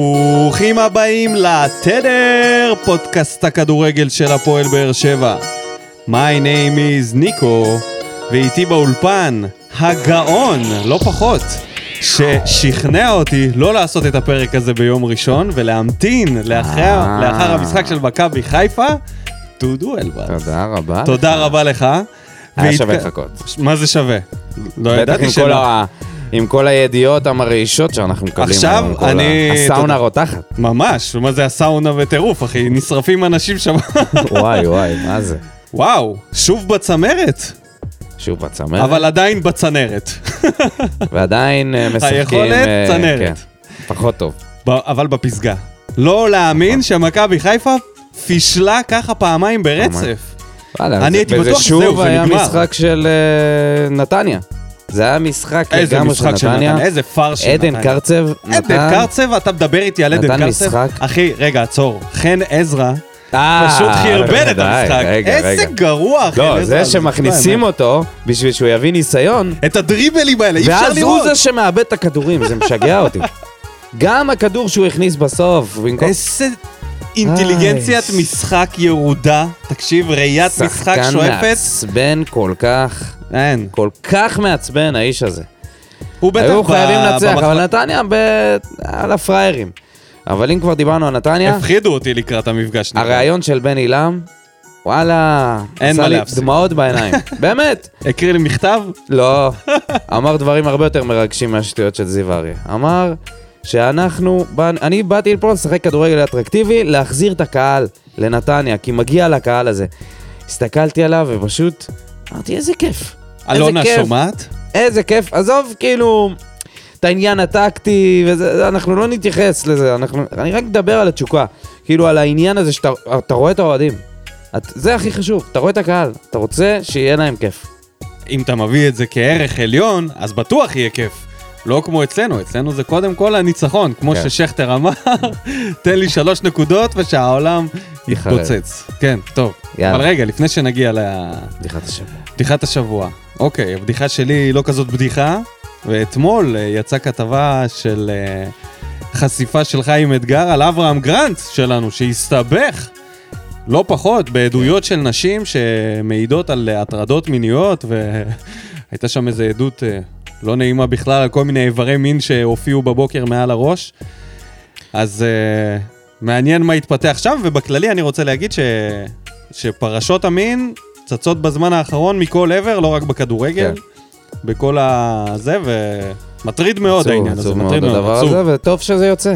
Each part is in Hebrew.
ברוכים הבאים לתדר, פודקאסט הכדורגל של הפועל באר שבע. My name is ניקו, ואיתי באולפן הגאון, לא פחות, ששכנע אותי לא לעשות את הפרק הזה ביום ראשון ולהמתין לאחר, אה. לאחר המשחק של מכבי חיפה, דודו אלבאז. תודה רבה. תודה רבה לך. היה והתק- שווה לחכות. מה זה שווה? לא בטח ידעתי עם כל שלא. ה- עם כל הידיעות המרעישות שאנחנו מקבלים. עכשיו היום, כל אני- ה- הסאונה תודה. רותחת. ממש, מה זה הסאונה וטירוף, אחי? נשרפים אנשים שם. וואי וואי, מה זה? וואו, שוב בצמרת, שוב בצמרת, אבל עדיין בצנרת. ועדיין אה, משחקים... היכולת אה, צנרת. כן, פחות טוב. ב- אבל בפסגה. לא אה. להאמין שמכבי חיפה פישלה ככה פעמיים ברצף. אה, וואלה, אני זה- הייתי בטוח וזה שוב שזהו, זה היה נגמר. משחק של אה, נתניה. זה היה משחק איזה לגמרי משחק של נתניה, איזה פאר של נתניה. עדן קרצב עדן קרצב, אתה מדבר איתי על עדן נתן קרצב? משחק. אחי, רגע, עצור. חן עזרא אה, פשוט חרבן את די, המשחק. רגע, איזה רגע. גרוע, חן עזרא. לא, זה שמכניסים אותו בשביל שהוא יביא ניסיון, את הדריבלים האלה, אי אפשר ואז הוא לראות. זה שמאבד את הכדורים, זה משגע אותי. גם הכדור שהוא הכניס בסוף, במקום... איזה אינטליגנציית איי. משחק ירודה. תקשיב, ראיית משחק שואפת. מעצבן כל כך, אין. כל כך מעצבן האיש הזה. הוא בטח היו ב- חייבים לנצח, במחזור- אבל נתניה ב... על הפראיירים. אבל אם כבר דיברנו על נתניה, הפחידו אותי לקראת המפגש. נכון. נראה. הריאיון של בן עילם, וואלה, אין מה עשה לי להפסיד. דמעות בעיניים. באמת. הקריא לי מכתב? לא, אמר דברים הרבה יותר מרגשים מהשטויות של זיו אריה. אמר שאנחנו, בא- אני באתי לפה לשחק כדורגל אטרקטיבי, להחזיר את הקהל לנתניה, כי מגיע לקהל הזה. הסתכלתי עליו ופשוט אמרתי, איזה כיף. אלונה כיף. שומעת? איזה כיף. עזוב, כאילו, את העניין הטקטי, וזה, אנחנו לא נתייחס לזה, אנחנו, אני רק מדבר על התשוקה. כאילו, על העניין הזה שאתה אתה רואה את האוהדים. את, זה הכי חשוב, אתה רואה את הקהל, אתה רוצה שיהיה להם כיף. אם אתה מביא את זה כערך עליון, אז בטוח יהיה כיף. לא כמו אצלנו, אצלנו זה קודם כל הניצחון, כמו כן. ששכטר אמר, תן לי שלוש נקודות ושהעולם יחרב. יתפוצץ. כן, טוב. יאללה. אבל רגע, לפני שנגיע לבדיחת בדיחת השבוע. השבוע. אוקיי, הבדיחה שלי היא לא כזאת בדיחה, ואתמול אה, יצאה כתבה של אה, חשיפה של חיים אתגר על אברהם גרנט שלנו, שהסתבך. לא פחות, בעדויות של נשים שמעידות על אה, הטרדות מיניות, והייתה שם איזו עדות אה, לא נעימה בכלל על כל מיני איברי מין שהופיעו בבוקר מעל הראש. אז אה, מעניין מה יתפתח שם, ובכללי אני רוצה להגיד ש... שפרשות המין צצות בזמן האחרון מכל עבר, לא רק בכדורגל, כן. בכל ה... זה, ומטריד מאוד עצוב, העניין הזה, עצוב מטריד מאוד מאוד, הדבר עצוב. הזה, וטוב שזה יוצא.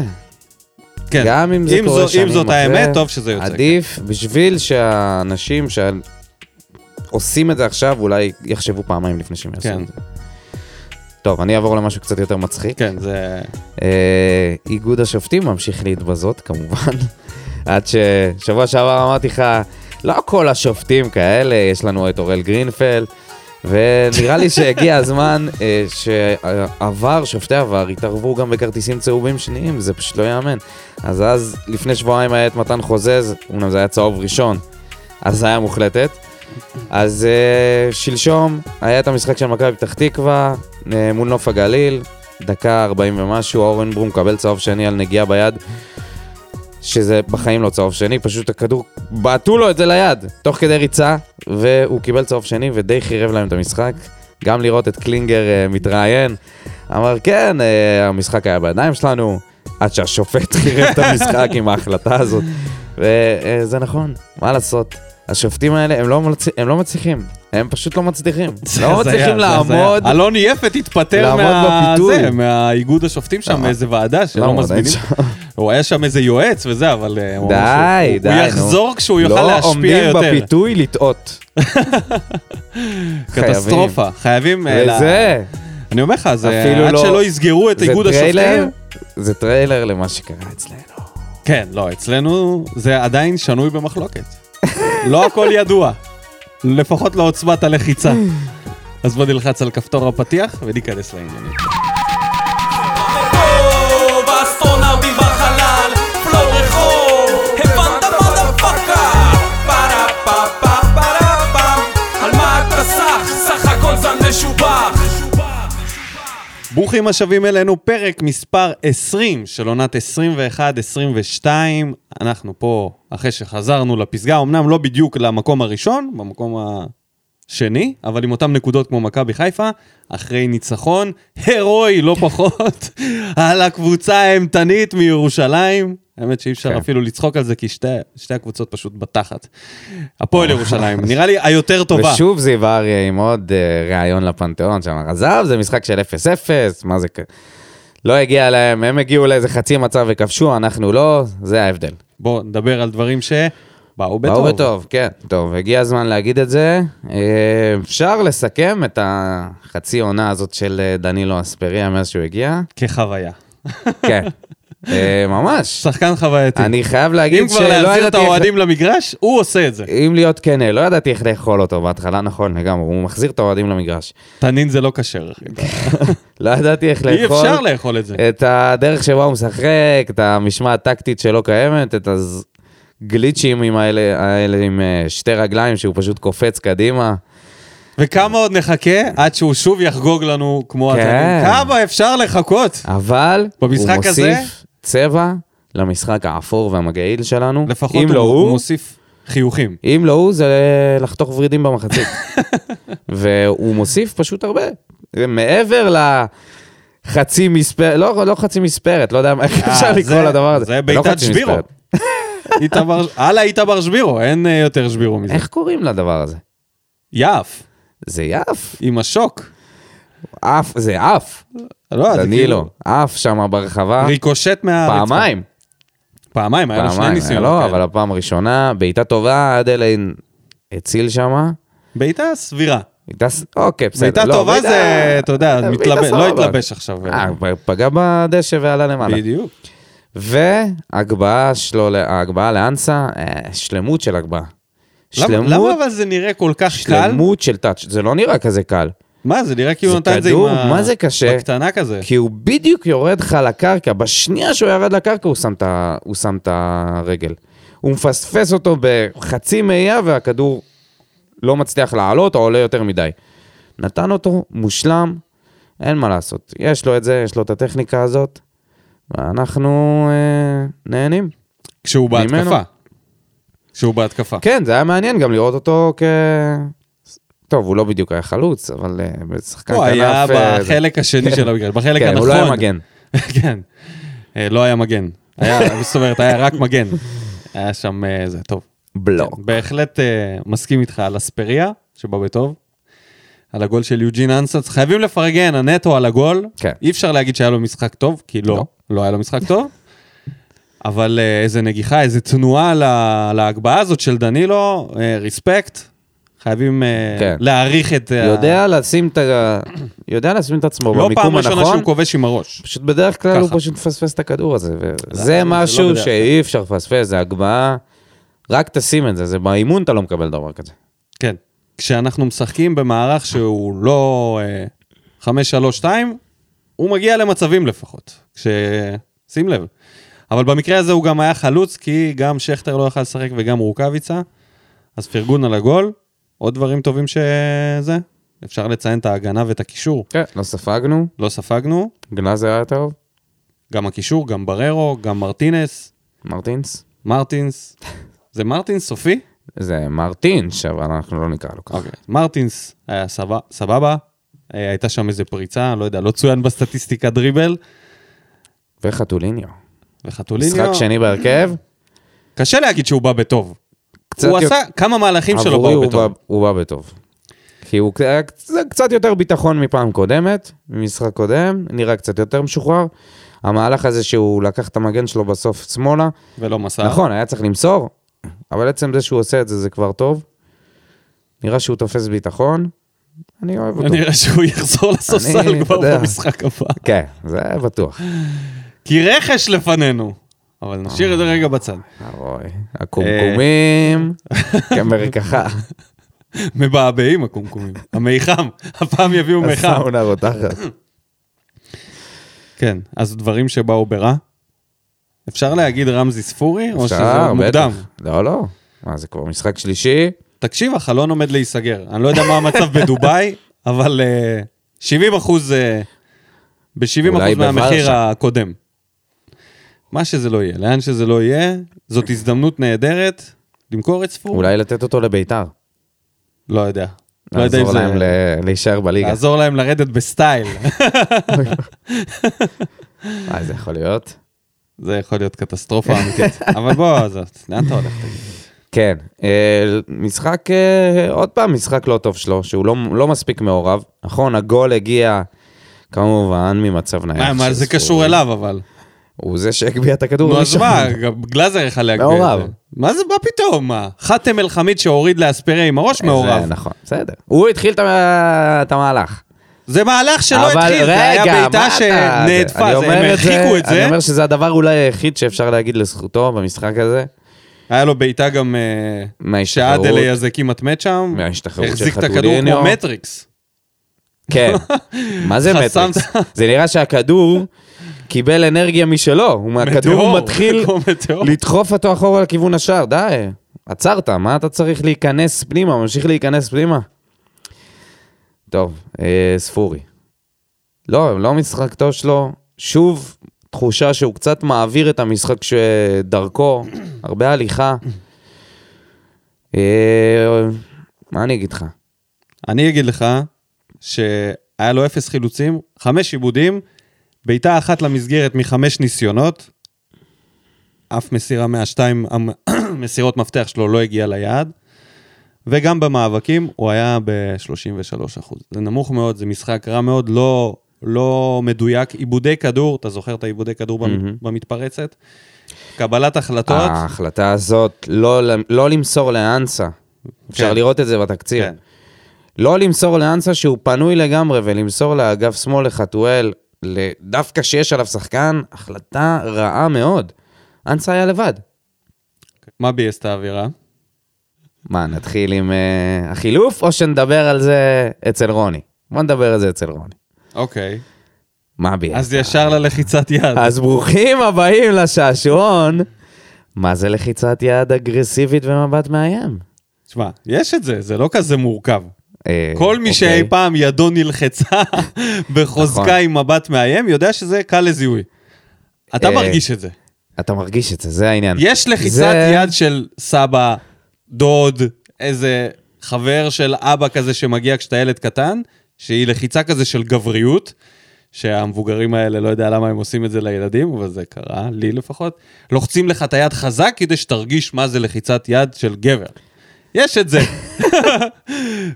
כן. גם אם זה אם קורה זו- שנים אם זאת אחרי, האמת, טוב שזה יוצא. כן. עדיף בשביל שהאנשים שעושים את זה עכשיו, אולי יחשבו פעמיים לפני שהם יעשו כן. את זה. טוב, אני אעבור למשהו קצת יותר מצחיק. כן, זה... אה, איגוד השופטים ממשיך להתבזות, כמובן. עד ששבוע שעבר אמרתי לך, לא כל השופטים כאלה, יש לנו את אוראל גרינפלד, ונראה לי שהגיע הזמן אה, שעבר, שופטי עבר, יתערבו גם בכרטיסים צהובים שניים, זה פשוט לא ייאמן. אז אז, לפני שבועיים היה את מתן חוזז, אמנם זה היה צהוב ראשון, הזיה מוחלטת. אז אה, שלשום היה את המשחק של מכבי פתח תקווה אה, מול נוף הגליל, דקה 40 ומשהו, אורן ברום מקבל צהוב שני על נגיעה ביד, שזה בחיים לא צהוב שני, פשוט הכדור, בעטו לו את זה ליד, תוך כדי ריצה, והוא קיבל צהוב שני ודי חירב להם את המשחק. גם לראות את קלינגר אה, מתראיין, אמר כן, אה, המשחק היה בידיים שלנו, עד שהשופט חירב את המשחק עם ההחלטה הזאת. וזה נכון, מה לעשות? השופטים האלה, הם לא, מצ... הם לא מצליחים, הם פשוט לא מצליחים. זה לא הזיה, מצליחים זה הזיה. לעמוד אלון יפת התפטר לעמוד מה- בפיתוי. אה. לא, זה, מהאיגוד השופטים שם, למה? מאיזה ועדה שלא למה, מזמינים. עדיין הוא היה שם איזה יועץ וזה, אבל... אה, הוא די, אמר שהוא- די, הוא נו. יחזור כשהוא יוכל לא להשפיע עומדים יותר. בפיתוי לטעות. קטסטרופה. חייבים... אה, לה- וזה, אני אומר לך, זה- אפילו עד לא- שלא יסגרו את זה איגוד טריילר, השופטים... זה טריילר למה שקרה אצלנו. כן, לא, אצלנו זה עדיין שנוי במחלוקת. לא הכל ידוע. לפחות לעוצמת הלחיצה. אז בוא נלחץ על כפתור הפתיח וניכנס לעניינים. ברחוב, אסון אביב החלל, פלור רחוב, הבנת מודפאקה? פרה פה פה פרה פם, על מה אתה סח? סך הכל זן משובח. ברוכים השבים אלינו, פרק מספר 20 של עונת 21-22. אנחנו פה אחרי שחזרנו לפסגה, אמנם לא בדיוק למקום הראשון, במקום השני, אבל עם אותן נקודות כמו מכבי חיפה, אחרי ניצחון הירואי, לא פחות, על הקבוצה האימתנית מירושלים. האמת שאי אפשר כן. אפילו לצחוק על זה, כי שתי, שתי הקבוצות פשוט בתחת. הפועל ירושלים, נראה לי היותר טובה. ושוב זיו אריה עם עוד אה, ראיון לפנתיאון, שאמר, עזב, זה משחק של 0-0, מה זה... כ- לא הגיע להם, הם הגיעו לאיזה חצי מצב וכבשו, אנחנו לא, זה ההבדל. בואו נדבר על דברים שבאו בטוב. באו בטוב, כן. טוב, הגיע הזמן להגיד את זה. אה, אפשר לסכם את החצי עונה הזאת של אה, דנילו אספריה מאז שהוא הגיע? כחוויה. כן. אה, ממש. שחקן חווייתי. אני חייב אם להגיד כבר שלא להחזיר את ידעתי איך... האוהדים למגרש, הוא עושה את זה. אם להיות כן, אה, לא ידעתי איך לאכול אותו בהתחלה, נכון, לגמרי, הוא מחזיר את האוהדים למגרש. תנין זה לא כשר. אחי. לא ידעתי איך לאכול. אי אפשר לאכול את זה. את הדרך שבה הוא משחק, את המשמעת הטקטית שלא קיימת, את הגליצ'ים עם האלה, האלה עם אה, שתי רגליים שהוא פשוט קופץ קדימה. וכמה עוד נחכה עד שהוא שוב יחגוג לנו כמו כן. התנין? כמה אפשר לחכות? אבל הוא במשחק מוסיף הזה- צבע למשחק האפור והמגעיל שלנו. לפחות אם לא הוא הוא, מוסיף חיוכים. אם לא הוא, זה לחתוך ורידים במחצית. והוא מוסיף פשוט הרבה. מעבר ל... חצי מספרת, לא, לא חצי מספרת, לא יודע מה- איך אפשר אה, לקרוא זה- לדבר הזה. זה לא בעיטת חצי שבירו. מספרת. איתמר- הלאה איתמר שבירו, אין אה, יותר שבירו מזה. איך קוראים לדבר הזה? יעף, זה יעף. עם השוק. עף, זה עף. לא, זה דנילו, כאילו עף שם ברחבה. ריקושט מהרצפה. פעמיים. פעמיים, היה לו שני פעמיים. ניסיונות. כן. לא, כאלה. אבל הפעם הראשונה, בעיטה טובה, עד אליין הציל שם. בעיטה סבירה. בעיטה, ס- אוקיי, בסדר. בעיטה לא, טובה בעיטה- זה, אתה יודע, בעיטה מתלבש- לא סבבה. התלבש עכשיו. אה, פגע בדשא ועלה למעלה. בדיוק. והגבהה שלו, ל- ההגבהה לאנסה, אה, שלמות של הגבהה. למה שלמות- למה אבל זה נראה כל כך קל? שלמות של טאץ', זה לא נראה כזה קל. מה, זה נראה כאילו זה הוא נתן את זה עם כדור, ה... מה זה קשה? בקטנה כזה. כי הוא בדיוק יורד לך לקרקע, בשנייה שהוא ירד לקרקע הוא שם את ה- הוא שם את הרגל. הוא מפספס אותו בחצי מאייה והכדור לא מצליח לעלות או עולה יותר מדי. נתן אותו, מושלם, אין מה לעשות. יש לו את זה, יש לו את הטכניקה הזאת, ואנחנו אה, נהנים. כשהוא ממנו. בהתקפה. כשהוא בהתקפה. כן, זה היה מעניין גם לראות אותו כ... טוב, הוא לא בדיוק היה חלוץ, אבל אה, בשחקן כנף... הוא היה אה, זה- בחלק השני של המגרש, בחלק כן, הנכון. הוא לא היה מגן. כן. אה, לא היה מגן. היה, זאת אומרת, היה רק מגן. היה שם אה, זה, טוב. בלוק. כן, בהחלט אה, מסכים איתך על אספריה, שבא בטוב. על הגול של יוג'ין אנסאץ, חייבים לפרגן, הנטו על הגול. כן. אי אפשר להגיד שהיה לו משחק טוב, כי לא, לא. לא היה לו משחק טוב. אבל אה, איזה נגיחה, איזה תנועה לה- להגבהה הזאת של דנילו, אה, ריספקט. חייבים אה, כן. להעריך את... ה- יודע לשים את ה... יודע לשים את עצמו לא פעם במיקום ראשונה הנכון, שהוא כובש עם הראש. פשוט בדרך כלל הוא ככה. פשוט מפספס את הכדור הזה. וזה זה לא משהו בדרך כלל. שאי אפשר לפספס, זה הגבהה. רק תשים את זה, זה באימון אתה לא מקבל דבר כזה. כן. כשאנחנו משחקים במערך שהוא לא אה, 5-3-2, הוא מגיע למצבים לפחות. כש... שים לב. אבל במקרה הזה הוא גם היה חלוץ, כי גם שכטר לא יכל לשחק וגם רוקאביצה. אז פרגון על הגול. עוד דברים טובים שזה. אפשר לציין את ההגנה ואת הקישור. כן, לא ספגנו, לא ספגנו. גלאז היה טוב, גם הקישור, גם בררו, גם מרטינס, מרטינס. מרטינס. זה מרטינס סופי? זה מרטינש, אבל אנחנו לא נקרא לו ככה. אוקיי. מרטינס היה סבא- סבבה, אה, הייתה שם איזה פריצה, לא יודע, לא צוין בסטטיסטיקה דריבל, וחתוליניו. משחק וחתוליניו, שני בהרכב, קשה להגיד שהוא בא בטוב. קצת הוא יותר- עשה כמה מהלכים שלו עבורי באו הוא בטוב. בא- הוא בא בטוב. כי הוא היה קצ- קצת יותר ביטחון מפעם קודמת, ממשחק קודם, נראה קצת יותר משוחרר. המהלך הזה שהוא לקח את המגן שלו בסוף שמאלה, ולא מסר. נכון, היה צריך למסור, אבל עצם זה שהוא עושה את זה, זה כבר טוב. נראה שהוא תופס ביטחון, אני אוהב אותו. נראה שהוא יחזור לספסל אני כבר יודע. במשחק הבא. כן, זה בטוח. כי רכש לפנינו. אבל נשאיר את זה רגע בצד. אוי, אה, הקומקומים, אה. כן, ברקחה, מבעבעים הקומקומים. המיחם, הפעם יביאו מיחם. הסאונה רותחת. כן, אז דברים שבאו ברע. אפשר להגיד רמזי ספורי, או שזה אפשר, בטח. מוקדם? לא, לא. מה, זה כבר משחק שלישי? תקשיב, החלון עומד להיסגר. אני לא יודע מה המצב בדובאי, אבל אה, 70 אחוז אולי ב-70% מהמחיר בוורשה. הקודם. מה שזה לא יהיה, לאן שזה לא יהיה, זאת הזדמנות נהדרת למכור את ספורי. אולי לתת אותו לביתר. לא יודע. לא יודע אם לעזור להם זה... ל- להישאר בליגה. לעזור להם לרדת בסטייל. אה, זה יכול להיות. זה יכול להיות קטסטרופה אמיתית. אבל בוא, עזוב, לאן אתה הולך? תגיד? כן, אה, משחק, אה, עוד פעם, משחק לא טוב שלו, שהוא לא, לא מספיק מעורב. נכון, הגול הגיע כמובן ממצב נייח. מה, אה, מה של זה ספורי. קשור אליו אבל? אה, הוא זה שהגביה את הכדור לא נו, אז ראשון. מה, גם גלאזר יכל להגביר את זה. מעורב. מה זה, מה פתאום? מה? חאתם אל-חמיד שהוריד לאספריה עם הראש מעורב. זה נכון, בסדר. הוא התחיל את ה- את המהלך. זה מהלך שלא אבל התחיל, זה היה רגע, בעיטה מה אתה- אני שנהדפה, זה- אומר הם הרחיקו את אני זה. אומר שזה הדבר אולי היחיד שאפשר להגיד לזכותו במשחק הזה, היה לו בעיטה גם אה, מההשתחררות. שהאדלי הזה כמעט מת שם. מההשתחררות של החזיק את הכדור חתוליניו. כמו מטריקס. כן. מה זה חסמת. מטריקס? זה נראה שהכדור קיבל אנרגיה משלו, הוא מהכדור מטאור, הוא מתחיל כמו מטאור. לדחוף אותו אחורה לכיוון השער, די, עצרת, מה אתה צריך להיכנס פנימה? ממשיך להיכנס פנימה. טוב, אה, ספורי. לא, לא משחק טוב שלו. שוב, תחושה שהוא קצת מעביר את המשחק שדרכו, הרבה הליכה. אה, מה אני אגיד לך? אני אגיד לך שהיה לו אפס חילוצים, חמש עיבודים, בעיטה אחת למסגרת מחמש ניסיונות, אף מסירה מהשתיים מסירות מפתח שלו לא הגיעה ליעד, וגם במאבקים הוא היה ב-33 אחוז. זה נמוך מאוד, זה משחק רע מאוד, לא, לא מדויק. עיבודי כדור, אתה זוכר את העיבודי כדור במ- במתפרצת? קבלת החלטות. ההחלטה הזאת, לא, לא למסור לאנסה. אפשר כן. לראות את זה בתקציר. כן. לא למסור לאנסה שהוא פנוי לגמרי, ולמסור לאגף שמאל לחתואל, ל- דווקא שיש עליו שחקן, החלטה רעה מאוד. אנסה היה לבד. כן. מה ביאס את האווירה? מה, נתחיל עם uh, החילוף, או שנדבר על זה אצל רוני? בוא נדבר על זה אצל רוני. אוקיי. מה ביה? אז ישר ללחיצת יד. אז ברוכים הבאים לשעשועון. מה זה לחיצת יד אגרסיבית ומבט מאיים? תשמע, יש את זה, זה לא כזה מורכב. אה, כל מי אוקיי. שאי פעם ידו נלחצה נכון. בחוזקה עם מבט מאיים, יודע שזה קל לזיהוי. אתה אה, מרגיש את זה. אתה מרגיש את זה, זה העניין. יש לחיצת זה- יד של סבא, דוד, איזה חבר של אבא כזה שמגיע כשאתה ילד קטן, שהיא לחיצה כזה של גבריות, שהמבוגרים האלה, לא יודע למה הם עושים את זה לילדים, אבל זה קרה, לי לפחות. לוחצים לך את היד חזק כדי שתרגיש מה זה לחיצת יד של גבר. יש את זה.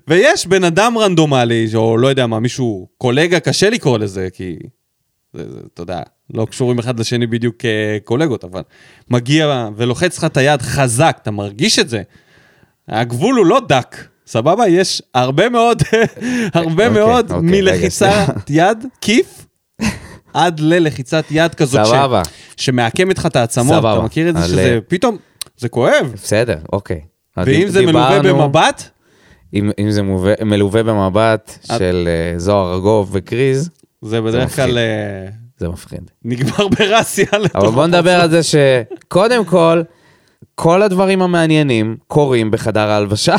ויש בן אדם רנדומלי, או לא יודע מה, מישהו, קולגה, קשה לקרוא לזה, כי זה, זה, אתה יודע, לא קשורים אחד לשני בדיוק כקולגות, אבל מגיע ולוחץ לך את היד חזק, אתה מרגיש את זה. הגבול הוא לא דק, סבבה? יש הרבה מאוד, הרבה אוקיי, מאוד אוקיי, רגע, מלחיצת יד, כיף, עד ללחיצת יד כזאת, ש- סבבה. שמעקמת לך את העצמות, סבבה. אתה מכיר את זה על- שזה פתאום, זה כואב. בסדר, אוקיי. אז ואם זה מלווה דיברנו- במבט, אם, אם זה מובא, מלווה במבט את- של אה, זוהר ארגוב וקריז, זה בדרך מפחיד. כלל אה, זה מפחיד. נגמר ברסיה לתוך... אבל בוא נדבר על זה שקודם כל, כל הדברים המעניינים קורים בחדר ההלבשה.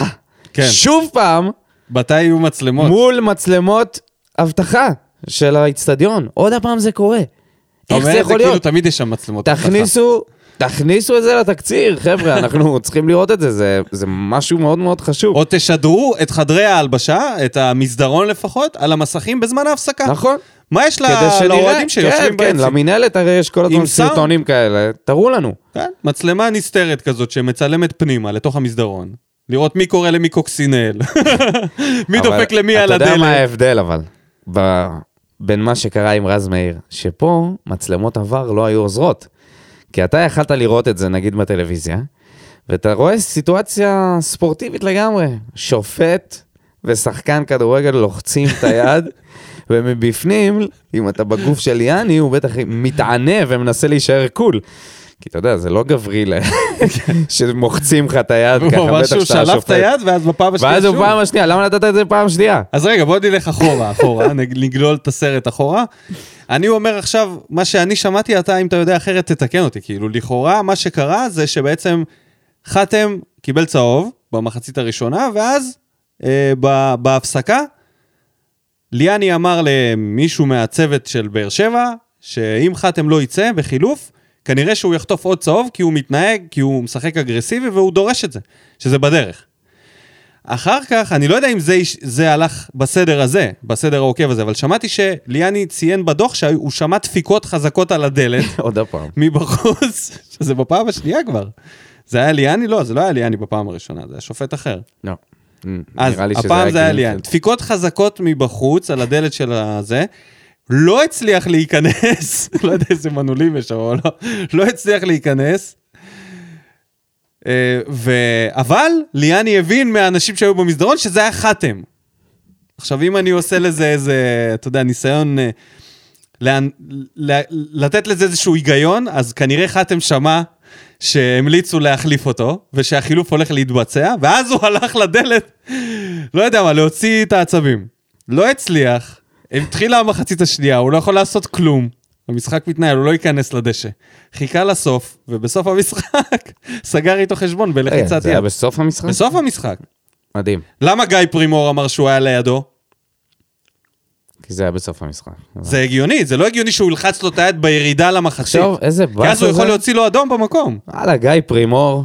כן. שוב פעם, מתי יהיו מצלמות? מול מצלמות אבטחה של האיצטדיון. עוד הפעם זה קורה. אתה אומר איך זה את יכול כאילו להיות? תמיד יש שם מצלמות. תכניסו, תכניסו את זה לתקציר, חבר'ה, אנחנו צריכים לראות את זה, זה, זה משהו מאוד מאוד חשוב. או תשדרו את חדרי ההלבשה, את המסדרון לפחות, על המסכים בזמן ההפסקה. נכון. מה יש ל- כדי שנראה, לאוהדים שיושבים כן, כן, בעצם? למינהלת הרי יש כל הזמן עם סאונד. סרטונים כאלה, תראו לנו. כן, מצלמה נסתרת כזאת שמצלמת פנימה לתוך המסדרון. לראות מי קורא למי קוקסינל, מי אבל דופק למי על אתה יודע מה הדלת. ההבדל אבל, ב... בין מה שקרה עם רז מאיר, שפה מצלמות עבר לא היו עוזרות. כי אתה יכלת לראות את זה נגיד בטלוויזיה, ואתה רואה סיטואציה ספורטיבית לגמרי. שופט ושחקן כדורגל לוחצים את היד, ומבפנים, אם אתה בגוף של יאני, הוא בטח מתענה ומנסה להישאר קול. כי אתה יודע, זה לא גברי ל- שמוחצים לך את היד הוא ככה, ממש בטח הוא שאתה שלף את השופט. היד, ואז בפעם השנייה ואז שוב. הוא פעם השנייה, למה נתת את זה פעם שנייה? אז רגע, בוא נלך אחורה, אחורה, נג- נגלול את הסרט אחורה. אני אומר עכשיו, מה שאני שמעתי, אתה, אם אתה יודע אחרת, תתקן אותי. כאילו, לכאורה, מה שקרה זה שבעצם חתם קיבל צהוב במחצית הראשונה, ואז אה, ב- בהפסקה ליאני אמר למישהו מהצוות של באר שבע, שאם חתם לא יצא בחילוף, כנראה שהוא יחטוף עוד צהוב כי הוא מתנהג, כי הוא משחק אגרסיבי והוא דורש את זה, שזה בדרך. אחר כך, אני לא יודע אם זה, זה הלך בסדר הזה, בסדר העוקב הזה, אבל שמעתי שליאני ציין בדוח שהוא שמע דפיקות חזקות על הדלת עוד הפעם. מבחוץ, שזה בפעם השנייה כבר. זה היה ליאני? לא, זה לא היה ליאני בפעם הראשונה, זה היה שופט אחר. לא. Mm. אז נראה לי שזה כן. הפעם זה היה ליאן. גרינפלד. דפיקות חזקות מבחוץ על הדלת של הזה. לא הצליח להיכנס, לא יודע איזה מנעולים יש שם, אבל לא, לא הצליח להיכנס. אה, ו... אבל ליאני הבין מהאנשים שהיו במסדרון שזה היה חתם. עכשיו, אם אני עושה לזה איזה, אתה יודע, ניסיון אה, לאן, ל, לתת לזה איזשהו היגיון, אז כנראה חתם שמע שהמליצו להחליף אותו, ושהחילוף הולך להתבצע, ואז הוא הלך לדלת, לא יודע מה, להוציא את העצבים. לא הצליח, התחילה המחצית השנייה, הוא לא יכול לעשות כלום. המשחק מתנהל, הוא לא ייכנס לדשא. חיכה לסוף, ובסוף המשחק סגר איתו חשבון רגע, בלחיצת כן, זה היה יד. בסוף המשחק? בסוף המשחק. מדהים. למה גיא פרימור אמר שהוא היה לידו? כי זה היה בסוף המשחק. זה הגיוני, זה לא הגיוני שהוא ילחץ לו את היד בירידה למחצית. עכשיו, איזה באסה כי זה. אז הוא יכול להוציא לו אדום במקום. וואלה, גיא פרימור,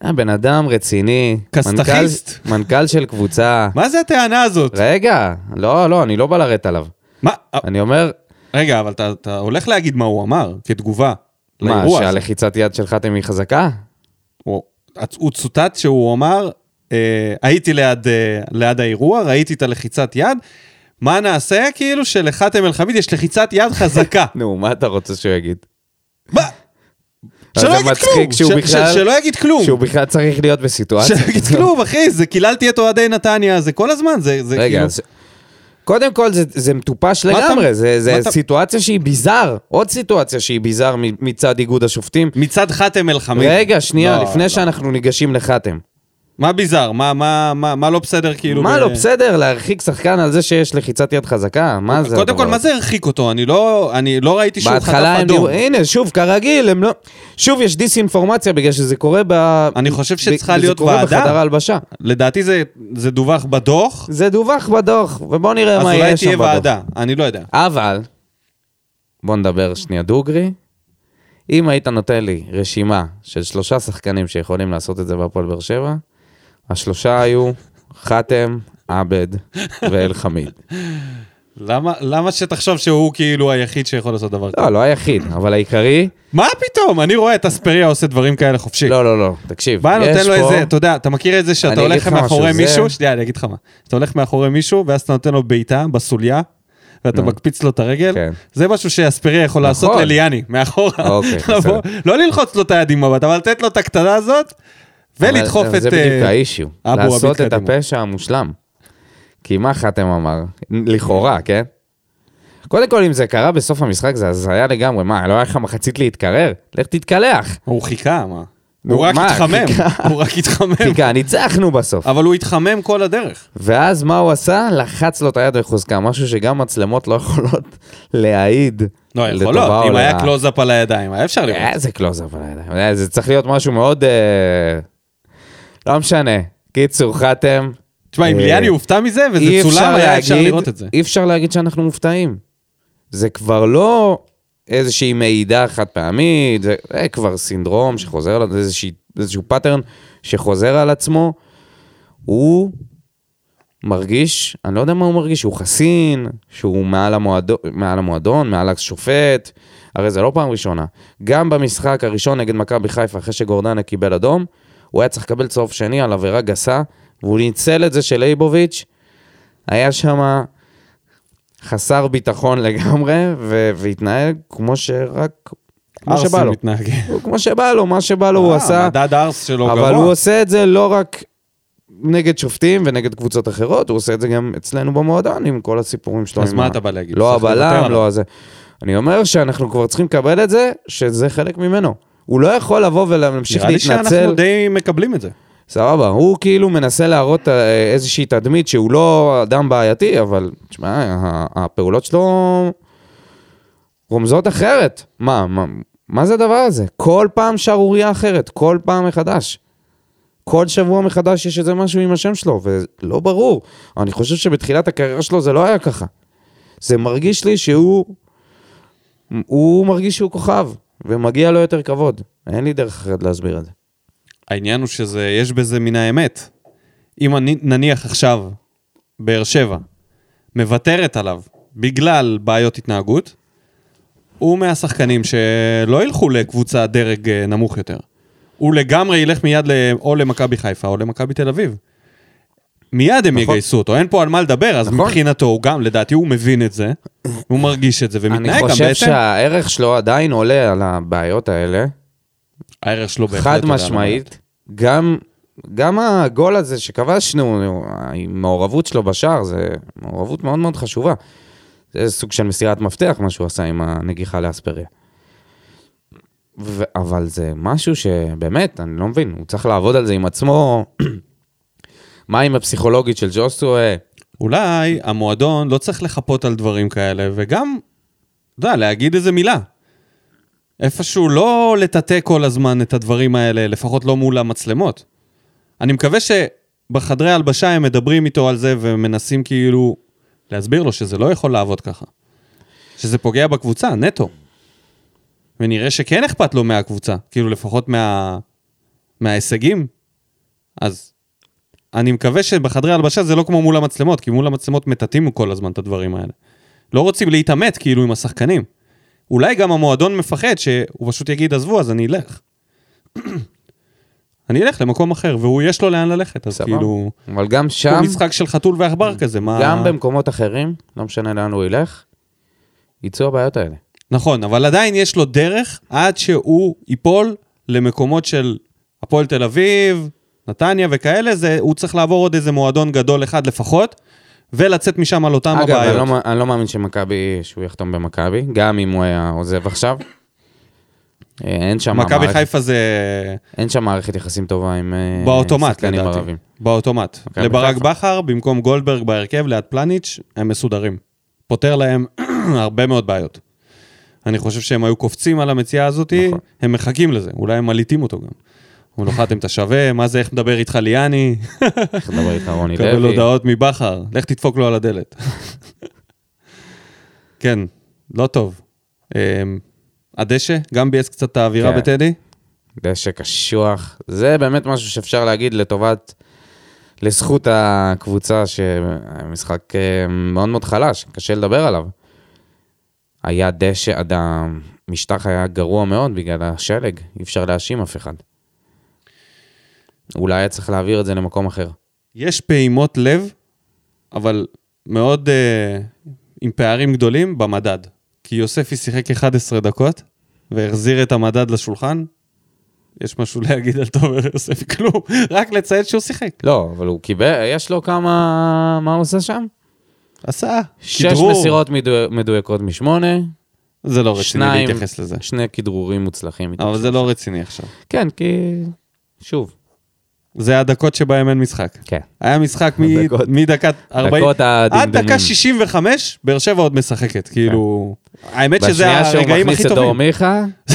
היה בן אדם רציני. כסטחיסט. מנכ"ל- מנכ"ל של קבוצה. מה זה הטענה הזאת? רגע, לא, לא, אני לא בא לרדת עליו. מה? אה, אני אומר, רגע, אבל אתה, אתה הולך להגיד מה הוא אמר, כתגובה. מה, לאירוע הזה. שהלחיצת יד של חתם היא חזקה? הוא, הוא צוטט שהוא אמר, אה, הייתי ליד, אה, ליד האירוע, ראיתי את הלחיצת יד, מה נעשה? כאילו שלחתם אל-חמיד יש לחיצת יד חזקה. נו, מה אתה רוצה שהוא יגיד? מה? אז שלא זה יגיד מצחיק כלום, שהוא ש- בכלל- ש- שלא יגיד כלום. שהוא בכלל צריך להיות בסיטואציה. שלא יגיד כלום, אחי, זה קיללתי את אוהדי נתניה, זה כל הזמן, זה, זה רגע, כאילו... אז... קודם כל זה, זה מטופש אתה- לגמרי, זה, זה מה אתה- סיטואציה שהיא ביזאר, עוד סיטואציה שהיא ביזאר מ- מצד איגוד השופטים. מצד חתם אל-חמיד. רגע, שנייה, לא, לפני לא. שאנחנו ניגשים לחתם. מה ביזאר? מה, מה, מה, מה לא בסדר כאילו? מה ב- לא בסדר להרחיק שחקן על זה שיש לחיצת יד חזקה? מה זה קודם כל, מה זה הרחיק אותו? אני לא, אני לא ראיתי שהוא חטף בהתחלה הם אדום. נראו, הנה, שוב, כרגיל, הם לא... שוב, יש דיסאינפורמציה בגלל שזה קורה ב... אני חושב ב- שצריכה להיות זה ועדה. קורה בחדר ההלבשה. לדעתי זה, זה דווח בדוח, זה דווח בדוח, ובואו נראה אז מה אולי יהיה שם תהיה בדוח. ועדה, אני לא יודע. אבל, בוא נדבר שנייה דוגרי. אם היית נותן לי רשימה של שלושה שחקנים שיכולים לעשות את זה בהפועל באר שבע, השלושה היו חתם, עבד ואלחמיד. למה, למה שתחשוב שהוא כאילו היחיד שיכול לעשות דבר כזה? לא, לא היחיד, אבל העיקרי... מה פתאום? אני רואה את אספריה עושה דברים כאלה חופשי. לא, לא, לא, תקשיב. בא, יש נותן לו פה- איזה, אתה יודע, אתה מכיר את זה אני שאתה אגיד הולך לך משהו, מאחורי זה- מישהו, שנייה, אני אגיד לך מה. אתה הולך מאחורי מישהו, ואז אתה נותן לו בעיטה בסוליה, ואתה מקפיץ לו את הרגל, אה. כן. זה משהו שאספריה יכול לעשות נכון. לליאני, מאחורה. אוקיי, לבוא- בסדר. לא ללחוץ לו את היד עם מבט, אבל לתת לו את הקטנה הזאת, ולדחוף אבל את... זה בדיוק אה, האישיו, אבו לעשות עביד את קדימה. הפשע המושלם. כי מה חתם אמר? לכאורה, כן? קודם כל, אם זה קרה בסוף המשחק, זה הזיה לגמרי. מה, לא היה לך מחצית להתקרר? לך תתקלח. הוא חיכה, מה? נו, הוא רק מה, התחמם, חיכה. הוא רק התחמם, תיקה, כן, ניצחנו בסוף. אבל הוא התחמם כל הדרך. ואז מה הוא עשה? לחץ לו את היד בחוזקה, משהו שגם מצלמות לא יכולות להעיד. לא, יכול לטובה לא, או אם היה לרעה. אה, קלוזאפ על הידיים, היה אפשר לראות. איזה קלוזאפ על הידיים. אה, זה צריך להיות משהו מאוד... אה, לא משנה. קיצור, חתם. תשמע, אם אה, ליאני הופתע מזה, וזה אי צולם, היה אפשר לראות את זה. אי אפשר להגיד שאנחנו מופתעים. זה כבר לא איזושהי מעידה חד פעמית, זה, זה כבר סינדרום שחוזר, על- זה איזושהי, איזשהו פאטרן שחוזר על עצמו. הוא מרגיש, אני לא יודע מה הוא מרגיש, שהוא חסין, שהוא מעל המועדון, מעל, המועדון, מעל השופט, הרי זה לא פעם ראשונה. גם במשחק הראשון נגד מכבי חיפה, אחרי שגורדנה קיבל אדום, הוא היה צריך לקבל צהוב שני על עבירה גסה, והוא ניצל את זה של ליבוביץ', היה שם חסר ביטחון לגמרי, ו- והתנהג כמו שרק... כמו ארס שבא לו. מתנהג. הוא כמו שבא לו, מה שבא לו הוא אה, עשה. מדד הארס שלו גבוה. אבל הוא עושה את זה לא רק נגד שופטים ונגד קבוצות אחרות, הוא עושה את זה גם אצלנו במועדון עם כל הסיפורים שלו. אז עם מה ה- אתה בא להגיד? לא צריך לוותר הבלם, עליו. לא הזה. אני אומר שאנחנו כבר צריכים לקבל את זה, שזה חלק ממנו. הוא לא יכול לבוא ולהמשיך נראה לי להתנצל. שאנחנו די מקבלים את זה. סבבה, הוא כאילו מנסה להראות אה, איזושהי תדמית שהוא לא אדם בעייתי, אבל תשמע, ה- הפעולות שלו רומזות אחרת. מה, מה, מה זה הדבר הזה? כל פעם שערורייה אחרת, כל פעם מחדש. כל שבוע מחדש יש איזה משהו עם השם שלו, ולא ברור. אני חושב שבתחילת הקריירה שלו זה לא היה ככה. זה מרגיש לי שהוא... הוא מרגיש שהוא כוכב, ומגיע לו יותר כבוד. אין לי דרך אחרת להסביר את זה. העניין הוא שזה, יש בזה מן האמת. אם אני, נניח עכשיו, באר שבע, מוותרת עליו בגלל בעיות התנהגות, הוא מהשחקנים שלא ילכו לקבוצה דרג אה, נמוך יותר. הוא לגמרי ילך מיד ל- או למכבי חיפה או למכבי תל אביב. מיד הם נכון. יגייסו אותו, אין פה על מה לדבר, אז נכון. מבחינתו הוא גם, לדעתי הוא מבין את זה, הוא מרגיש את זה אני ומתנהג גם חושב בהתאם. שהערך שלו עדיין עולה על הבעיות האלה, הערך שלו בהחלט חד עולה על המעט. משמעית. גם, גם הגול הזה שכבשנו, נו, המעורבות שלו בשער, זה מעורבות מאוד מאוד חשובה. זה סוג של מסירת מפתח, מה שהוא עשה עם הנגיחה לאספריה. ו- אבל זה משהו שבאמת, אני לא מבין, הוא צריך לעבוד על זה עם עצמו. מה עם הפסיכולוגית של ג'וסווה? אולי המועדון לא צריך לחפות על דברים כאלה, וגם, אתה יודע, להגיד איזה מילה. איפשהו לא לטאטא כל הזמן את הדברים האלה, לפחות לא מול המצלמות. אני מקווה שבחדרי ההלבשה הם מדברים איתו על זה ומנסים כאילו להסביר לו שזה לא יכול לעבוד ככה. שזה פוגע בקבוצה, נטו. ונראה שכן אכפת לו מהקבוצה, כאילו לפחות מה... מההישגים. אז אני מקווה שבחדרי הלבשה זה לא כמו מול המצלמות, כי מול המצלמות מטאטאים כל הזמן את הדברים האלה. לא רוצים להתעמת כאילו עם השחקנים. אולי גם המועדון מפחד שהוא פשוט יגיד, עזבו, אז אני אלך. אני אלך למקום אחר, והוא יש לו לאן ללכת, אז סבבה. כאילו... אבל גם הוא שם, משחק של חתול ועכבר כזה, מה... גם במקומות אחרים, לא משנה לאן הוא ילך, יצאו הבעיות האלה. נכון, אבל עדיין יש לו דרך עד שהוא ייפול למקומות של הפועל תל אביב, נתניה וכאלה, זה, הוא צריך לעבור עוד איזה מועדון גדול אחד לפחות, ולצאת משם על אותם אגב, אני הבעיות. לא, מא- אני לא מאמין שמכבי, שהוא יחתום במכבי, גם אם הוא היה עוזב עכשיו. אה, אין שם מכבי מערכת- חיפה זה אין שם מערכת יחסים טובה עם אה, באוטומט, שחקנים לדעתי. ערבים. אוקיי, באוטומט. מכבי לברק חיפה. בכר, במקום גולדברג בהרכב, ליד פלניץ', הם מסודרים. פותר להם הרבה מאוד בעיות. אני חושב שהם היו קופצים על המציאה הזאת, נכון. הם מחכים לזה, אולי הם מלעיטים אותו גם. אומרים לו, חתם את השווה, מה זה, איך מדבר איתך ליאני? איך לדבר איתך רוני קבל לוי. הודעות מבכר, לך תדפוק לו על הדלת. כן, לא טוב. אמ, הדשא, גם ביאס קצת את האווירה כן. בטדי. דשא קשוח. זה באמת משהו שאפשר להגיד לטובת, לזכות הקבוצה, שהמשחק אה, מאוד מאוד חלש, קשה לדבר עליו. היה דשא, עד המשטח היה גרוע מאוד בגלל השלג, אי אפשר להאשים אף אחד. אולי היה צריך להעביר את זה למקום אחר. יש פעימות לב, אבל מאוד אה, עם פערים גדולים במדד. כי יוספי שיחק 11 דקות והחזיר את המדד לשולחן. יש משהו להגיד על תומר יוספי? כלום, רק לציין שהוא שיחק. לא, אבל הוא קיבל, יש לו כמה, מה הוא עושה שם? עשה, שש מסירות מדו- מדויקות משמונה, זה לא רציני שניים. להתייחס לזה. שני כדרורים מוצלחים. אבל זה לא רציני עכשיו. כן, כי... שוב. זה הדקות שבהן אין משחק. כן. היה משחק מ- דקות. מדקה 40, דקות עד הדמדומים. דקה 65, באר שבע עוד משחקת, כאילו... האמת שזה בשנייה כן. שהוא הרגעים מכניס הכי את טובים. דורמיכה, זה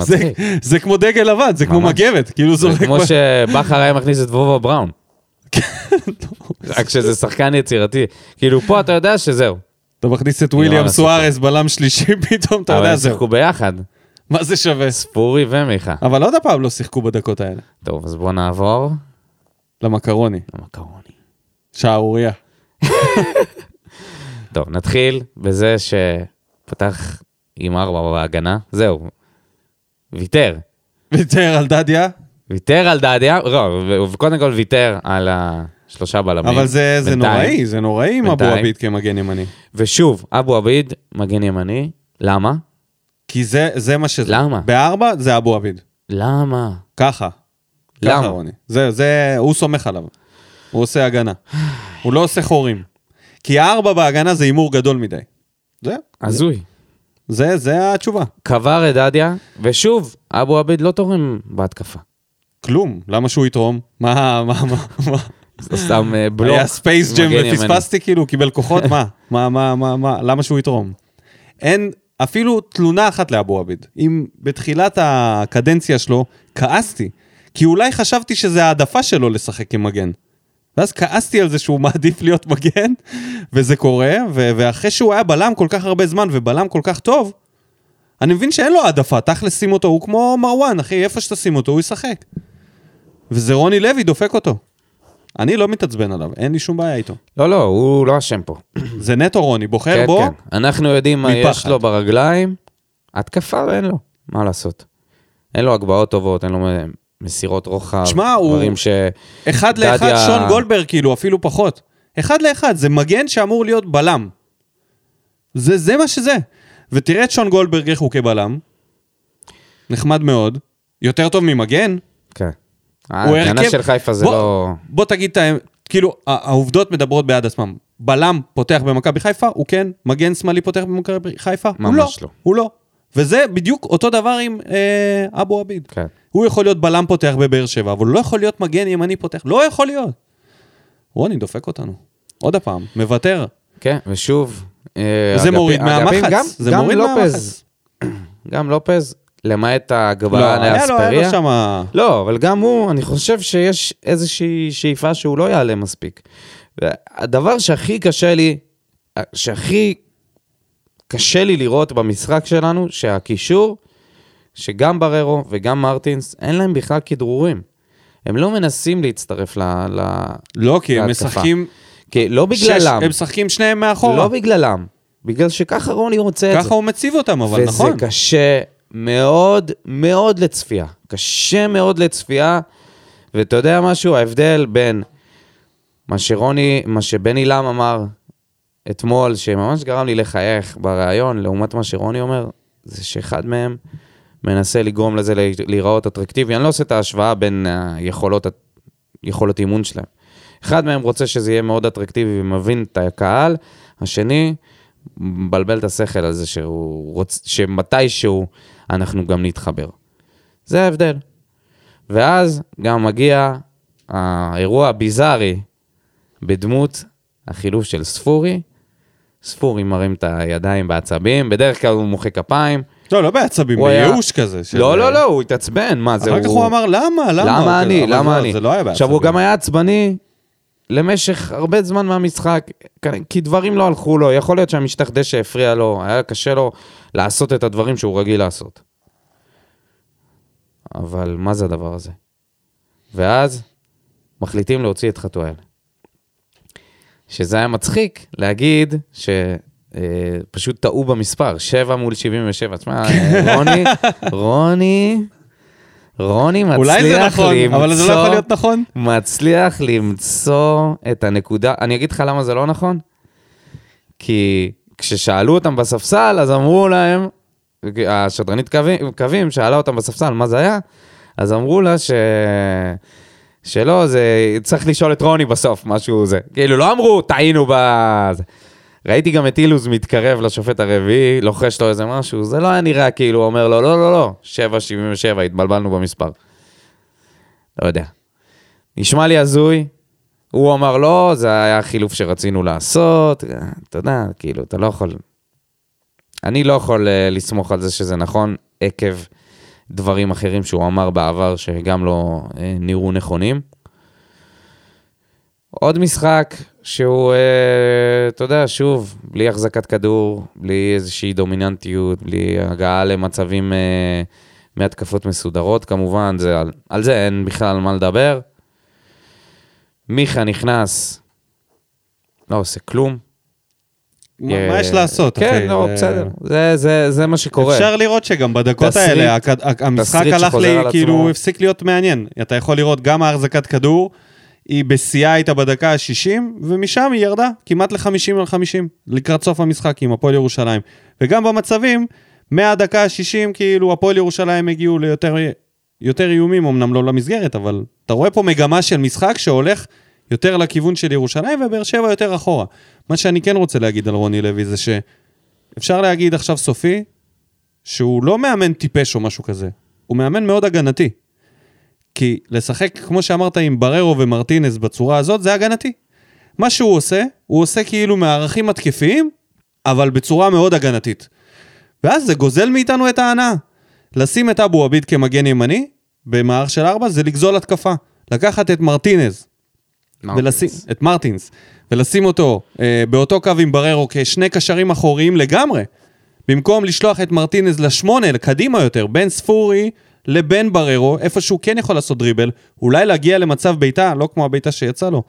זה- מצחיק. זה כמו דגל לבן, זה כמו ממש. מגבת, כאילו זה זורק... כמו ב- שבכר היה מכניס את וובה בראון. כן, לא. רק שזה שחקן יצירתי. כאילו, פה אתה יודע שזהו. אתה מכניס את יאללה, וויליאם סופר. סוארס, בלם שלישי, פתאום אתה אבל יודע, הם זהו. שיחקו ביחד, מה זה שווה? ספורי ומיכה. אבל עוד הפעם לא שיחקו בדקות האלה. טוב, אז בוא נעבור למקרוני, למקרוני. שערורייה. טוב, נתחיל בזה שפתח עם ארבע בהגנה. זהו. ויתר. ויתר על דדיה, ויתר על דדיה, לא, ו- וקודם כל ויתר על השלושה בלמים. אבל זה זה בינתיים. נוראי, זה נוראי עם אבו בינתיים. עביד כמגן ימני. ושוב, אבו עביד, מגן ימני. למה? כי זה- זה מה שזה. למה? בארבע זה אבו עביד. למה? ככה. למה? ככה רוני. זה, זה, הוא סומך עליו. הוא עושה הגנה. הוא לא עושה חורים. כי ארבע בהגנה זה הימור גדול מדי. זה, הזוי. זה, זה התשובה. קבר את דדיה, ושוב, אבו עביד לא תורם בהתקפה. כלום. למה שהוא יתרום? מה, מה, מה, מה? זה סתם אה, בלוק. היה ספייס ג'ם מגן ימני. ופספסתי, כאילו, הוא קיבל כוחות, מה? מה, מה, מה, מה, למה שהוא יתרום? אין אפילו תלונה אחת לאבו עביד. אם בתחילת הקדנציה שלו כעסתי, כי אולי חשבתי שזה העדפה שלו לשחק עם מגן. ואז כעסתי על זה שהוא מעדיף להיות מגן, וזה קורה, ו- ואחרי שהוא היה בלם כל כך הרבה זמן ובלם כל כך טוב, אני מבין שאין לו העדפה, תכל'ס שים אותו, הוא כמו מרואן, אחי, איפה שתשים אותו, הוא ישחק. וזה רוני לוי דופק אותו. אני לא מתעצבן עליו, אין לי שום בעיה איתו. לא, לא, הוא לא אשם פה. זה נטו רוני, בוחר כן, בו, כן. אנחנו יודעים מה יש אה, מפחד. לו ברגליים, התקפה אין לו, מה לעשות. אין לו הגבהות טובות, אין לו מ- מסירות רוחב, שמע, הוא- דברים ש... אחד לאחד דדיה- שון גולדברג, כאילו, אפילו פחות. אחד לאחד, זה מגן שאמור להיות בלם. זה, זה מה שזה. ותראה את שון גולדברג איך הוא כבלם. נחמד מאוד. יותר טוב ממגן. כן. ההגנה של חיפה זה בוא, לא... בוא תגיד את האמת, כאילו, ה- העובדות מדברות בעד עצמם. בלם פותח במכבי חיפה, הוא כן. מגן שמאלי פותח במכבי חיפה, הוא לא. ממש לא. הוא לא. וזה בדיוק אותו דבר עם אה, אבו עביד. כן. הוא יכול להיות בלם פותח בבאר שבע, אבל הוא לא יכול להיות מגן ימני פותח. לא יכול להיות. רוני דופק אותנו. עוד הפעם, מוותר. כן, ושוב... אה, זה אגפי- מוריד אגפים, מהמחץ. גם- זה גם מוריד לופז. מהמחץ. גם לופז, למעט לא, ההגבהה היה לו, היה לו לאספריה. שמה... לא, אבל גם הוא, אני חושב שיש איזושהי שאיפה שהוא לא יעלה מספיק. הדבר שהכי קשה לי, שהכי קשה לי לראות במשחק שלנו, שהקישור, שגם בררו וגם מרטינס, אין להם בכלל כדרורים. הם לא מנסים להצטרף ל... ל... לא, כי הם להתקפה. משחקים... כי לא שש- בגללם, הם משחקים שניהם מאחורה. לא בגללם, בגלל שככה רוני רוצה את זה. ככה הוא מציב אותם, אבל וזה נכון. וזה קשה מאוד מאוד לצפייה. קשה מאוד לצפייה. ואתה יודע משהו? ההבדל בין מה שרוני, מה שבני לם אמר אתמול, שממש גרם לי לחייך בריאיון, לעומת מה שרוני אומר, זה שאחד מהם מנסה לגרום לזה ל- להיראות אטרקטיבי. אני לא עושה את ההשוואה בין היכולות, יכולת אימון שלהם. אחד מהם רוצה שזה יהיה מאוד אטרקטיבי ומבין את הקהל, השני מבלבל את השכל על זה שהוא רוצ... שמתישהו אנחנו גם נתחבר. זה ההבדל. ואז גם מגיע האירוע הביזארי בדמות החילוף של ספורי. ספורי מרים את הידיים בעצבים, בדרך כלל הוא מוחא כפיים. לא, לא בעצבים, הוא היה- בייאוש כזה. של- לא, לא, לא, הוא התעצבן, מה זה אחר כך הוא אמר, למה? למה? למה אבל- אני? אבל לא, למה אני? זה לא היה בעצבים. עכשיו, הוא גם היה עצבני למשך הרבה זמן מהמשחק, כ- כי דברים לא הלכו לו, יכול להיות שהמשטח דשא הפריע לו, היה קשה לו לעשות את הדברים שהוא רגיל לעשות. אבל מה זה הדבר הזה? ואז מחליטים להוציא את חתואל. שזה היה מצחיק להגיד ש... אה, פשוט טעו במספר, 7 מול 77. תשמע, כן. אה, רוני, רוני, רוני מצליח למצוא... אולי זה נכון, אבל זה לא יכול להיות נכון. מצליח למצוא את הנקודה, אני אגיד לך למה זה לא נכון, כי כששאלו אותם בספסל, אז אמרו להם, השדרנית קווים, קווים שאלה אותם בספסל מה זה היה, אז אמרו לה ש... שלא, זה צריך לשאול את רוני בסוף, משהו זה. כאילו, לא אמרו, טעינו ב... זה. ראיתי גם את אילוז מתקרב לשופט הרביעי, לוחש לו איזה משהו, זה לא היה נראה כאילו, הוא אומר לו, לא, לא, לא, 7.77, התבלבלנו במספר. לא יודע. נשמע לי הזוי. הוא אמר לא, זה היה החילוף שרצינו לעשות, אה, אתה יודע, כאילו, אתה לא יכול... אני לא יכול אה, לסמוך על זה שזה נכון עקב דברים אחרים שהוא אמר בעבר שגם לא אה, נראו נכונים. עוד משחק שהוא, אה, אתה יודע, שוב, בלי החזקת כדור, בלי איזושהי דומיננטיות, בלי הגעה למצבים אה, מהתקפות מסודרות, כמובן, זה, על, על זה אין בכלל מה לדבר. מיכה נכנס, לא עושה כלום. מה מה יש לעשות, אחי? כן, כן, לא, זה- בסדר. זה, זה, זה מה שקורה. אפשר לראות שגם בדקות תסריט- האלה, הכ- הכ- המשחק תסריט הלך שחוזר לי, על עצמו. כאילו, הוא הפסיק להיות מעניין. אתה יכול לראות גם ההחזקת כדור, היא בשיאה הייתה בדקה ה-60, ומשם היא ירדה כמעט ל-50 על 50, לקראת סוף המשחק עם הפועל ירושלים. וגם במצבים, מהדקה ה-60, כאילו, הפועל ירושלים הגיעו ליותר יותר איומים, אמנם לא למסגרת, אבל אתה רואה פה מגמה של משחק שהולך יותר לכיוון של ירושלים, ובאר שבע יותר אחורה. מה שאני כן רוצה להגיד על רוני לוי זה ש... אפשר להגיד עכשיו סופי, שהוא לא מאמן טיפש או משהו כזה, הוא מאמן מאוד הגנתי. כי לשחק, כמו שאמרת, עם בררו ומרטינס בצורה הזאת, זה הגנתי. מה שהוא עושה, הוא עושה כאילו מערכים התקפיים, אבל בצורה מאוד הגנתית. ואז זה גוזל מאיתנו את ההנאה. לשים את אבו עביד כמגן ימני, במערך של ארבע, זה לגזול התקפה. לקחת את מרטינז, מרטינס. ולשים, את מרטינס, ולשים אותו אה, באותו קו עם בררו כשני קשרים אחוריים לגמרי, במקום לשלוח את מרטינז לשמונה, לקדימה יותר, בין ספורי לבין בררו, איפה שהוא כן יכול לעשות דריבל, אולי להגיע למצב בעיטה, לא כמו הבעיטה שיצא לו,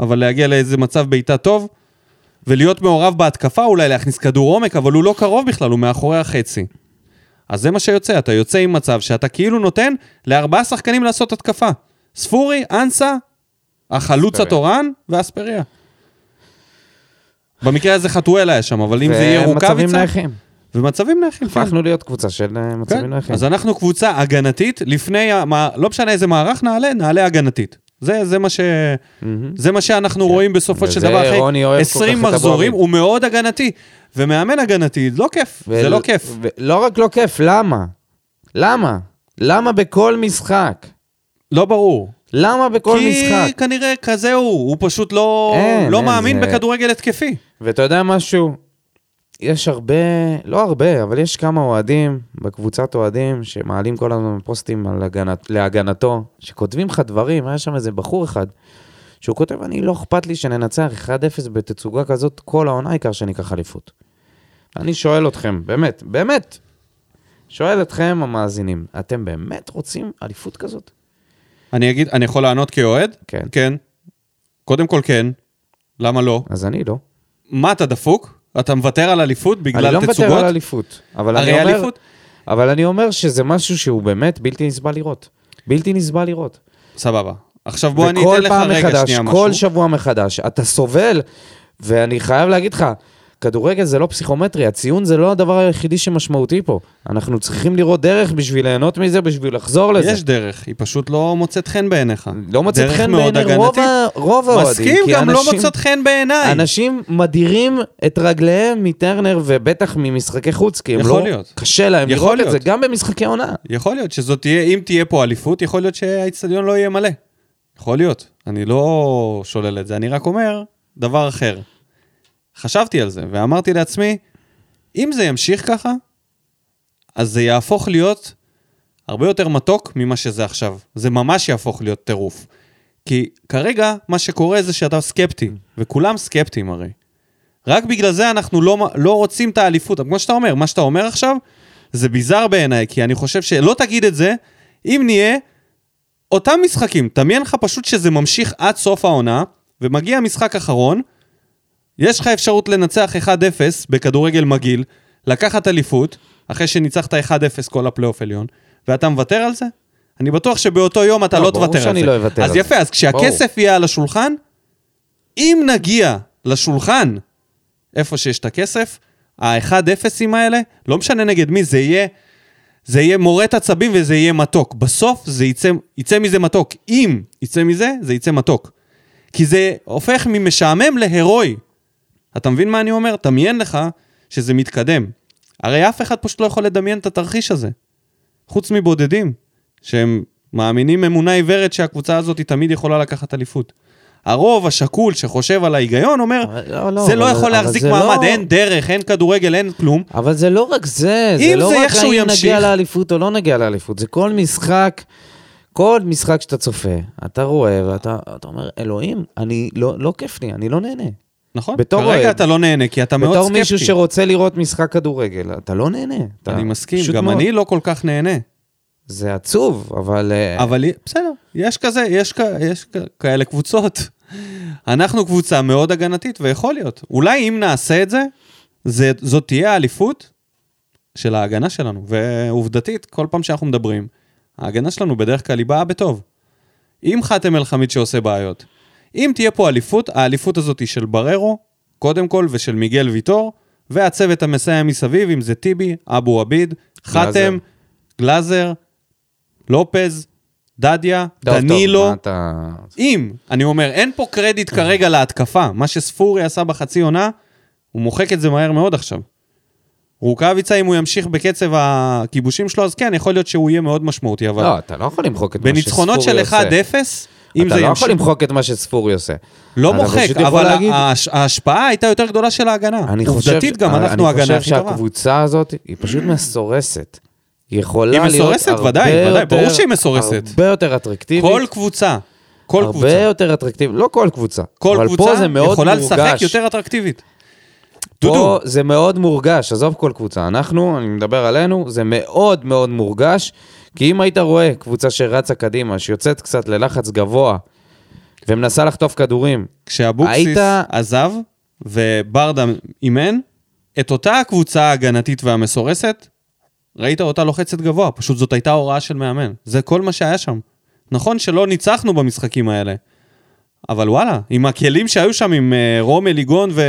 אבל להגיע לאיזה מצב בעיטה טוב, ולהיות מעורב בהתקפה, אולי להכניס כדור עומק, אבל הוא לא קרוב בכלל, הוא מאחורי החצי. אז זה מה שיוצא, אתה יוצא עם מצב שאתה כאילו נותן לארבעה שחקנים לעשות התקפה. ספורי, אנסה, החלוץ אספריה. התורן ואספריה. במקרה הזה חתואל היה שם, אבל אם זה יהיה ומצבים רוקאביצה... נייחים. ומצבים נייחים. כן. הפכנו להיות קבוצה של אה, מצבים כן. נייחים. אז אנחנו קבוצה הגנתית, לפני, המע... לא משנה איזה מערך נעלה, נעלה הגנתית. זה, זה, מה ש... זה מה שאנחנו רואים בסופו של כן. וזה דבר, רוני אוהב כל אחרי כך את 20 אבו מחזורים, עביד. הוא מאוד הגנתי. ומאמן הגנתי, לא כיף, זה ול- לא כיף. ו- לא רק לא כיף, למה? למה? למה בכל משחק? לא ברור. למה בכל כי משחק? כנראה כזה הוא, הוא פשוט לא, אין, לא אין, מאמין זה- בכדורגל התקפי. ואתה יודע משהו? יש הרבה, לא הרבה, אבל יש כמה אוהדים בקבוצת אוהדים שמעלים כל הזמן פוסטים על הגנת, להגנתו, שכותבים לך דברים, היה שם איזה בחור אחד, שהוא כותב, אני לא אכפת לי שננצח 1-0 בתצוגה כזאת כל העונה, העיקר שניקח אליפות. אני שואל אתכם, באמת, באמת, שואל אתכם המאזינים, אתם באמת רוצים אליפות כזאת? אני אגיד, אני יכול לענות כאוהד? כן. כן. קודם כל כן. למה לא? אז אני לא. מה, אתה דפוק? אתה מוותר על אליפות בגלל אני לא תצוגות? מוותר על אליפות. אבל הרי אני אומר, אליפות- אבל אני אומר שזה משהו שהוא באמת בלתי נסבל לראות. בלתי נסבל לראות. סבבה. עכשיו בוא אני וכל אתן לך פעם רגע מחדש, שנייה משהו. כל שבוע מחדש, אתה סובל, ואני חייב להגיד לך, כדורגל זה לא פסיכומטרי, הציון זה לא הדבר היחידי שמשמעותי פה. אנחנו צריכים לראות דרך בשביל ליהנות מזה, בשביל לחזור לזה. יש דרך, היא פשוט לא מוצאת חן בעיניך. לא מוצאת דרך חן מאוד בעיני רוב הגנתית. ה- רוב האוהדים. מסכים, כי גם לא אנשים- מוצאת חן בעיניי. אנשים מדירים את רגליהם מטרנר ובטח ממשחקי חוץ, כי הם יכול לא... להיות. קשה להם יכול לראות את להיות. זה, גם במשחקי עונה. יכול להיות שזאת תהיה, אם תהיה פה אליפות, יכול להיות שהאיצטדיון לא יהיה מלא. יכול להיות. אני לא שולל את זה, אני רק אומר דבר אחר. חשבתי על זה, ואמרתי לעצמי, אם זה ימשיך ככה, אז זה יהפוך להיות הרבה יותר מתוק ממה שזה עכשיו. זה ממש יהפוך להיות טירוף. כי כרגע, מה שקורה זה שאתה סקפטי, וכולם סקפטיים הרי. רק בגלל זה אנחנו לא, לא רוצים את האליפות. אבל כמו שאתה אומר, מה שאתה אומר עכשיו, זה ביזר בעיניי, כי אני חושב שלא תגיד את זה, אם נהיה אותם משחקים. תמיין לך פשוט שזה ממשיך עד סוף העונה, ומגיע משחק אחרון, יש לך אפשרות לנצח 1-0 בכדורגל מגעיל, לקחת אליפות, אחרי שניצחת 1-0 כל הפלייאוף עליון, ואתה מוותר על זה? אני בטוח שבאותו יום אתה לא, לא ברור תוותר על זה. שאני לא אוותר אז על יפה, זה. אז כשהכסף יהיה על השולחן, אם נגיע לשולחן איפה שיש את הכסף, ה-1-0ים האלה, לא משנה נגד מי, זה יהיה, זה יהיה מורט עצבים וזה יהיה מתוק. בסוף זה יצא, יצא מזה מתוק. אם יצא מזה, זה יצא מתוק. כי זה הופך ממשעמם להירואי. אתה מבין מה אני אומר? תמיין לך שזה מתקדם. הרי אף אחד פשוט לא יכול לדמיין את התרחיש הזה. חוץ מבודדים, שהם מאמינים אמונה עיוורת שהקבוצה הזאת היא תמיד יכולה לקחת אליפות. הרוב השקול שחושב על ההיגיון אומר, לא, לא, זה לא אבל- יכול אבל להחזיק זה מעמד, לא- אין דרך, אין כדורגל, אין כלום. אבל זה לא רק זה, זה אם לא זה רק איכשהו האם ימשיך- נגיע לאליפות או לא נגיע לאליפות, זה כל משחק, כל משחק שאתה צופה, אתה רואה ואתה אתה אומר, אלוהים, אני לא, לא כיף לי, אני לא נהנה. נכון? בתור כרגע אוהד. אתה לא נהנה, כי אתה מאוד בתור סקפטי. מישהו שרוצה לראות משחק כדורגל, אתה לא נהנה. אתה אני מסכים, פשוט גם מאוד. אני לא כל כך נהנה. זה עצוב, אבל... אה, אבל בסדר, יש כזה, יש, כ- יש כ- כאלה קבוצות. אנחנו קבוצה מאוד הגנתית, ויכול להיות. אולי אם נעשה את זה, זה זאת תהיה האליפות של ההגנה שלנו. ועובדתית, כל פעם שאנחנו מדברים, ההגנה שלנו בדרך כלל היא באה בטוב. עם חאתם אל-חמיד שעושה בעיות. אם תהיה פה אליפות, האליפות הזאת היא של בררו, קודם כל, ושל מיגל ויטור, והצוות המסייע מסביב, אם זה טיבי, אבו עביד, חאתם, גלאזר, לופז, דדיה, טוב, טוב, דנילו. מה אתה... אם, אני אומר, אין פה קרדיט כרגע להתקפה. מה שספורי עשה בחצי עונה, הוא מוחק את זה מהר מאוד עכשיו. רוקאביצה, אם הוא ימשיך בקצב הכיבושים שלו, אז כן, יכול להיות שהוא יהיה מאוד משמעותי, אבל... לא, אתה לא יכול למחוק את מה שספורי בניצחונות עושה. של 1-0, אם זה אתה לא יכול ימשיך... למחוק את מה שספורי עושה. לא אתה מוחק, פשוט יכול אבל להגיד- ההש- ההשפעה הייתה יותר גדולה של ההגנה. אני חושב... אה, עובדתית גם אני- אנחנו ההגנה אני הכי חושב טובה. Mm. שהקבוצה הזאת היא פשוט מסורסת. היא יכולה היא להיות מסורסת, הרבה ודאי, ודאי, ברור יותר- שהיא מסורסת. הרבה יותר אטרקטיבית. כל קבוצה כל הרבה קבוצה. יותר אטרקטיבי, לא כל קבוצה. כל אבל קבוצה פה זה מאוד יכולה מורגש. לשחק יותר אטרקטיבית. דודו, פה זה מאוד מורגש, עזוב כל קבוצה. אנחנו, אני מדבר עלינו, זה מאוד מאוד מורגש, כי אם היית רואה קבוצה שרצה קדימה, שיוצאת קצת ללחץ גבוה, ומנסה לחטוף כדורים, כשאבוקסיס היית... היית- עזב וברדה אימן, את אותה הקבוצה ההגנתית והמסורסת, ראית אותה לוחצת גבוה, פשוט זאת הייתה הוראה של מאמן. זה כל מה שהיה שם. נכון שלא ניצחנו במשחקים האלה, אבל וואלה, עם הכלים שהיו שם, עם אה, רומי ליגון ו...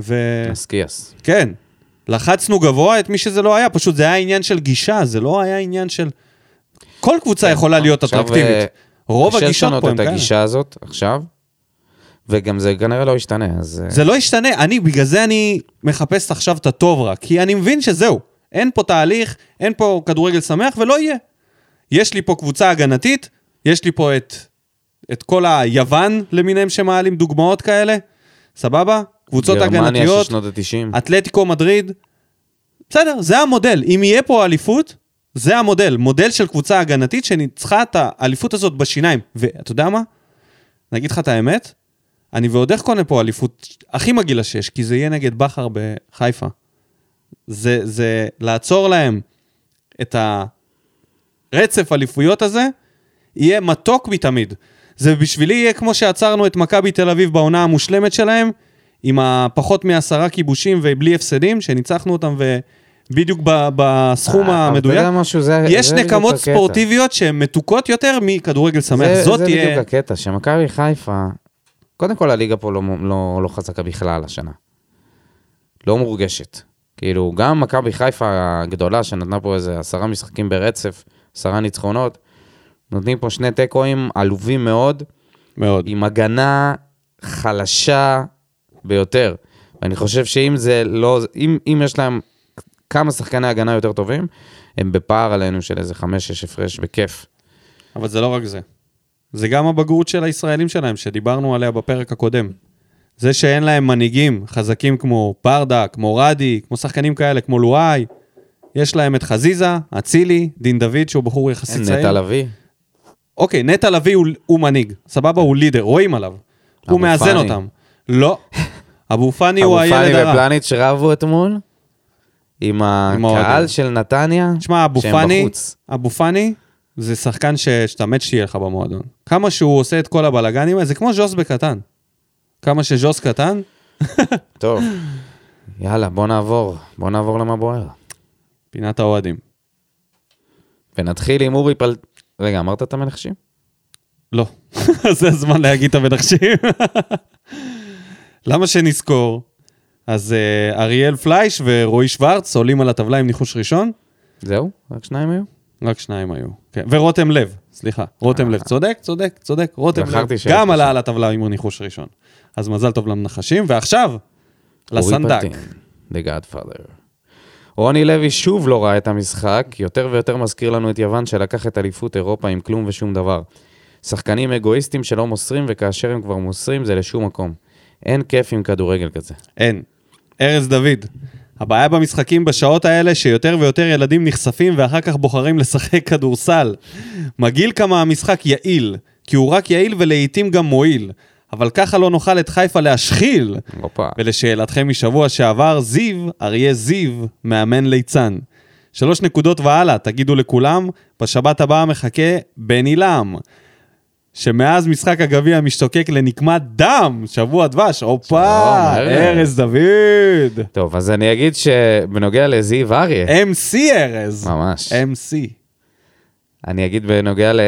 ו... אז קיאס. כן, לחצנו גבוה את מי שזה לא היה, פשוט זה היה עניין של גישה, זה לא היה עניין של... כל קבוצה יכולה להיות עכשיו, אה, אטרקטיבית. רוב הגישות פה הם קשה לשנות את כאלה. הגישה הזאת עכשיו, וגם זה כנראה לא ישתנה, אז... אה, זה לא ישתנה, אני, בגלל זה אני מחפש עכשיו את הטוב רק, כי אני מבין שזהו, אין פה תהליך, אין פה כדורגל שמח ולא יהיה. יש לי פה קבוצה הגנתית, יש לי פה את, את כל היוון למיניהם שמעלים דוגמאות כאלה, סבבה? קבוצות גרמניה של הגנתיות, שנות ה-90. אתלטיקו מדריד, בסדר, זה המודל. אם יהיה פה אליפות, זה המודל. מודל של קבוצה הגנתית שניצחה את האליפות הזאת בשיניים. ואתה יודע מה? אני אגיד לך את האמת, אני ועוד איך קונה פה אליפות הכי מגעילה שיש, כי זה יהיה נגד בכר בחיפה. זה, זה לעצור להם את הרצף אליפויות הזה, יהיה מתוק מתמיד. זה בשבילי יהיה כמו שעצרנו את מכבי תל אביב בעונה המושלמת שלהם, עם הפחות מעשרה כיבושים ובלי הפסדים, שניצחנו אותם ובדיוק ב- בסכום אה, אבל אתה המדויק. יודע משהו, זה... יש זה בדיוק נקמות הקטע. ספורטיביות שהן מתוקות יותר מכדורגל שמח. זה- זאת זה תהיה... בדיוק הקטע, שמכבי חיפה, קודם כל הליגה פה לא, לא, לא חזקה בכלל השנה. לא מורגשת. כאילו, גם מכבי חיפה הגדולה, שנתנה פה איזה עשרה משחקים ברצף, עשרה ניצחונות, נותנים פה שני תיקואים עלובים מאוד, מאוד. עם הגנה חלשה ביותר. ואני חושב שאם זה לא, אם, אם יש להם כמה שחקני הגנה יותר טובים, הם בפער עלינו של איזה חמש-שש הפרש בכיף. אבל זה לא רק זה. זה גם הבגרות של הישראלים שלהם, שדיברנו עליה בפרק הקודם. זה שאין להם מנהיגים חזקים כמו ברדה, כמו רדי, כמו שחקנים כאלה, כמו לואי. יש להם את חזיזה, אצילי, דין דוד, שהוא בחור יחסית צעיר. נטע לביא. אוקיי, נטע לביא הוא, הוא מנהיג, סבבה? הוא לידר, רואים עליו. הוא אבו מאזן פאני. אותם. לא. אבו פאני הוא אבו פאני הילד הרע. ופלניץ' רבו אתמול עם האוהדים. הקהל של נתניה, תשמע, אבו שהם פאני, בחוץ. אבו פאני זה שחקן ש- שאתה מת שיהיה לך במועדון. כמה שהוא עושה את כל הבלאגנים האלה, זה כמו ז'וס בקטן. כמה שז'וס קטן, טוב, יאללה, בוא נעבור, בוא נעבור למה בוער. פינת האוהדים. ונתחיל עם אורי פל... רגע, אמרת את המנחשים? לא, זה הזמן להגיד את המנחשים. למה שנזכור? אז אה, אריאל פלייש ורועי שוורץ עולים על הטבלה עם ניחוש ראשון, זהו? רק שניים היו? רק שניים היו. כן. ורותם לב, סליחה, רותם אה. לב. צודק, צודק, צודק, רותם לב. זכרתי שהיו גם עלה שלושה. על הטבלה עם ניחוש ראשון. אז מזל טוב למנחשים, ועכשיו, אורי לסנדק. פלטין, The Godfather. רוני לוי שוב לא ראה את המשחק, יותר ויותר מזכיר לנו את יוון שלקח את אליפות אירופה עם כלום ושום דבר. שחקנים אגואיסטים שלא מוסרים, וכאשר הם כבר מוסרים זה לשום מקום. אין כיף עם כדורגל כזה. אין. ארז דוד, הבעיה במשחקים בשעות האלה שיותר ויותר ילדים נחשפים ואחר כך בוחרים לשחק כדורסל. מגעיל כמה המשחק יעיל, כי הוא רק יעיל ולעיתים גם מועיל. אבל ככה לא נוכל את חיפה להשחיל. הופה. ולשאלתכם משבוע שעבר, זיו, אריה זיו, מאמן ליצן. שלוש נקודות והלאה, תגידו לכולם, בשבת הבאה מחכה בן עילם. שמאז משחק הגביע משתוקק לנקמת דם, שבוע דבש, הופה, שלום, ארז. ארז דוד. טוב, אז אני אגיד שבנוגע לזיו אריה, MC ארז. ממש, MC. אני אגיד בנוגע ל-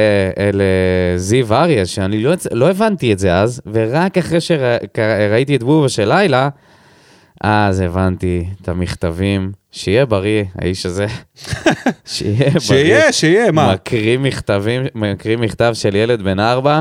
לזיו אריה, שאני לא, הצ- לא הבנתי את זה אז, ורק אחרי שראיתי את בובה של לילה, אז הבנתי את המכתבים. שיהיה בריא, האיש הזה. שיהיה בריא. שיהיה, שיהיה, מה? מקריא מכתבים, מקריא מכתב של ילד בן ארבע.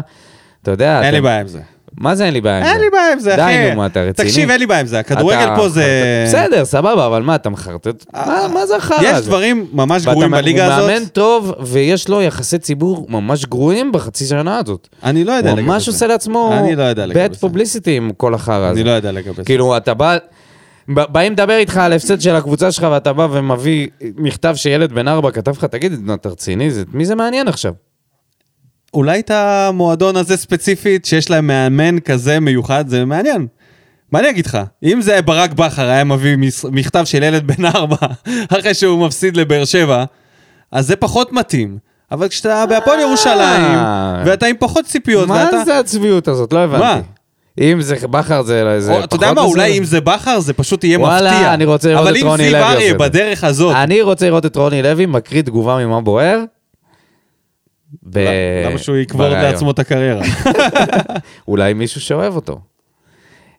אתה יודע, אין אתם- לי בעיה עם זה. מה זה אין לי בעיה? עם אין זה? לי בעיה עם זה, די, אחי. נו, מה, אתה רציני? תקשיב, אין לי בעיה עם זה, הכדורגל אתה פה זה... אה, מחרטט- בסדר, סבבה, אבל מה, אתה מחרטט? מה- מה זה החרא הזה? יש דברים ממש ואתה גרועים מ- בליגה הוא הזאת. מאמן טוב, ויש לו יחסי ציבור ממש גרועים בחצי שנה הזאת. אני לא יודע הוא לגבי זה. ממש עושה לעצמו אני לא יודע לגבי bad זה. publicity עם כל החרא הזה. אני לא יודע לגבי זה. כאילו, אתה בא... ב- באים לדבר איתך על הפסד של הקבוצה שלך, ואתה בא ומביא מכתב שילד בן ארבע כתב לך, תגיד, אתה רציני? זה- את מי זה מעניין עכשיו? אולי את המועדון הזה ספציפית, שיש להם מאמן כזה מיוחד, זה מעניין. מה אני אגיד לך? אם זה ברק בכר היה מביא מס- מכתב של ילד בן ארבע, אחרי שהוא מפסיד לבאר שבע, אז זה פחות מתאים. אבל כשאתה בהפועל ירושלים, אה. ואתה עם פחות ציפיות, ואתה... מה זה הצביעות הזאת? לא לא, מה? הבנתי. אם זה בכר זה זה או, פחות... אתה יודע מה, אולי בסדר? אם זה בכר, זה פשוט יהיה וואלה, מפתיע. אני רוצה לראות את רוני לוי אבל אם עושה זיו אריה את זה. בדרך הזאת, אני רוצה לראות את רוני לוי מקריא תגובה ממה בוער. ב... למה שהוא יקבור אה, בריאיון. לעצמו את הקריירה? אולי מישהו שאוהב אותו.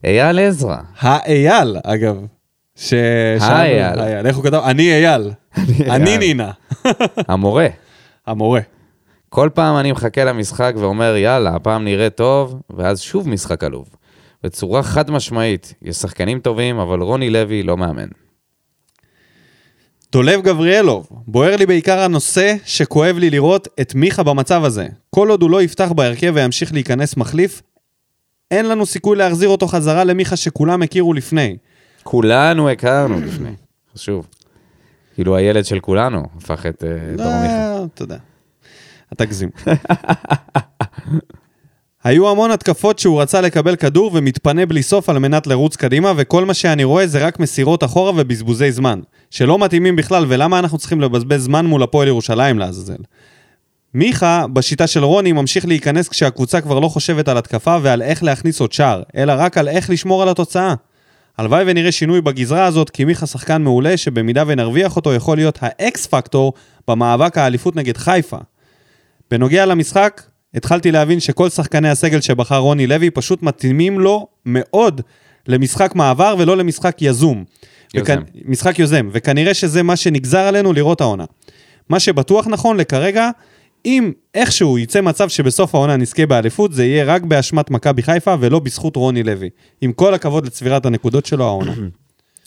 אייל עזרא. האייל, אגב. ש... שאלנו- האייל. האייל. איך הוא כתב? אני אייל. אני אייל. נינה. המורה. המורה. כל פעם אני מחכה למשחק ואומר, יאללה, הפעם נראה טוב, ואז שוב משחק עלוב. בצורה חד משמעית, יש שחקנים טובים, אבל רוני לוי לא מאמן. דולב גבריאלוב, בוער לי בעיקר הנושא שכואב לי לראות את מיכה במצב הזה. כל עוד הוא לא יפתח בהרכב וימשיך להיכנס מחליף, אין לנו סיכוי להחזיר אותו חזרה למיכה שכולם הכירו לפני. כולנו הכרנו לפני, חשוב. כאילו הילד של כולנו הפך את אה, דור מיכה. לא, אתה יודע. אתה גזים. היו המון התקפות שהוא רצה לקבל כדור ומתפנה בלי סוף על מנת לרוץ קדימה, וכל מה שאני רואה זה רק מסירות אחורה ובזבוזי זמן. שלא מתאימים בכלל, ולמה אנחנו צריכים לבזבז זמן מול הפועל ירושלים לעזאזל? מיכה, בשיטה של רוני, ממשיך להיכנס כשהקבוצה כבר לא חושבת על התקפה ועל איך להכניס עוד שער, אלא רק על איך לשמור על התוצאה. הלוואי ונראה שינוי בגזרה הזאת, כי מיכה שחקן מעולה, שבמידה ונרוויח אותו יכול להיות האקס פקטור במאבק האליפות נגד חיפה. בנוגע למשחק, התחלתי להבין שכל שחקני הסגל שבחר רוני לוי פשוט מתאימים לו מאוד למשחק מעבר ולא למשחק יזום. יוזם. משחק יוזם, וכנראה שזה מה שנגזר עלינו לראות העונה. מה שבטוח נכון לכרגע, אם איכשהו יצא מצב שבסוף העונה נזכה באליפות, זה יהיה רק באשמת מכבי חיפה ולא בזכות רוני לוי. עם כל הכבוד לצבירת הנקודות שלו העונה.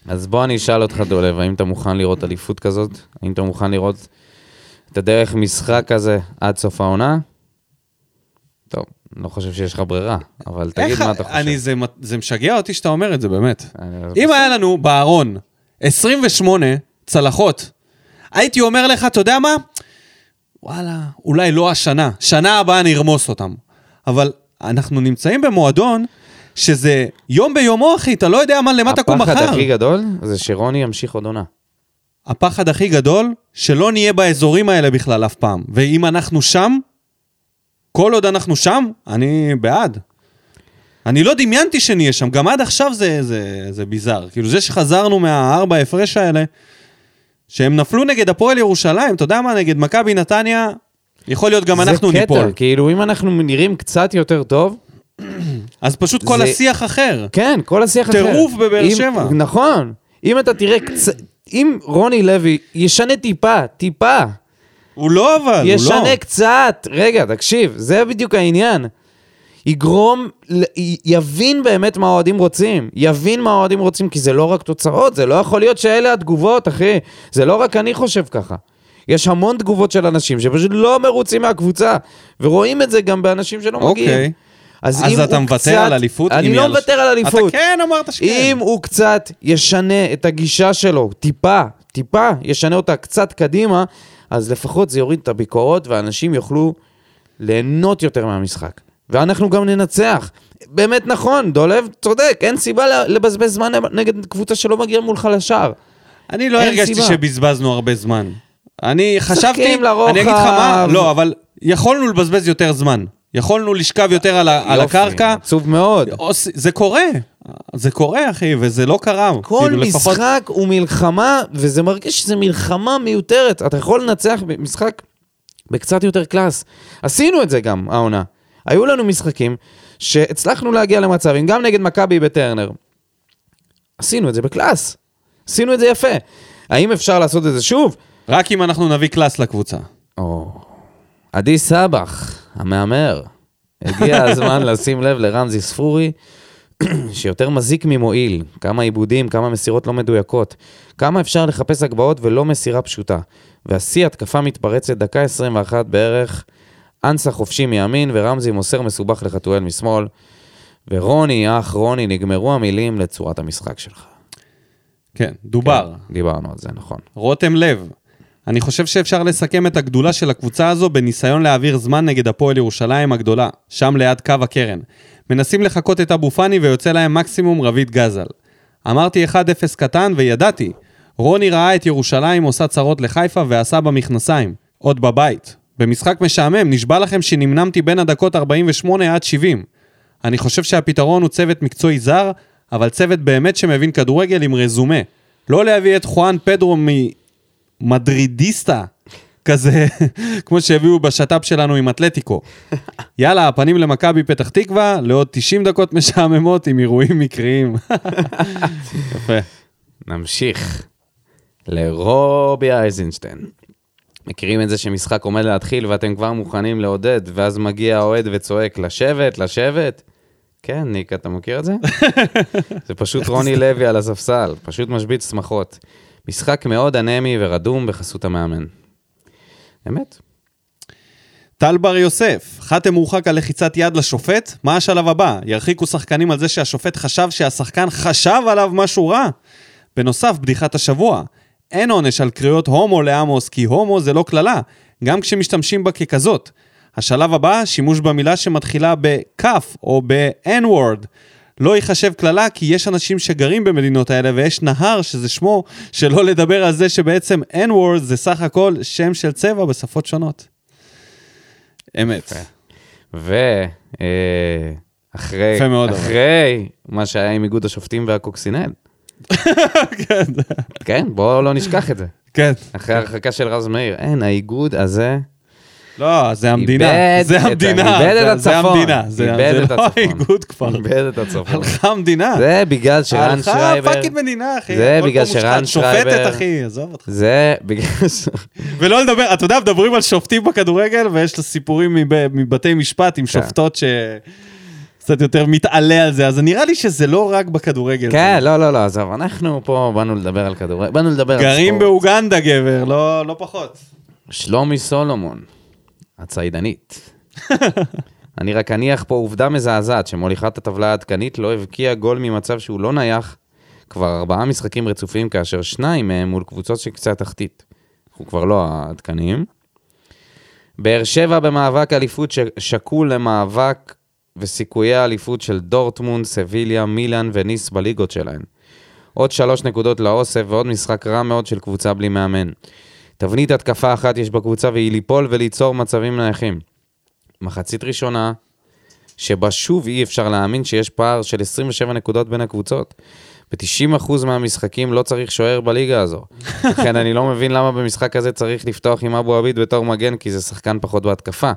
אז בוא אני אשאל אותך, דולב, האם אתה מוכן לראות אליפות כזאת? האם אתה מוכן לראות את הדרך משחק כזה עד סוף העונה? טוב, לא חושב שיש לך ברירה, אבל תגיד איך- מה אתה חושב. אני, זה, מ- זה משגע אותי שאתה אומר את זה, באמת. אני- לא אם היה לנו בארון 28 צלחות, הייתי אומר לך, אתה יודע מה? וואלה, אולי לא השנה. שנה הבאה נרמוס אותם. אבל אנחנו נמצאים במועדון שזה יום ביומו, אחי, אתה לא יודע מה, למה תקום מחר. הפחד הכי גדול זה שרוני ימשיך עוד עונה. הפחד הכי גדול, שלא נהיה באזורים האלה בכלל אף פעם. ואם אנחנו שם, כל עוד אנחנו שם, אני בעד. אני לא דמיינתי שנהיה שם, גם עד עכשיו זה, זה, זה ביזאר. כאילו זה שחזרנו מהארבע הפרש האלה, שהם נפלו נגד הפועל ירושלים, אתה יודע מה, נגד מכבי נתניה, יכול להיות גם אנחנו זה ניפול. קטע, כאילו אם אנחנו נראים קצת יותר טוב, אז פשוט כל זה- השיח אחר. כן, כל השיח אחר. טירוף בבאר אם- שבע. נכון. אם אתה תראה קצת... אם רוני לוי ישנה טיפה, טיפה, הוא לא אבל, הוא לא. ישנה קצת, רגע, תקשיב, זה בדיוק העניין. יגרום, ל- י- יבין באמת מה האוהדים רוצים. יבין מה האוהדים רוצים, כי זה לא רק תוצאות, זה לא יכול להיות שאלה התגובות, אחי. זה לא רק אני חושב ככה. יש המון תגובות של אנשים שפשוט לא מרוצים מהקבוצה, ורואים את זה גם באנשים שלא אוקיי. מגיעים. אז אם אתה הוא מוותר קצת- על אליפות? אם אני יהיה לא לו- מוותר על אליפות. אתה כן אמרת שכן. אם הוא קצת ישנה את הגישה שלו, טיפה, טיפה, ישנה אותה קצת קדימה, אז לפחות זה יוריד את הביקורות ואנשים יוכלו ליהנות יותר מהמשחק. ואנחנו גם ננצח. באמת נכון, דולב צודק, אין סיבה לבזבז זמן נגד קבוצה שלא מגיעה מולך לשער. אני לא אין הרגשתי סיבה. שבזבזנו הרבה זמן. אני חשבתי, לרוחב. אני אגיד לך מה, לא, אבל יכולנו לבזבז יותר זמן. יכולנו לשכב יותר על, ה- על יופי, הקרקע. עצוב מאוד. עוש- זה קורה, זה קורה אחי, וזה לא קרה. כל כאילו, לפחות- משחק הוא מלחמה, וזה מרגיש שזה מלחמה מיותרת. אתה יכול לנצח במשחק בקצת יותר קלאס. עשינו את זה גם, העונה. היו לנו משחקים שהצלחנו להגיע למצבים, גם נגד מכבי בטרנר. עשינו את זה בקלאס. עשינו את זה יפה. האם אפשר לעשות את זה שוב? רק אם אנחנו נביא קלאס לקבוצה. או, עדי סבח, המהמר. הגיע הזמן לשים לב לרמזי ספורי, שיותר מזיק ממועיל. כמה עיבודים, כמה מסירות לא מדויקות. כמה אפשר לחפש הגבהות ולא מסירה פשוטה. והשיא התקפה מתפרצת דקה 21 בערך. אנסה חופשי מימין ורמזי מוסר מסובך לחתואל משמאל. ורוני, אח רוני, נגמרו המילים לצורת המשחק שלך. כן, דובר. דיברנו על זה, נכון. רותם לב. אני חושב שאפשר לסכם את הגדולה של הקבוצה הזו בניסיון להעביר זמן נגד הפועל ירושלים הגדולה, שם ליד קו הקרן. מנסים לחקות את אבו פאני ויוצא להם מקסימום רביד גזל. אמרתי 1-0 קטן וידעתי. רוני ראה את ירושלים עושה צרות לחיפה ועשה במכנסיים. עוד בבית. במשחק משעמם, נשבע לכם שנמנמתי בין הדקות 48 עד 70. אני חושב שהפתרון הוא צוות מקצועי זר, אבל צוות באמת שמבין כדורגל עם רזומה. לא להביא את חואן פדרו מ... מדרידיסטה כזה, כמו שהביאו בשת"פ שלנו עם אתלטיקו. יאללה, הפנים למכבי פתח תקווה, לעוד 90 דקות משעממות עם אירועים מקריים. יפה. נמשיך לרובי אייזנשטיין. מכירים את זה שמשחק עומד להתחיל ואתם כבר מוכנים לעודד, ואז מגיע האוהד וצועק לשבת, לשבת? כן, ניק, אתה מכיר את זה? זה פשוט רוני לוי על הספסל, פשוט משביץ שמחות. משחק מאוד אנמי ורדום בחסות המאמן. אמת? טל בר יוסף, חתם מורחק על לחיצת יד לשופט, מה השלב הבא? ירחיקו שחקנים על זה שהשופט חשב שהשחקן חשב עליו משהו רע? בנוסף, בדיחת השבוע. אין עונש על קריאות הומו לעמוס, כי הומו זה לא קללה, גם כשמשתמשים בה ככזאת. השלב הבא, שימוש במילה שמתחילה בכף או ב-N-word. לא ייחשב קללה, כי יש אנשים שגרים במדינות האלה, ויש נהר שזה שמו, שלא לדבר על זה שבעצם N-word זה סך הכל שם של צבע בשפות שונות. אמת. ואחרי יפה מאוד, אבל. אה, אחרי מה שהיה עם איגוד השופטים והקוקסינל. כן, כן, בואו לא נשכח את זה. כן. אחרי ההרחקה של רז מאיר. אין, האיגוד הזה... לא, זה המדינה. איבד זה את ה- המדינה. איבד את זה- הצפון. זה המדינה. זה איבד זה את לא הצפון. האיגוד כבר. איבד את הצפון. הלכה המדינה. זה בגלל שרן הלכה שרייבר... פאקינג מדינה, אחי. זה הכל פה בגלל מושחת. שרן שרייבר- שופטת, אחי, עזוב אותך. זה בגלל ש... ולא לדבר, אתה יודע, מדברים על שופטים בכדורגל, ויש לו סיפורים מב- מבתי משפט כן. עם שופטות ש... קצת יותר מתעלה על זה, אז נראה לי שזה לא רק בכדורגל. כן, לא, לא, לא, עזוב, אנחנו פה באנו לדבר על כדורגל, באנו לדבר על לא, ספורט. גרים באוגנדה, גבר, לא לא פחות. שלומי סולומון, הציידנית. אני רק אניח פה עובדה מזעזעת שמוליכת הטבלה העדכנית לא הבקיעה גול ממצב שהוא לא נייח כבר ארבעה משחקים רצופים, כאשר שניים מהם מול קבוצות של קצה התחתית. אנחנו כבר לא העדכניים. באר שבע במאבק אליפות ש- שקול למאבק וסיכויי האליפות של דורטמונד, סביליה, מילאן וניס בליגות שלהן. עוד שלוש נקודות לאוסף ועוד משחק רע מאוד של קבוצה בלי מאמן. תבנית התקפה אחת יש בקבוצה והיא ליפול וליצור מצבים נייחים. מחצית ראשונה, שבה שוב אי אפשר להאמין שיש פער של 27 נקודות בין הקבוצות. ב-90% מהמשחקים לא צריך שוער בליגה הזו. לכן אני לא מבין למה במשחק הזה צריך לפתוח עם אבו עביד בתור מגן, כי זה שחקן פחות בהתקפה.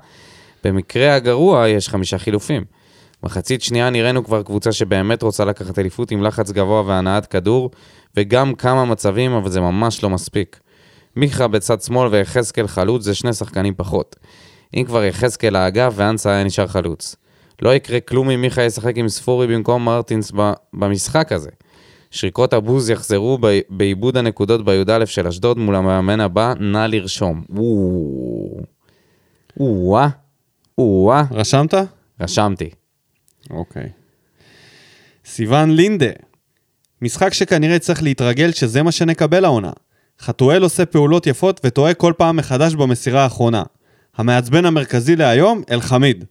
במקרה הגרוע יש חמישה חילופים. מחצית שנייה נראינו כבר קבוצה שבאמת רוצה לקחת אליפות עם לחץ גבוה והנעת כדור, וגם כמה מצבים, אבל זה ממש לא מספיק. מיכה בצד שמאל ויחזקאל חלוץ זה שני שחקנים פחות. אם כבר יחזקאל האגף ואנסה היה נשאר חלוץ. לא יקרה כלום אם מיכה ישחק עם ספורי במקום מרטינס ב- במשחק הזה. שריקות הבוז יחזרו ב- בעיבוד הנקודות בי"א של אשדוד מול המאמן הבא, נא לרשום. וואו. וואו. וואו. רשמת? רשמתי. אוקיי. סיון לינדה, משחק שכנראה צריך להתרגל שזה מה שנקבל העונה. חתואל עושה פעולות יפות וטועה כל פעם מחדש במסירה האחרונה. המעצבן המרכזי להיום, אלחמיד.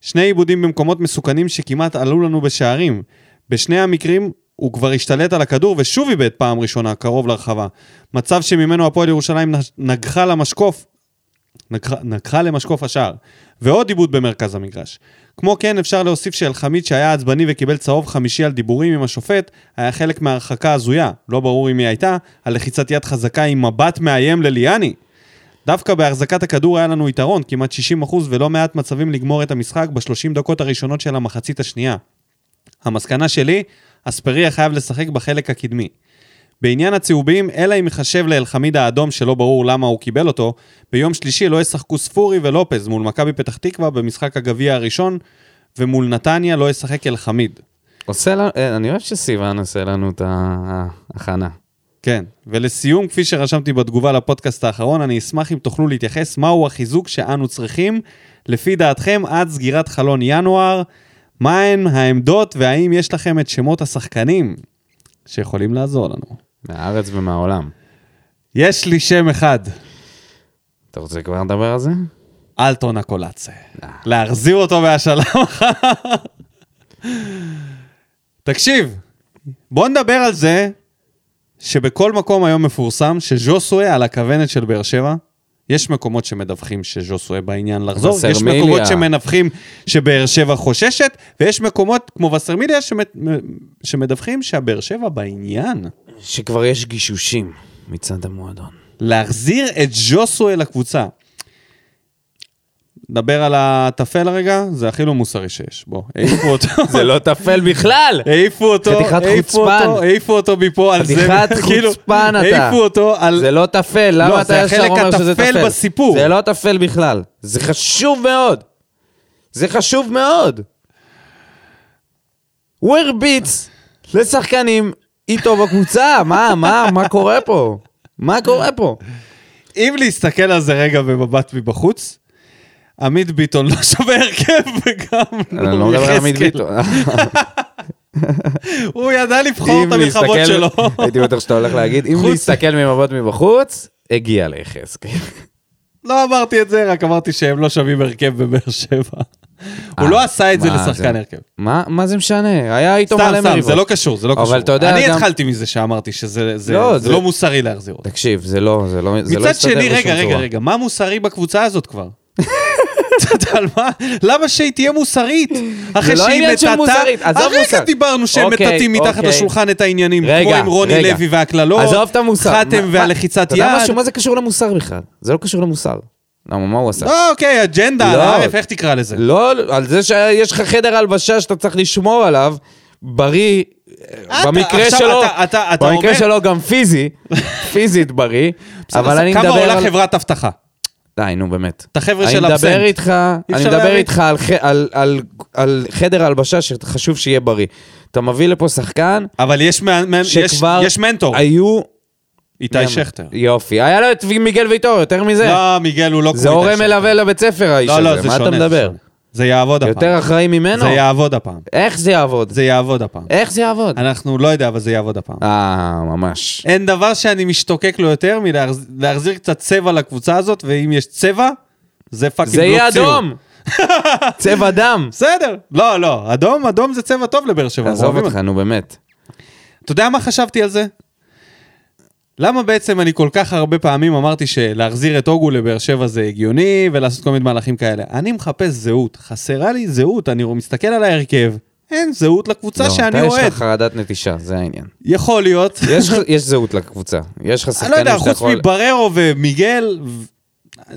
שני עיבודים במקומות מסוכנים שכמעט עלו לנו בשערים. בשני המקרים הוא כבר השתלט על הכדור ושוב איבד פעם ראשונה, קרוב לרחבה. מצב שממנו הפועל ירושלים נש- נגחה למשקוף, נגחה- נגחה למשקוף השער. ועוד עיבוד במרכז המגרש. כמו כן, אפשר להוסיף שאלחמיד שהיה עצבני וקיבל צהוב חמישי על דיבורים עם השופט, היה חלק מההרחקה הזויה, לא ברור אם היא הייתה, על לחיצת יד חזקה עם מבט מאיים לליאני. דווקא בהחזקת הכדור היה לנו יתרון, כמעט 60% ולא מעט מצבים לגמור את המשחק ב-30 דקות הראשונות של המחצית השנייה. המסקנה שלי, אספריה חייב לשחק בחלק הקדמי. בעניין הצהובים, אלא אם יחשב לאלחמיד האדום שלא ברור למה הוא קיבל אותו, ביום שלישי לא ישחקו ספורי ולופז מול מכבי פתח תקווה במשחק הגביע הראשון, ומול נתניה לא ישחק אלחמיד. עושה לנו, אה, אני אוהב שסיוון עושה לנו את ההכנה. כן, ולסיום, כפי שרשמתי בתגובה לפודקאסט האחרון, אני אשמח אם תוכלו להתייחס מהו החיזוק שאנו צריכים, לפי דעתכם, עד סגירת חלון ינואר, מהן העמדות והאם יש לכם את שמות השחקנים שיכולים לעזור לנו. מהארץ ומהעולם. יש לי שם אחד, אתה רוצה כבר לדבר על זה? אלטון הקולאצה. להחזיר אותו מהשלב אחר. תקשיב, בוא נדבר על זה שבכל מקום היום מפורסם שז'וסווה על הכוונת של באר שבע. יש מקומות שמדווחים שז'וסווה בעניין לחזור, יש וסרמיליה. מקומות שמנפחים שבאר שבע חוששת, ויש מקומות כמו וסרמיליה שמת... שמדווחים שהבאר שבע בעניין. שכבר יש גישושים מצד המועדון. להחזיר את ז'וסואל לקבוצה. נדבר על הטפל רגע, זה הכי לא מוסרי שיש. בוא, העיפו אותו. זה לא טפל בכלל! העיפו אותו, חתיכת העיפו חוצפן. אותו, העיפו אותו מפה על זה. חתיכת כאילו, חוצפן אתה. העיפו אותו על... זה לא טפל, לא, למה זה אתה ישר החלק אומר שזה הטפל טפל? בסיפור. זה לא טפל בכלל. זה חשוב מאוד. זה חשוב מאוד. הוא הרביץ לשחקנים איתו בקבוצה, מה, מה, מה קורה פה? מה קורה פה? לא- אם להסתכל על זה רגע במבט מבחוץ, עמית ביטון לא שווה הרכב וגם אני לא מדבר על עמית יחזקאל. ביטון. הוא ידע לבחור אם את המלחמות להסתכל, שלו. הייתי בטוח שאתה הולך להגיד, אם חוץ- להסתכל ממבט מבחוץ, הגיע ליחזקאל. לא אמרתי את זה, רק אמרתי שהם לא שווים הרכב בבאר שבע. הוא אה, לא עשה את זה מה לשחקן הרכב. מה מה זה משנה? היה איתו מלא סתם, מריבות. סתם, זה לא קשור, זה לא אבל קשור. אתה יודע אני גם- התחלתי מזה שאמרתי שזה זה- לא, זה זה- לא מוסרי להחזיר אותו. תקשיב, זה לא, זה לא, זה לא מצד הסתדר שני, בשום רגע, רגע, צורה. רגע, מה מוסרי בקבוצה הזאת כבר? אתה יודע על מה? למה שהיא תהיה מוסרית? אחרי זה לא שהיא עניין של מטאטה... מוסרית, עזוב מוסר. הרגע דיברנו שהם אוקיי, מטאטאים מתחת אוקיי. לשולחן את העניינים, רגע, כמו עם רוני רגע. לוי והקללות, עזוב את המוסר. חתם מה- והלחיצת אתה יד. יודע משהו, מה זה קשור למוסר בכלל? זה לא קשור למוסר. למה, מה הוא עשה? לא, אוקיי, אג'נדה, על לא. הערף, איך תקרא לזה? לא, על זה שיש לך חדר הלבשה שאתה צריך לשמור עליו, בריא, אתה- במקרה עכשיו שלו, אתה- אתה- אתה במקרה אומר- שלו גם פיזי, פיזית בריא, אבל אני כמה מדבר עולה על... חברת אבטחה? די, נו, באמת. את החבר'ה אני של מדבר אבסנט. איתך, אני אפשר מדבר להבין. איתך על ח- על- על- על חדר הלבשה שחשוב שיהיה בריא. אתה מביא לפה שחקן אבל יש מאמן- מאמן- יש- שכבר... יש מנטור, היו... איתי שכטר. יופי. היה לו את מיגל ויטור, יותר מזה. לא, מיגל הוא לא כמו זה איתי הורה שכטר. מלווה לבית ספר האיש לא, לא, זה הזה, שונה. מה אתה זה מדבר? שונה. זה יעבוד הפעם. יותר אחראי ממנו? זה יעבוד הפעם. איך זה יעבוד? זה יעבוד הפעם. איך זה יעבוד? אנחנו לא יודע, אבל זה יעבוד הפעם. אה, ממש. אין דבר שאני משתוקק לו יותר מלהחזיר קצת צבע לקבוצה הזאת, ואם יש צבע, זה פאקינג זה בלוק יהיה ציון. אדום! צבע דם! בסדר. לא, לא, אדום, אדום זה צבע טוב לבאר שבע. עזוב אוהבים אותך, נו באמת. אתה יודע מה חשבתי על זה? למה בעצם אני כל כך הרבה פעמים אמרתי שלהחזיר את אוגו לבאר שבע זה הגיוני ולעשות כל מיני מהלכים כאלה? אני מחפש זהות, חסרה לי זהות, אני מסתכל על ההרכב, אין זהות לקבוצה לא, שאני אתה יש אוהד. לך חרדת נטישה, זה העניין. יכול להיות, יש לך- יש זהות לקבוצה. יש לך אני לא שחקנים יודע, שאתה חוץ יכול... מבררו ומיגל, ו-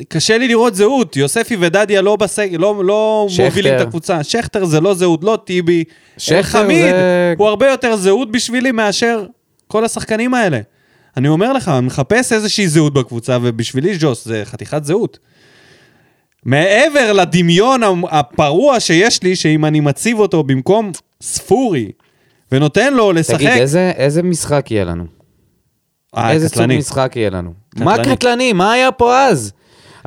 קשה לי לראות זהות, יוספי ודדיה לא בסגל, לא, לא שכטר. מובילים את הקבוצה, שכטר זה לא זהות, לא טיבי, שכטר חמיד, זה- הוא הרבה יותר זהות בשבילי מאשר כל השחקנים האלה. אני אומר לך, אני מחפש איזושהי זהות בקבוצה, ובשבילי ג'וס זה חתיכת זהות. מעבר לדמיון המ- הפרוע שיש לי, שאם אני מציב אותו במקום ספורי, ונותן לו לשחק... תגיד, איזה- איזה משחק יהיה לנו? אה, איזה סוג קטלני. משחק יהיה לנו? קטלני. מה קטלני? מה היה פה אז?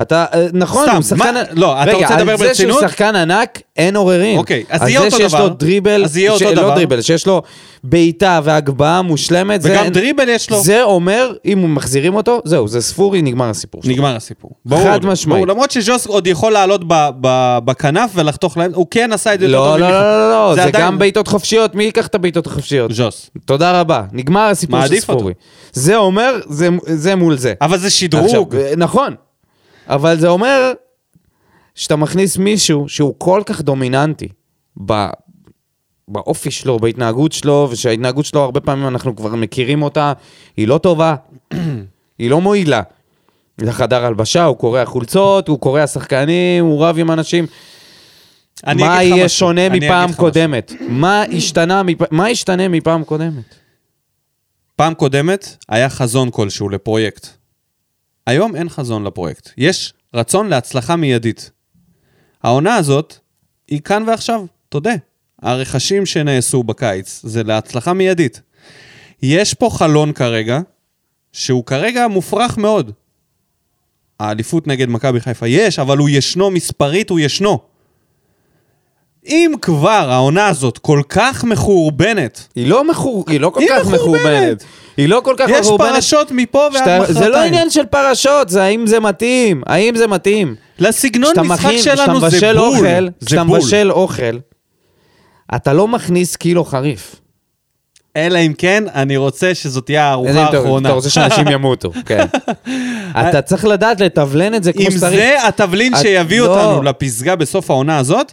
אתה, אה, נכון, סתם, הוא שחקן... מה- לא, אתה רוצה לדבר רגע, על זה שהוא ברצינות? שחקן ענק, אין עוררין. אוקיי, אז יהיה אותו על זה שיש דבר. לו דריבל, אז יהיה ש- אותו דבר. לא דריבל, שיש לו בעיטה והגבהה מושלמת, זה וגם אין- דריבל יש לו. זה אומר, אם הוא מחזירים אותו, זהו, זה ספורי, נגמר הסיפור שלו. נגמר הסיפור. חד לי. משמעית. ברור, למרות שז'וס עוד יכול לעלות ב- ב- בכנף ולחתוך להם, הוא כן עשה את זה יותר לא, טוב לא, ממיכה. לא, לא, לא, זה עדיין- גם בעיטות חופשיות, מי ייקח את הבעיטות החופשיות? ז'וס. תודה רבה, נגמר הסיפור של מעדיף אותו. ספורי. זה אומר, זה- זה מול זה. אבל זה שדרוג. עכשיו, נכון, אבל זה אומר שאתה מכניס מישהו שהוא כל כך דומיננטי ב... באופי שלו, בהתנהגות שלו, ושההתנהגות שלו הרבה פעמים אנחנו כבר מכירים אותה, היא לא טובה, היא לא מועילה. לחדר הלבשה, הוא קורע חולצות, הוא קורע שחקנים, הוא רב עם אנשים. אני מה אגיד לך יהיה משהו, שונה אני אגיד מפעם לך משהו. קודמת? מה השתנה מפ- מה השתנה מפעם קודמת? פעם קודמת היה חזון כלשהו לפרויקט. היום אין חזון לפרויקט. יש רצון להצלחה מיידית. העונה הזאת היא כאן ועכשיו, תודה. הרכשים שנעשו בקיץ זה להצלחה מיידית. יש פה חלון כרגע, שהוא כרגע מופרך מאוד. האליפות נגד מכבי חיפה יש, אבל הוא ישנו מספרית, הוא ישנו. אם כבר העונה הזאת כל כך מחורבנת, היא לא מחור... היא לא כל היא כך מחורבנת. מחורבנת. היא לא כל כך יש מחורבנת. פרשות מפה ועד שאתה- מחרתיים. זה לא עניין של פרשות, זה האם זה מתאים. האם זה מתאים. לסגנון כשאתה משחק מכין, כשאתה לא, שלנו זה מבשל בול. אוכל, זה כשאתה בול. מבשל אוכל, אתה לא מכניס קילו חריף. אלא אם כן, אני רוצה שזאת תהיה אלא הארוחה אם אתה- האחרונה. אתה רוצה שאנשים ימותו, כן. אתה צריך לדעת לתבלן את זה כמו אם שצריך. זה התבלין את- שיביא לא. אותנו לפסגה בסוף העונה הזאת,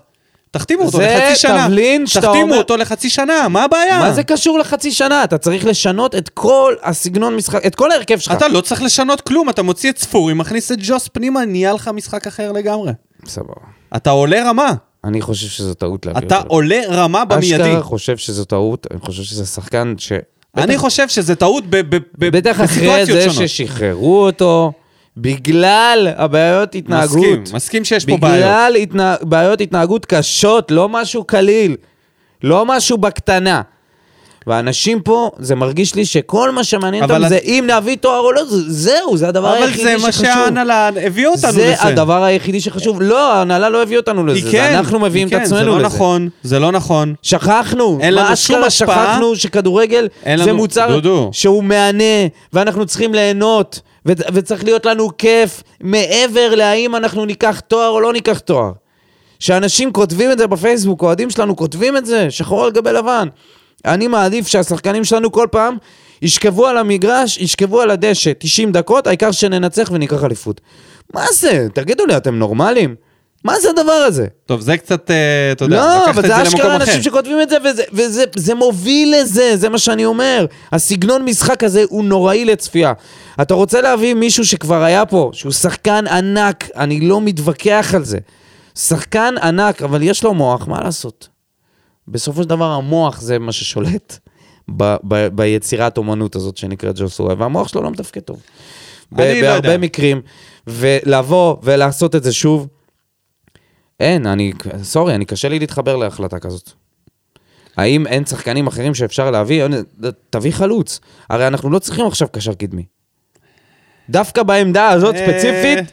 תחתימו אותו זה לחצי שנה. תבלין שאתה תחתימו אומר- אותו לחצי שנה, מה הבעיה? מה זה קשור לחצי שנה? אתה צריך לשנות את כל הסגנון משחק, את כל ההרכב שלך. אתה לא צריך לשנות כלום, אתה מוציא את ספורי, מכניס את ג'וס פנימה, נהיה לך משחק אחר לגמרי. סבבה. אתה עולה רמה, אני אני חושב שזו טעות להביא אתה אותו. עולה רמה במיידי. אשכרה חושב שזו טעות, אני חושב שזה שחקן ש... אני בטח- חושב שזה טעות ב- ב- ב- בטח אחרי בסיטואציות זה שונות. ששחררו אותו, בגלל הבעיות התנהגות. מסכים, מסכים שיש פה בעיות. בגלל התנה... בעיות התנהגות קשות, לא משהו קליל, לא משהו בקטנה. והאנשים פה, זה מרגיש לי שכל מה שמעניין אבל אותם את- זה אם נביא תואר או לא, זה- זהו, זה הדבר אבל היחידי זה שחשוב. מה שההנהלה הביאה אותנו לזה. זה הדבר היחידי שחשוב. לא, ההנהלה לא הביאה אותנו לזה, היא כן, זה אנחנו מביאים היא את כן, עצמנו זה לזה. לא נכון, זה לא נכון. שכחנו, אין מה לנו שום אשכרה השפעה? שכחנו שכדורגל אין זה לנו- מוצר דודו. שהוא מהנה, ואנחנו צריכים ליהנות, ו- וצריך להיות לנו כיף מעבר להאם אנחנו ניקח תואר או לא ניקח תואר. שאנשים כותבים את זה בפייסבוק, אוהדים שלנו כותבים את זה, שחור על גבי לבן. אני מעדיף שהשחקנים שלנו כל פעם ישכבו על המגרש, ישכבו על הדשא 90 דקות, העיקר שננצח וניקח אליפות. מה זה? תגידו לי, אתם נורמלים? מה זה הדבר הזה? טוב, זה קצת, אה, אתה יודע, לא, לקחת אבל את זה זה למקום אשכרה אחר. אנשים שכותבים את זה, וזה, וזה זה מוביל לזה, זה מה שאני אומר. הסגנון משחק הזה הוא נוראי לצפייה. אתה רוצה להביא מישהו שכבר היה פה, שהוא שחקן ענק, אני לא מתווכח על זה. שחקן ענק, אבל יש לו מוח, מה לעשות? בסופו של דבר המוח זה מה ששולט ב- ב- ביצירת אומנות הזאת שנקראת ג'וסואה, והמוח שלו לא מתפקד טוב. ב- אני לא בהרבה יודע. מקרים, ולבוא ולעשות את זה שוב, אין, אני, סורי, אני קשה לי להתחבר להחלטה כזאת. האם אין שחקנים אחרים שאפשר להביא? אין, תביא חלוץ. הרי אנחנו לא צריכים עכשיו קשר קדמי. דווקא בעמדה הזאת אה. ספציפית,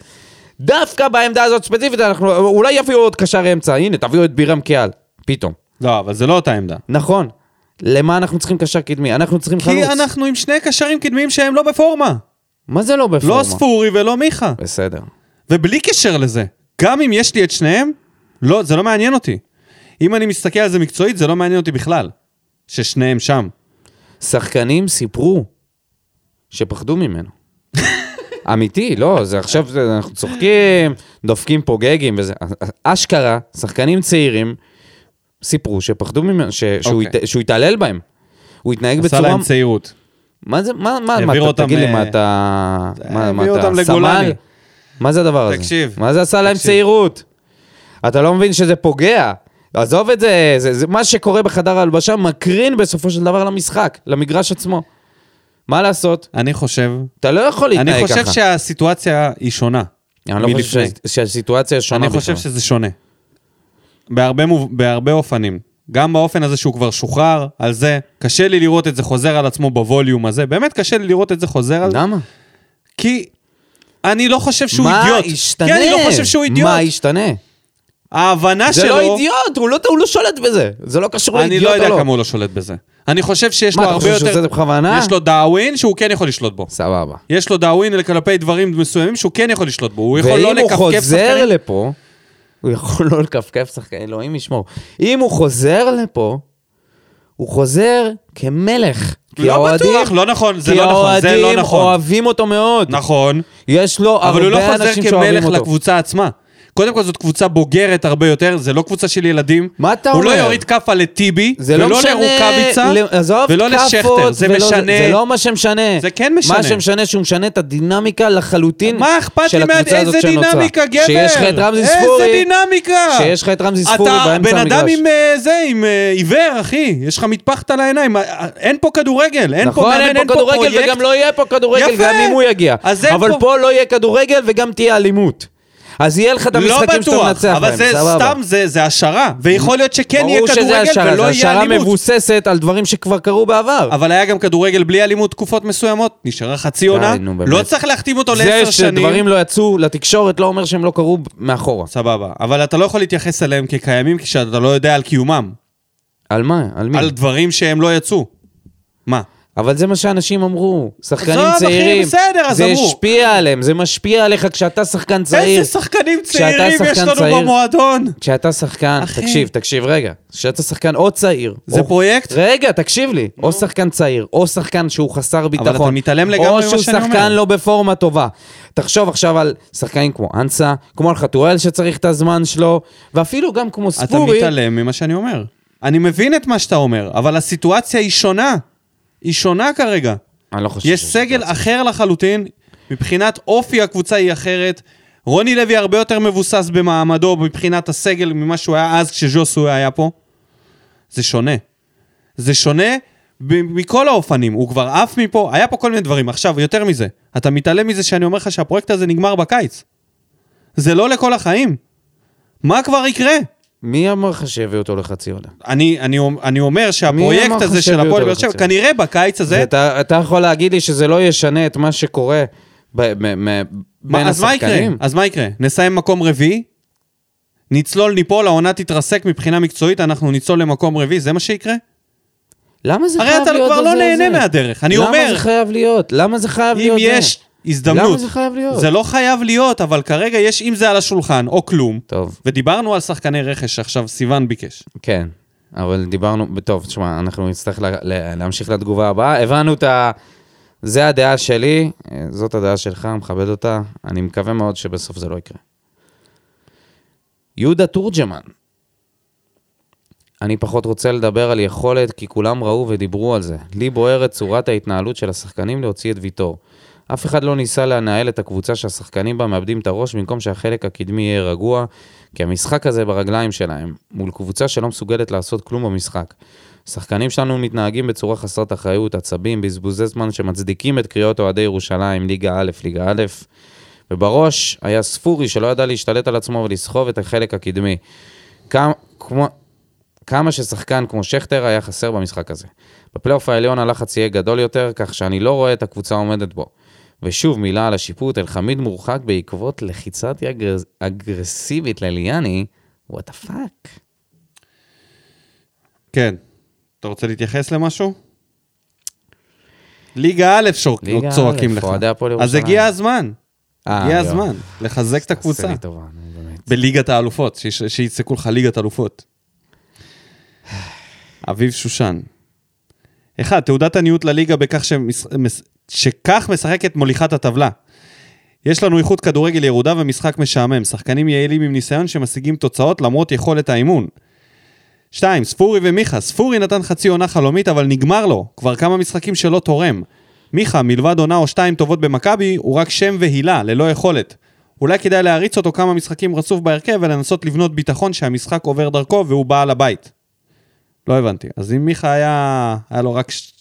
דווקא בעמדה הזאת ספציפית, אנחנו אולי יביאו עוד קשר אמצע, הנה, תביאו את בירם קיאל, פתאום. לא, אבל זה לא אותה עמדה. נכון. למה אנחנו צריכים קשר קדמי? אנחנו צריכים חלוץ. כי אנחנו עם שני קשרים קדמיים שהם לא בפורמה. מה זה לא בפורמה? לא ספורי ולא מיכה. בסדר. ובלי קשר לזה, גם אם יש לי את שניהם, לא, זה לא מעניין אותי. אם אני מסתכל על זה מקצועית, זה לא מעניין אותי בכלל. ששניהם שם. שחקנים סיפרו שפחדו ממנו. אמיתי, לא, זה עכשיו, זה- אנחנו צוחקים, דופקים פה גגים וזה. אשכרה, שחקנים צעירים סיפרו שפחדו ממנו, ש- שהוא אוקיי. הת- שהוא התעלל בהם. הוא התנהג עשה בצורה... להם צעירות. מה זה, מה, מה, העביר מה, אתה, אותם, תגיד לי, אה, מה אתה, מה, מה העביר אותם אתה, לגולני. סמל? מה זה הדבר הזה? תקשיב, מה זה עשה להם תקשיב. צעירות? אתה לא מבין שזה פוגע. עזוב את זה, זה, זה, מה שקורה בחדר ההלבשה מקרין בסופו של דבר למשחק, למגרש עצמו. מה לעשות? אני חושב, אתה לא יכול להתנהג אני ככה. חושב שהסיטואציה היא שונה. אני לא חושב מלפני. ש- שהסיטואציה שונה אני חושב בכלל. שזה שונה. בהרבה, מוב... בהרבה אופנים. גם באופן הזה שהוא כבר שוחרר, על זה. קשה לי לראות את זה חוזר על עצמו בווליום הזה. באמת קשה לי לראות את זה חוזר על... למה? כי אני לא חושב שהוא מה אידיוט. ישתנה? כי אני לא חושב שהוא אידיוט. מה ישתנה? ההבנה זה שלו... לא אידיוט, הוא לא, הוא לא שולט בזה. זה לא קשור אני לאידיוט לא או לא. יודע כמה הוא לא שולט בזה. אני חושב שיש מה, לו אתה הרבה חושב יותר... שהוא עושה את זה בכוונה? יש לו דאווין שהוא כן יכול לשלוט בו. סבבה. יש לו דאווין כלפי דברים מסוימים שהוא כן יכול לשלוט בו. הוא יכול לא ואם הוא לקפקף חוזר שחקנים. לפה, הוא יכול לא לקפקף שחקן, אלוהים ישמור. אם הוא חוזר לפה, הוא חוזר כמלך. כי לא האוהדים- בטוח, לא נכון, זה כי לא נכון, זה לא האוהדים נכון. אוהבים אותו מאוד. נכון, יש לו אבל הוא לא הרבה חוזר אנשים שאוהבים כמלך אותו. לקבוצה עצמה. קודם כל זאת קבוצה בוגרת הרבה יותר, זה לא קבוצה של ילדים. מה אתה הוא לא אומר? יוריד כאפה לטיבי, זה לא ולא משנה, לרוקאביצה, ל- עזוב ולא כאפות, לשכטר, זה ולא- משנה. זה לא מה שמשנה. זה כן משנה. מה שמשנה, שהוא משנה את הדינמיקה לחלוטין מה אכפת של לי מה... הקבוצה הזאת איזה שנוצרה. דינמיקה, גבר? שיש לך את רמזי איזה ספורי, דינמיקה? שיש לך את רמזי ספורי באמצע המגרש. אתה בן אדם עם אה, זה, עם אה, עיוור, אחי. יש לך מטפחת על העיניים. אה, אה, אין פה כדורגל, אין פה נכון, מאמן, אין פה כדורגל פרויקט. וגם לא יהיה פה כדורגל, יפה. גם אם הוא יגיע. אז אין אבל פה- פה לא יהיה כדורגל וגם תהיה אלימות. אז יהיה לך את לא המשחקים שאתה בטוח, מנצח אבל בהם, זה סבבה. סתם, זה זה השערה. ויכול להיות שכן יהיה ברור שזה כדורגל השערה, ולא זה יהיה השערה אלימות. מבוססת על דברים שכבר קרו בעבר. אבל היה גם כדורגל בלי אלימות תקופות מסוימות, נשארה חצי עונה, נו, באמת. לא צריך להחתים אותו זה לעשר שדברים שנים. לא יצאו לתקשורת לא אומר שהם לא קרו מאחורה. סבבה, אבל אתה לא יכול להתייחס אליהם כקיימים כשאתה לא יודע על קיומם, על מה? על מי? על דברים שהם לא יצאו. מה? אבל זה מה שאנשים אמרו. שחקנים עזוב, לא, אחי, צעירים. בסדר, אז זה אמרו. השפיע עליהם, זה משפיע עליך כשאתה שחקן צעיר. איזה שחקנים כשאתה צעירים יש שחקן לנו צעיר- במועדון? כשאתה שחקן, אחי. תקשיב, תקשיב, רגע. כשאתה שחקן או צעיר. זה או- פרויקט? רגע, תקשיב לי. או שחקן צעיר, או שחקן שהוא חסר ביטחון. אתה מתעלם לגמרי ממה או שאני שהוא אומר. שחקן לא בפורמה טובה. תחשוב עכשיו על שחקנים כמו אנסה, כמו על חתואל שצריך את הזמן שלו, ואפילו גם כמו אתה ספורי. מתעלם ממה שאני אומר. אני מבין את מה שאתה אומר, אבל הסיטואציה היא שונה. היא שונה כרגע. אני לא חושב יש שזה סגל אחר לחלוטין, מבחינת אופי הקבוצה היא אחרת. רוני לוי הרבה יותר מבוסס במעמדו מבחינת הסגל ממה שהוא היה אז כשז'וסו היה פה. זה שונה. זה שונה ב- מכל האופנים, הוא כבר עף מפה, היה פה כל מיני דברים. עכשיו, יותר מזה, אתה מתעלם מזה שאני אומר לך שהפרויקט הזה נגמר בקיץ. זה לא לכל החיים. מה כבר יקרה? מי אמר לך שיביאו אותו לחצי עונה? אני, אני, אומ- אני אומר אמר שהפרויקט לך הזה של שיביאו הפועל אותו באר שבע, לחצי? כנראה בקיץ הזה, אתה, אתה יכול להגיד לי שזה לא ישנה את מה שקורה ב, מ, מ, מה- בין אז מה יקרה? השחקנים? אז מה יקרה? נסיים מקום רביעי, נצלול, ניפול, העונה תתרסק מבחינה מקצועית, אנחנו ניצול למקום רביעי, זה מה שיקרה? למה זה הרי חייב אתה להיות כבר הזה, לא נהנה הזה? מהדרך, אני למה אומר. זה חייב להיות? למה זה חייב אם להיות זה? יש הזדמנות. למה זה חייב להיות? זה לא חייב להיות, אבל כרגע יש אם זה על השולחן, או כלום. טוב, ודיברנו על שחקני רכש עכשיו, סיוון ביקש. כן. אבל דיברנו, טוב, תשמע, אנחנו נצטרך לה, לה, להמשיך לתגובה הבאה. הבנו את ה... זה הדעה שלי, אה, זאת הדעה שלך, מכבד אותה. אני מקווה מאוד שבסוף זה לא יקרה. יהודה תורג'מן. אני פחות רוצה לדבר על יכולת, כי כולם ראו ודיברו על זה. לי בוערת צורת ההתנהלות של השחקנים להוציא את ויטור. אף אחד לא ניסה לנהל את הקבוצה שהשחקנים בה מאבדים את הראש במקום שהחלק הקדמי יהיה רגוע, כי המשחק הזה ברגליים שלהם, מול קבוצה שלא מסוגלת לעשות כלום במשחק. השחקנים שלנו מתנהגים בצורה חסרת אחריות, עצבים, בזבוזי זמן שמצדיקים את קריאות אוהדי ירושלים, ליגה א', ליגה א'. ובראש היה ספורי שלא ידע להשתלט על עצמו ולסחוב את החלק הקדמי. כמה, כמו, כמה ששחקן כמו שכטר היה חסר במשחק הזה. בפלייאוף העליון הלחץ יהיה גדול יותר, כך שאני לא רואה את הקבוצה עומדת בו. ושוב, מילה על השיפוט, אלחמיד מורחק בעקבות לחיצת יד אגר... אגרסיבית לליאני, וואט פאק. כן. אתה רוצה להתייחס למשהו? ליגה א' שור- ליגה צועקים א', לך. אוהדי הפועל אז ירושלים. אה, הגיע הזמן. הגיע הזמן לחזק את תעשה הקבוצה. לי טובה, נו, באמת. בליגת האלופות, שיש- שיצעקו לך ליגת אלופות. אביב שושן. אחד, תעודת עניות לליגה בכך שמש... מש- שכך משחקת מוליכת הטבלה. יש לנו איכות כדורגל ירודה ומשחק משעמם. שחקנים יעילים עם ניסיון שמשיגים תוצאות למרות יכולת האימון. שתיים, ספורי ומיכה. ספורי נתן חצי עונה חלומית, אבל נגמר לו. כבר כמה משחקים שלא תורם. מיכה, מלבד עונה או שתיים טובות במכבי, הוא רק שם והילה, ללא יכולת. אולי כדאי להריץ אותו כמה משחקים רצוף בהרכב ולנסות לבנות ביטחון שהמשחק עובר דרכו והוא בעל הבית. לא הבנתי. אז אם מיכה היה, היה לו רק ש...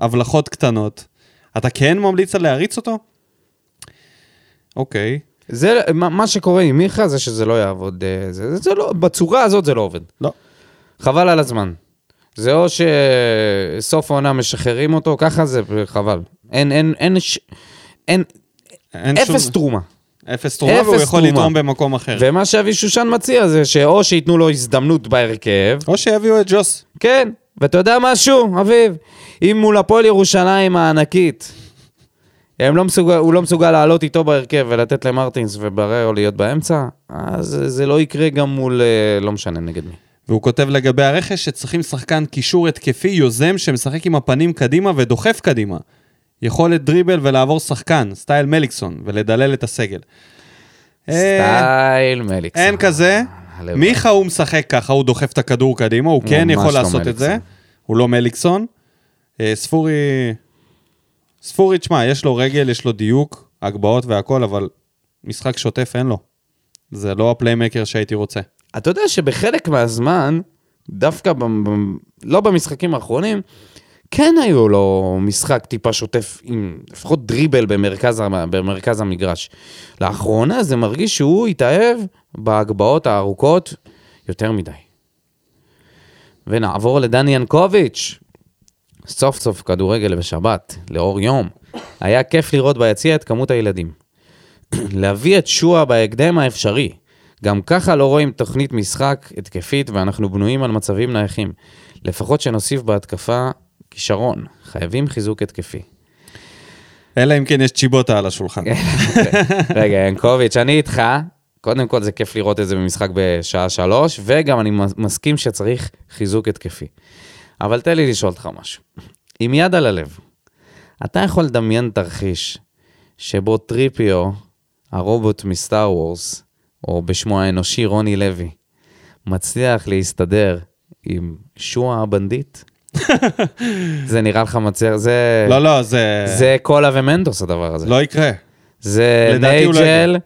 הבלחות קטנות, אתה כן ממליץ על להריץ אותו? אוקיי. זה, מה, מה שקורה עם מיכה זה שזה לא יעבוד, אה, זה, זה, זה לא, בצורה הזאת זה לא עובד. לא. חבל על הזמן. זה או שסוף העונה משחררים אותו, ככה זה חבל. אין, אין, אין, ש... אין, אין אפס שום... תרומה. אפס תרומה, והוא אפס יכול תרומה. לתרום במקום אחר. ומה שאבי שושן מציע זה שאו שייתנו לו הזדמנות בהרכב, או שיביאו את ג'וס. כן, ואתה יודע משהו, אביב? אם מול הפועל ירושלים הענקית, הם לא מסוגל, הוא לא מסוגל לעלות איתו בהרכב ולתת למרטינס ובררו להיות באמצע, אז זה לא יקרה גם מול, אה, לא משנה נגד מי. והוא כותב לגבי הרכש שצריכים שחקן קישור התקפי יוזם שמשחק עם הפנים קדימה ודוחף קדימה. יכולת דריבל ולעבור שחקן, סטייל מליקסון, ולדלל את הסגל. אה, סטייל מליקסון. אין כזה. הלוואי. מיכה הוא משחק ככה, הוא דוחף את הכדור קדימה, הוא כן ממש יכול לא לעשות את זה. מליקסון. הוא לא מליקסון. אה, ספורי... ספורי, תשמע, יש לו רגל, יש לו דיוק, הגבהות והכל, אבל משחק שוטף אין לו. זה לא הפליימקר שהייתי רוצה. אתה יודע שבחלק מהזמן, דווקא ב- ב- לא במשחקים האחרונים, כן היו לו משחק טיפה שוטף, עם לפחות דריבל במרכז, המ- במרכז המגרש. לאחרונה זה מרגיש שהוא התאהב בהגבהות הארוכות יותר מדי. ונעבור לדני ינקוביץ'. סוף סוף כדורגל בשבת, לאור יום. היה כיף לראות ביציע את כמות הילדים. להביא את שועה בהקדם האפשרי. גם ככה לא רואים תוכנית משחק התקפית ואנחנו בנויים על מצבים נייחים. לפחות שנוסיף בהתקפה כישרון, חייבים חיזוק התקפי. אלא אם כן יש צ'יבוטה על השולחן. רגע, ינקוביץ', אני איתך. קודם כל זה כיף לראות את זה במשחק בשעה שלוש, וגם אני מס- מסכים שצריך חיזוק התקפי. אבל תן לי לשאול אותך משהו. עם יד על הלב, אתה יכול לדמיין תרחיש שבו טריפיו, הרובוט מסטאר וורס, או בשמו האנושי רוני לוי, מצליח להסתדר עם שועה הבנדיט? זה נראה לך מצליח, זה... לא, לא, זה... כן. זה קולה ומנדוס הדבר הזה. לא יקרה. זה לדעתי הוא לא נייג'ל,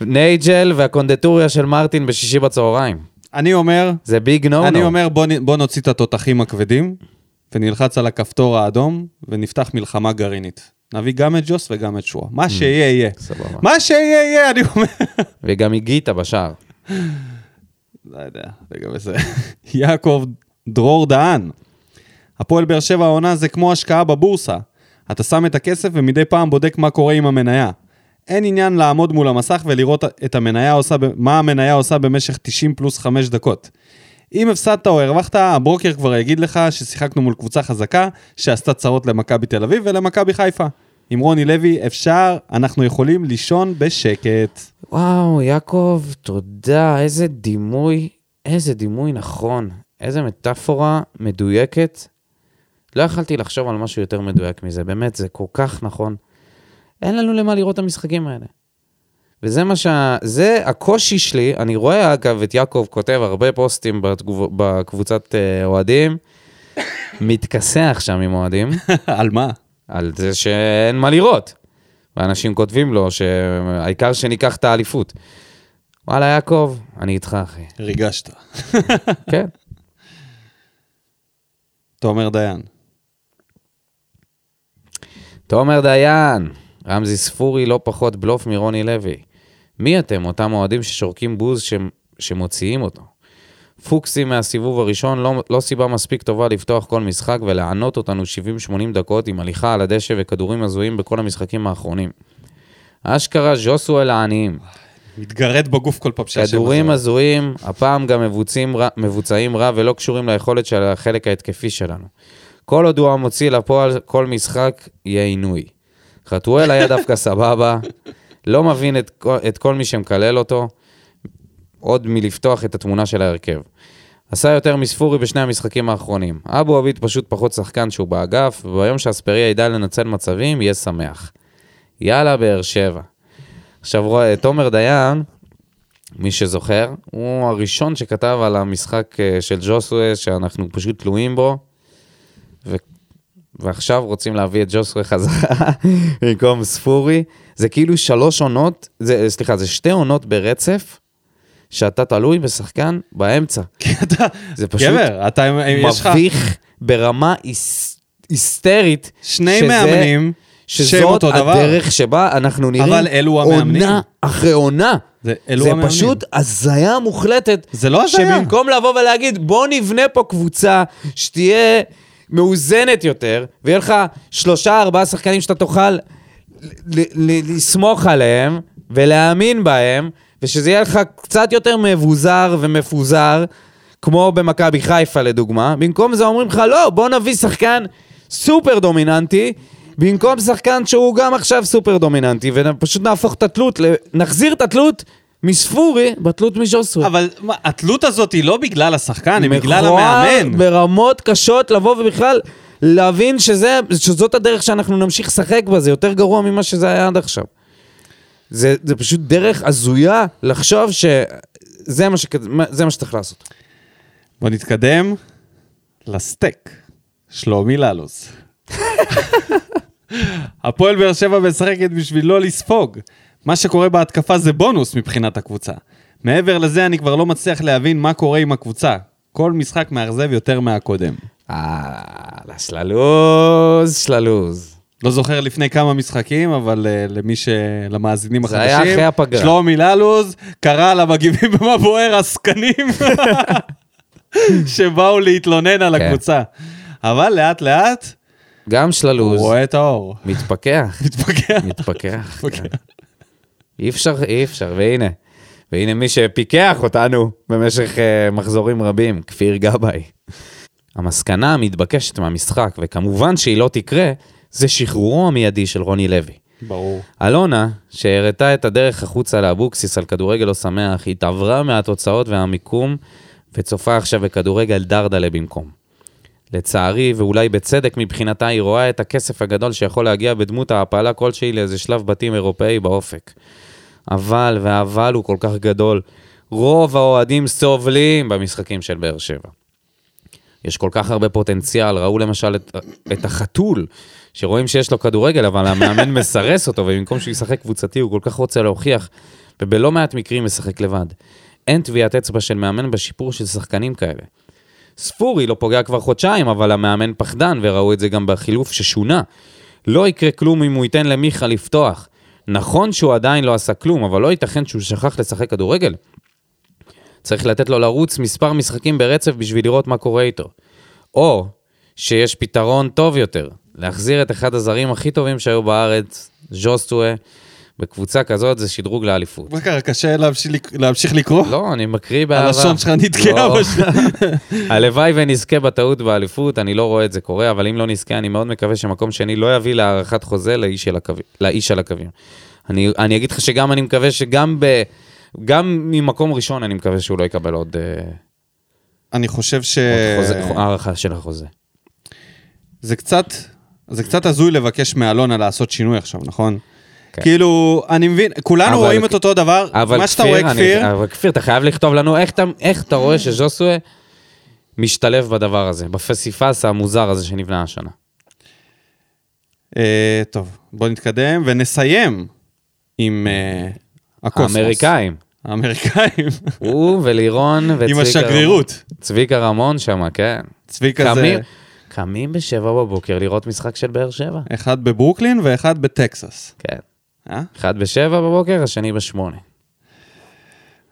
נייג'ל והקונדטוריה של מרטין בשישי בצהריים. אני אומר, זה לא ביג נו נו. אני אומר, בוא נ- בוא נוציא את התותחים הכבדים, ונלחץ על הכפתור האדום, ונפתח מלחמה גרעינית. נביא גם את ג'וס וגם את שואה. מה שיהיה, יהיה. Mm. סבבה. מה שיהיה, יהיה, אני אומר. וגם הגית בשער. לא יודע, לגבי זה. יעקב דרור דהן. הפועל באר שבע העונה זה כמו השקעה בבורסה. אתה שם את הכסף ומדי פעם בודק מה קורה עם המניה. אין עניין לעמוד מול המסך ולראות את המניה עושה, ב- מה המניה עושה במשך 90 פלוס 5 דקות. אם הפסדת או הרווחת, הברוקר כבר יגיד לך ששיחקנו מול קבוצה חזקה שעשתה צרות למכבי תל אביב ולמכבי חיפה. עם רוני לוי אפשר, אנחנו יכולים לישון בשקט. וואו, יעקב, תודה, איזה דימוי, איזה דימוי נכון. איזה מטאפורה מדויקת. לא יכלתי לחשוב על משהו יותר מדויק מזה, באמת, זה כל כך נכון. אין לנו למה לראות את המשחקים האלה. וזה מה שה... זה הקושי שלי, אני רואה אגב את יעקב כותב הרבה פוסטים בתגוב... בקבוצת אה, אוהדים, מתכסח שם עם אוהדים. על מה? על זה שאין מה לראות. ואנשים כותבים לו שהעיקר שניקח את האליפות. וואלה, יעקב, אני איתך, אחי. ריגשת. כן. תומר דיין. תומר דיין, רמזי ספורי לא פחות בלוף מרוני לוי. מי אתם, אותם אוהדים ששורקים בוז ש... שמוציאים אותו? פוקסי מהסיבוב הראשון לא, לא סיבה מספיק טובה לפתוח כל משחק ולענות אותנו 70-80 דקות עם הליכה על הדשא וכדורים הזויים בכל המשחקים האחרונים. אשכרה ז'וסואל העניים. מתגרד בגוף כל פעם שהשם כדורים הזה. הזויים, הפעם גם מבוצעים רע, מבוצעים רע ולא קשורים ליכולת של החלק ההתקפי שלנו. כל עוד הוא המוציא לפועל, כל משחק יהיה עינוי. חתואל היה דווקא סבבה, לא מבין את, כל- את כל מי שמקלל אותו, עוד מלפתוח את התמונה של ההרכב. עשה יותר מספורי בשני המשחקים האחרונים. אבו עביד פשוט פחות שחקן שהוא באגף, וביום שאספריה ידע לנצל מצבים, יהיה שמח. יאללה, באר שבע. עכשיו, רוא- תומר דיין, מי שזוכר, הוא הראשון שכתב על המשחק אה, של ג'וסווה, שאנחנו פשוט תלויים בו, ו... ועכשיו רוצים להביא את ג'וסווה חזרה במקום ספורי. זה כאילו שלוש עונות, זה, אה, סליחה, זה שתי עונות ברצף, שאתה תלוי בשחקן באמצע. כי אתה, זה פשוט גבר, אתה, יש לך מביך ברמה היס... היסטרית. שני שזה- מאמנים שהם שזאת אותו דבר. הדרך שבה אנחנו נראים אבל אלו המאמנים. עונה אחרי עונה. זה- אלו זה המאמנים. פשוט הזיה מוחלטת. זה לא הזיה. שבמקום לבוא ולהגיד, בוא נבנה פה קבוצה שתהיה מאוזנת יותר, ויהיה לך שלושה, ארבעה שחקנים שאתה תוכל ל- ל- ל- לסמוך עליהם ולהאמין בהם, ושזה יהיה לך קצת יותר מבוזר ומפוזר, כמו במכבי חיפה לדוגמה. במקום זה אומרים לך, לא, בוא נביא שחקן סופר דומיננטי. במקום שחקן שהוא גם עכשיו סופר דומיננטי, ופשוט נהפוך את התלות, ל- נחזיר את התלות מספורי בתלות מז'וסווה. אבל מה, התלות הזאת היא לא בגלל השחקן, היא בגלל המאמן. ברמות קשות לבוא ובכלל להבין שזה, שזאת הדרך שאנחנו נמשיך לשחק בה, זה יותר גרוע ממה שזה היה עד עכשיו. זה, זה פשוט דרך הזויה לחשוב שזה מה, שכ... מה- זה מה שצריך לעשות. בוא נתקדם לסטייק. שלומי ללוס. הפועל באר שבע משחקת בשביל לא לספוג. מה שקורה בהתקפה זה בונוס מבחינת הקבוצה. מעבר לזה אני כבר לא מצליח להבין מה קורה עם הקבוצה. כל משחק מאכזב יותר מהקודם. אה, שללוז, שללוז. לא זוכר לפני כמה משחקים, אבל uh, למי ש... למאזינים זה החדשים, היה אחרי הפגרה. שלומי ללוז קרא למגיבים במבואר עסקנים שבאו להתלונן על כן. הקבוצה. אבל לאט לאט גם שללוז. הוא רואה את האור. מתפכח, מתפגע. מתפכח. מתפגע. כן. אי אפשר, אי אפשר, והנה. והנה מי שפיקח אותנו במשך אה, מחזורים רבים, כפיר גבאי. המסקנה המתבקשת מהמשחק, וכמובן שהיא לא תקרה, זה שחרורו המיידי של רוני לוי. ברור. אלונה, שהראתה את הדרך החוצה לאבוקסיס על כדורגל לא שמח, התעברה מהתוצאות והמיקום, וצופה עכשיו בכדורגל דרדלה במקום. לצערי, ואולי בצדק מבחינתה, היא רואה את הכסף הגדול שיכול להגיע בדמות העפלה כלשהי לאיזה שלב בתים אירופאי באופק. אבל, והאבל הוא כל כך גדול, רוב האוהדים סובלים במשחקים של באר שבע. יש כל כך הרבה פוטנציאל, ראו למשל את, את החתול, שרואים שיש לו כדורגל, אבל המאמן מסרס אותו, ובמקום שהוא ישחק קבוצתי, הוא כל כך רוצה להוכיח, ובלא מעט מקרים משחק לבד. אין טביעת אצבע של מאמן בשיפור של שחקנים כאלה. ספורי לא פוגע כבר חודשיים, אבל המאמן פחדן, וראו את זה גם בחילוף ששונה. לא יקרה כלום אם הוא ייתן למיכה לפתוח. נכון שהוא עדיין לא עשה כלום, אבל לא ייתכן שהוא שכח לשחק כדורגל. צריך לתת לו לרוץ מספר משחקים ברצף בשביל לראות מה קורה איתו. או שיש פתרון טוב יותר, להחזיר את אחד הזרים הכי טובים שהיו בארץ, ז'וסטואה, בקבוצה כזאת זה שדרוג לאליפות. מה קרה, קשה להמשיך לק- להמשיך לקרוא? לא, אני מקריא באהבה. הלשון שלך נתקעה לא. בשביל... הלוואי ונזכה בטעות באליפות, אני לא רואה את זה קורה, אבל אם לא נזכה, אני מאוד מקווה שמקום שני לא יביא להארכת חוזה לאיש על הקווי- לאיש על הקווים. אני, אני אגיד לך שגם אני מקווה שגם ב... גם ממקום ראשון אני מקווה שהוא לא יקבל עוד אה, אני חושב ש... עוד חוזה- חו- הארכה של החוזה. זה קצת, זה קצת הזוי לבקש מאלונה לעשות שינוי עכשיו, נכון? כן. כאילו, אני מבין, כולנו אבל- רואים את אותו דבר, אבל מה שאתה רואה, אני- אה, כפיר, אבל כפיר, אתה חייב לכתוב לנו איך אתה, איך אתה רואה שז'וסווה משתלב בדבר הזה, בפסיפס המוזר הזה שנבנה השנה. אה, טוב, בוא נתקדם ונסיים עם אה, הקוסמוס. האמריקאים, האמריקאים. הוא ולירון וצביקה עם רמון. השגרירות. צביקה רמון שם, כן. צביקה זה קמים, קמים בשבע בבוקר לראות משחק של באר שבע. אחד בברוקלין ואחד בטקסס. כן. אה? אחד בשבע בבוקר, השני בשמונה.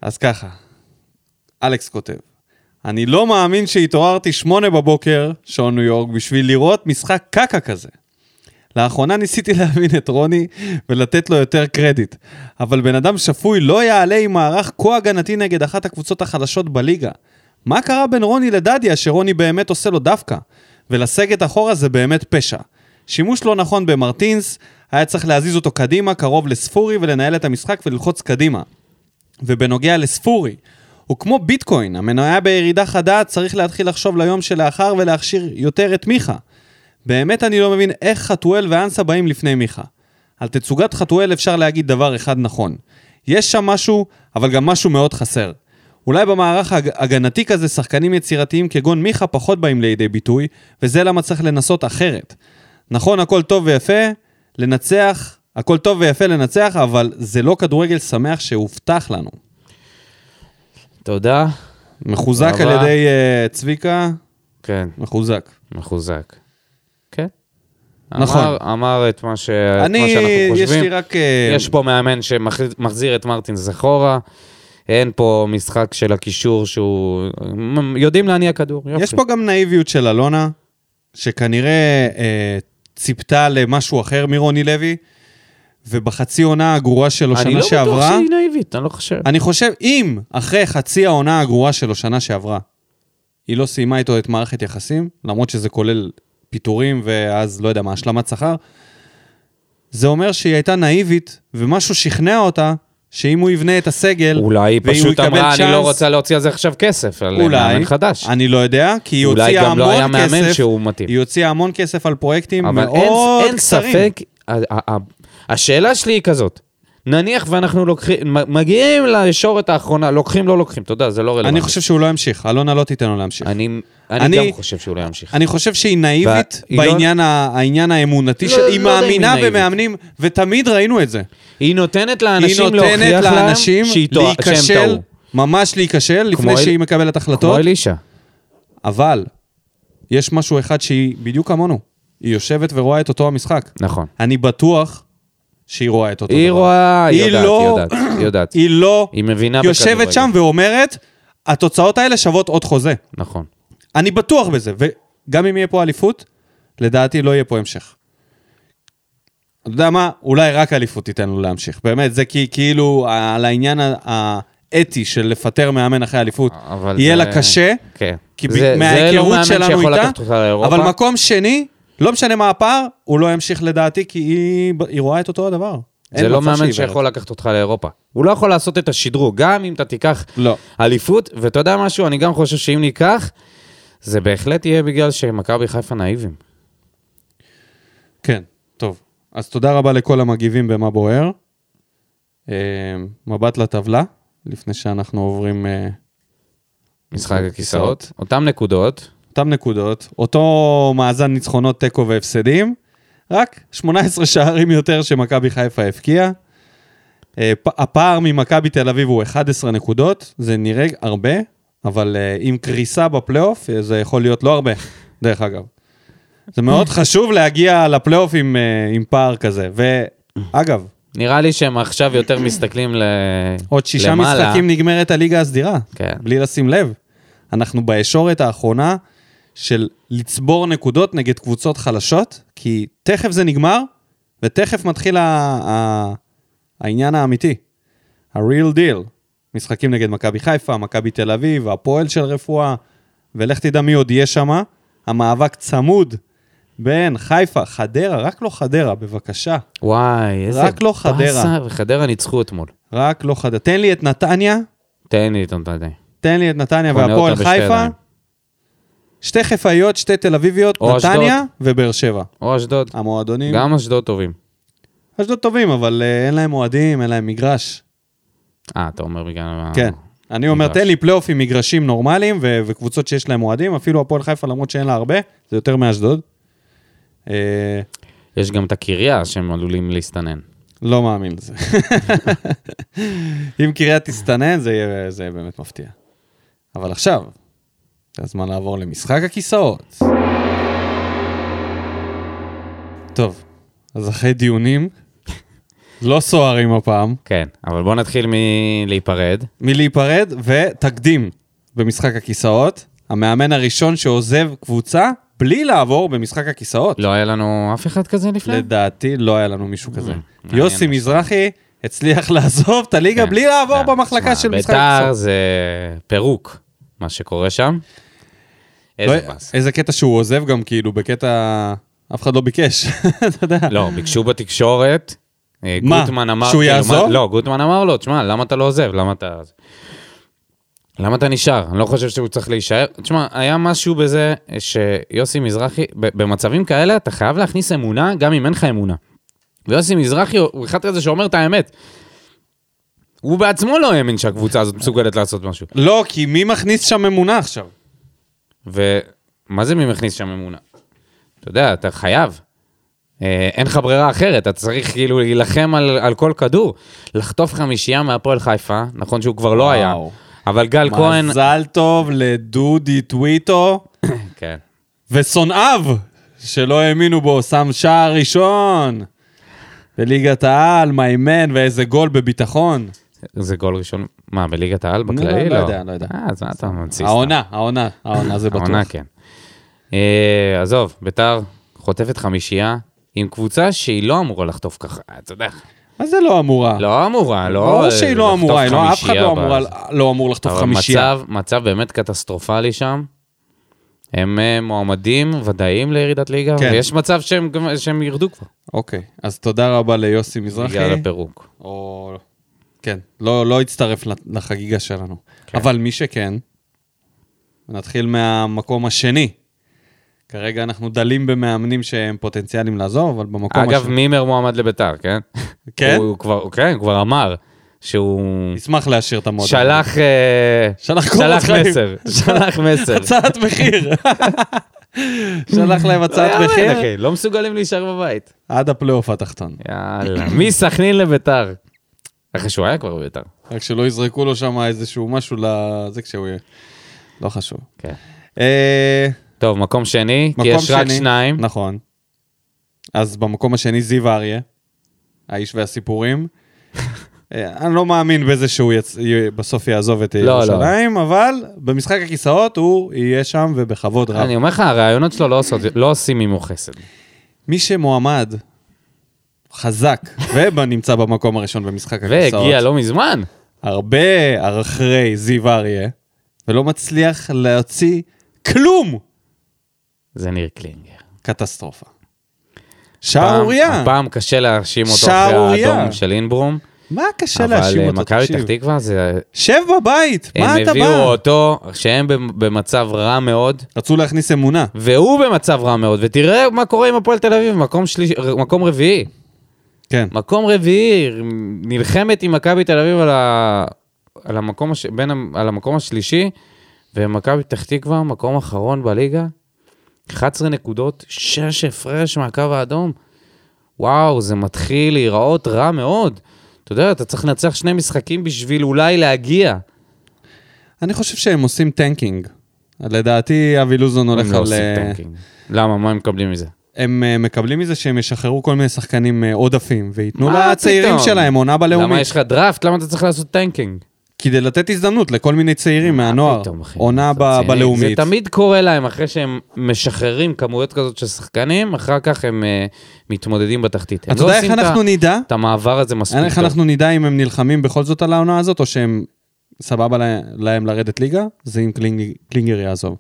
אז ככה, אלכס כותב, אני לא מאמין שהתעוררתי שמונה בבוקר, שעון ניו יורק, בשביל לראות משחק קקה כזה. לאחרונה ניסיתי להבין את רוני ולתת לו יותר קרדיט, אבל בן אדם שפוי לא יעלה עם מערך כה הגנתי נגד אחת הקבוצות החלשות בליגה. מה קרה בין רוני לדדיה שרוני באמת עושה לו דווקא? ולסגת אחורה זה באמת פשע. שימוש לא נכון במרטינס, היה צריך להזיז אותו קדימה, קרוב לספורי, ולנהל את המשחק וללחוץ קדימה. ובנוגע לספורי, הוא כמו ביטקוין, המניה בירידה חדה, צריך להתחיל לחשוב ליום שלאחר ולהכשיר יותר את מיכה. באמת אני לא מבין איך חתואל ואנסה באים לפני מיכה. על תצוגת חתואל אפשר להגיד דבר אחד נכון. יש שם משהו, אבל גם משהו מאוד חסר. אולי במערך הג- הגנתי כזה שחקנים יצירתיים כגון מיכה פחות באים לידי ביטוי, וזה למה צריך לנסות אחרת. נכון, הכל טוב ויפה, לנצח, הכל טוב ויפה לנצח, אבל זה לא כדורגל שמח שהובטח לנו. תודה. מחוזק על רבה. ידי uh, צביקה, כן, מחוזק. מחוזק. כן. נכון. אמר, אמר את מה, ש... אה, את אני, מה שאנחנו חושבים. יש לי רק... אה, יש פה מאמן שמחזיר את מרטינס אחורה. אין פה משחק של הקישור שהוא... מ- יודעים להניע כדור. יופי. יש פה גם נאיביות של אלונה, שכנראה אה, ציפתה למשהו אחר מרוני לוי, ובחצי עונה הגרועה שלו שנה אני לא שעברה, בטוח שהיא נאיבית, אני לא חושב. אני חושב, אם אחרי חצי העונה הגרועה שלו שנה שעברה, היא לא סיימה איתו את מערכת יחסים, למרות שזה כולל פיטורים ואז, לא יודע מה, השלמת שכר, זה אומר שהיא הייתה נאיבית, ומשהו שכנע אותה, שאם הוא יבנה את הסגל, אולי היא ואם הוא פשוט יקבל אמרה, אני לא צ'אנס- רוצה להוציא על זה עכשיו כסף, על מאמן חדש. אני לא יודע, כי היא אולי הוציאה גם לא המון היה מאמן כסף, שהוא מתאים. היא הוציאה המון כסף על פרויקטים אבל מאוד אין, אין קצרים. ספק, ה- ה- ה- השאלה שלי היא כזאת, נניח ואנחנו לוקחים, מ- מגיעים לישורת האחרונה, לוקחים, לא לוקחים, תודה, זה לא רלוונטי. אני חושב שהוא לא ימשיך, אלונה לא תיתן לו להמשיך. אני, אני, אני- גם חושב שהוא לא ימשיך. אני חושב שהיא נאיבית היא לא- בעניין ה- העניין האמונתי, לא- של- לא היא יודע אם היא מאמינה נאיבית. במאמנים, ותמיד ראינו את זה. היא נותנת היא לאנשים נותנת להוכיח להם לאנשים שהיא טועה- שהם להיכשל, טעו. ממש להיכשל, לפני אל- שהיא מקבלת כמו החלטות, אלישע. אבל יש משהו אחד שהיא בדיוק כמונו. היא יושבת ורואה את אותו המשחק. נכון. אני בטוח שהיא רואה את אותו היא דבר. רואה, היא היא יודעת, לא- היא יודעת, היא יודעת. היא לא היא מבינה יושבת שם ואומרת, התוצאות האלה שוות עוד חוזה. נכון. אני בטוח בזה, וגם אם יהיה פה אליפות, לדעתי לא יהיה פה המשך. אתה יודע מה? אולי רק אליפות תיתן לו להמשיך. באמת, זה כי, כאילו על העניין ה- האתי של לפטר מאמן אחרי אליפות, אה, אבל יהיה זה- לה קשה, כן. כי ב- זה- זה לא מההיכרות מאמן שלנו שיכול איתה, לקחת אותך לאירופה. אבל מקום שני, לא משנה מה הפער, הוא לא ימשיך לדעתי, כי היא, היא רואה את אותו הדבר. זה אין לא מצב שהיא מאמן עיוורת. שיכול לקחת אותך לאירופה. הוא לא יכול לעשות את השדרוג, גם אם אתה תיקח לא. אליפות, ואתה יודע משהו, אני גם חושב שאם ניקח, זה בהחלט יהיה בגלל שמכבי חיפה נאיבים. כן, טוב. אז תודה רבה לכל המגיבים במה בוער. אה, מבט לטבלה, לפני שאנחנו עוברים אה, משחק הכיסאות. הכיסאות, אותן נקודות, אותן נקודות, אותו מאזן ניצחונות תיקו והפסדים, רק 18 שערים יותר שמכבי חיפה הבקיעה. אה, פ- הפער ממכבי תל אביב הוא 11 נקודות, זה נראה הרבה, אבל אה, עם קריסה בפלייאוף אה, זה יכול להיות לא הרבה, דרך אגב. זה מאוד חשוב להגיע לפלייאוף עם, אה, עם פער כזה, ואגב, נראה לי שהם עכשיו יותר מסתכלים ל... עוד שישה למעלה. משחקים נגמרת הליגה הסדירה, כן. בלי לשים לב. אנחנו בישורת האחרונה של לצבור נקודות נגד קבוצות חלשות, כי תכף זה נגמר, ותכף מתחיל ה- ה- העניין האמיתי, ה-real deal. משחקים נגד מכבי חיפה, מכבי תל אביב, הפועל של רפואה, ולך תדע מי עוד יהיה שם. המאבק צמוד בין חיפה, חדרה, רק לא חדרה, בבקשה. וואי, איזה רק לא חדרה. באסה, וחדרה ניצחו אתמול. רק לא חדרה. תן לי את נתניה, תן לי את הנתניה. תן לי את נתניה קונה והפועל אותה בשתי חיפה. ידיים. שתי חיפאיות, שתי תל אביביות, או נתניה ובאר שבע. או אשדוד. המועדונים, גם אשדוד טובים. אשדוד טובים, אבל אה, אין להם אוהדים, אין להם מגרש. אה, אתה אומר בגלל... ה- כן. אני אומר, מגרש. תן לי פלייאוף עם מגרשים נורמליים ו- וקבוצות שיש להם אוהדים, אפילו הפועל חיפה, למרות שאין לה הרבה, זה יותר מאשדוד. אה, יש גם את הקריה שהם עלולים להסתנן. לא מאמין לזה. אם קריה תסתנן, זה יהיה, זה יהיה באמת מפתיע. אבל עכשיו, זה הזמן לעבור למשחק הכיסאות. טוב, אז אחרי דיונים, לא סוערים הפעם, כן, אבל בוא נתחיל מלהיפרד. מלהיפרד ותקדים במשחק הכיסאות, המאמן הראשון שעוזב קבוצה בלי לעבור במשחק הכיסאות. לא היה לנו אף אחד כזה לפני? לדעתי לא היה לנו מישהו כזה. Mm, מעניין. יוסי מזרחי הצליח לעזוב את הליגה כן, בלי לעבור כן. במחלקה תשמע, של משחק ביתר הכיסאות. זה פירוק, מה שקורה שם. איזה לא, באס. איזה קטע שהוא עוזב גם כאילו בקטע... אף אחד לא ביקש, אתה יודע. לא, ביקשו בתקשורת. אה, מה, גוטמן אמר... שהוא כאילו, יעזוב? מה- לא, גוטמן אמר לו, תשמע, למה אתה לא עוזב? למה אתה... למה אתה נשאר? אני לא חושב שהוא צריך להישאר. תשמע, היה משהו בזה שיוסי מזרחי, ב- במצבים כאלה אתה חייב להכניס אמונה גם אם אין לך אמונה. ויוסי מזרחי הוא אחד כזה שאומר את האמת. הוא בעצמו לא האמין שהקבוצה הזאת מסוגלת לעשות משהו. לא, כי מי מכניס שם ממונה עכשיו? ומה זה מי מכניס שם אמונה? אתה יודע, אתה חייב. אה, אין לך ברירה אחרת, אתה צריך כאילו להילחם על, על כל כדור. לחטוף חמישייה מהפועל חיפה, נכון שהוא כבר לא היה, וואו. אבל גל כהן... מזל טוב לדודי טוויטו כן. ושונאיו, שלא האמינו בו, שם שער ראשון בליגת העל, מיימן, ואיזה גול בביטחון. זה גול ראשון, מה, בליגת העל בכללי? לא יודע, לא יודע. אה, אז מה אתה ממציא? סתם? העונה, העונה, העונה זה בטוח. העונה, כן. אה, עזוב, ביתר חוטפת חמישייה עם קבוצה שהיא לא אמורה לחטוף ככה, אתה יודע. מה זה לא אמורה? כן. לא אמורה, לא... ברור שהיא לא לחטוף אמורה, היא לא- אף אחד חמישייה לא ב- אמורה- לא אמור לחטוף אבל חמישייה. מצב, מצב באמת קטסטרופלי שם. הם אה, מועמדים ודאיים לירידת ליגה, כן. כן. ויש מצב שהם, גם- שהם ירדו כבר. אוקיי, אז תודה רבה ליוסי מזרחי. בגלל הפירוק. או... כן, לא, לא הצטרף לח- לחגיגה שלנו. כן. אבל מי שכן, נתחיל מהמקום השני. כרגע אנחנו דלים במאמנים שהם פוטנציאלים לעזוב, אבל במקום אגב, השני... מימר מועמד לביתר, כן? כן? הוא, הוא כבר, הוא- כן, הוא כבר אמר שהוא נשמח להשאיר את המועדון. שלח... אה, שלח קורות שלח חיים. מסר, שלח מסר. הצעת מחיר. שלח להם לא הצעת יאמן, מחיר אחי, לא מסוגלים להישאר בבית. עד הפלייאוף התחתון. יאללה, מסכנין לביתר. אחרי שהוא היה כבר בביתר. רק שלא יזרקו לו שם איזשהו משהו לזה כשהוא יהיה. לא חשוב. כן. אה, טוב, מקום שני, מקום כי יש רק שני, שניים. נכון. אז במקום השני זיו אריה, האיש והסיפורים. אה, אני לא מאמין בזה שהוא יצ... י- בסוף יעזוב את לא. ירושלים, אבל במשחק הכיסאות הוא יהיה שם ובכבוד רב. אני אומר לך, הרעיונות שלו לא עושות- לא עושים עמו חסד. מי שמועמד חזק ונמצא במקום הראשון במשחק הכיסאות, והגיע לא מזמן. הרבה אחרי זיו אריה, ולא מצליח להוציא כלום. זה ניר קלינגר. קטסטרופה. שערורייה. הפעם קשה להאשים אותו אחרי שערורייה. האדום של אינברום. מה קשה אבל להאשים אה, אותו, מכבי פתח תקשיב. תקווה, זה- שב בבית, מה הם אתה הביאו בא? אותו כשהם במ- במצב רע מאוד, רצו להכניס אמונה. והוא במצב רע מאוד, ותראה מה קורה עם הפועל תל אביב, מקום שליש- מקום רביעי. כן. מקום רביעי, נלחמת עם מכבי תל אביב על, ה... על, המקום הש... בין... ה- על המקום השלישי, ומכבי פתח תקווה, מקום אחרון בליגה, 11 נקודות, 6 הפרש מהקו האדום. וואו, זה מתחיל להיראות רע מאוד. אתה יודע, אתה צריך לנצח שני משחקים בשביל אולי להגיע. אני חושב שהם עושים טנקינג. לדעתי אבי לוזון הולך הם לא על... עושים אה, טנקינג. למה, מה הם מקבלים מזה? הם אה, מקבלים מזה שהם ישחררו כל מיני שחקנים אה, עודפים, וייתנו מה לצעירים אה, פתאום? שלהם עונה למה בלאומית. יש לך דראפט? למה אתה צריך לעשות טנקינג? כדי לתת הזדמנות לכל מיני צעירים מהנוער. פתאום, אחי? עונה אתה ב- רציני? בלאומית. זה תמיד קורה להם, אחרי שהם משחררים כמויות כזאת של שחקנים, אחר כך הם אה, מתמודדים בתחתית. הם אתה לא יודע עושים איך את ה- אנחנו נדע? את המעבר הזה מספיק איך טוב. אנחנו נדע אם הם נלחמים בכל זאת על העונה הזאת, או שהם סבבה לה- להם לרדת ליגה? זה אם קלינג- קלינגר יעזוב.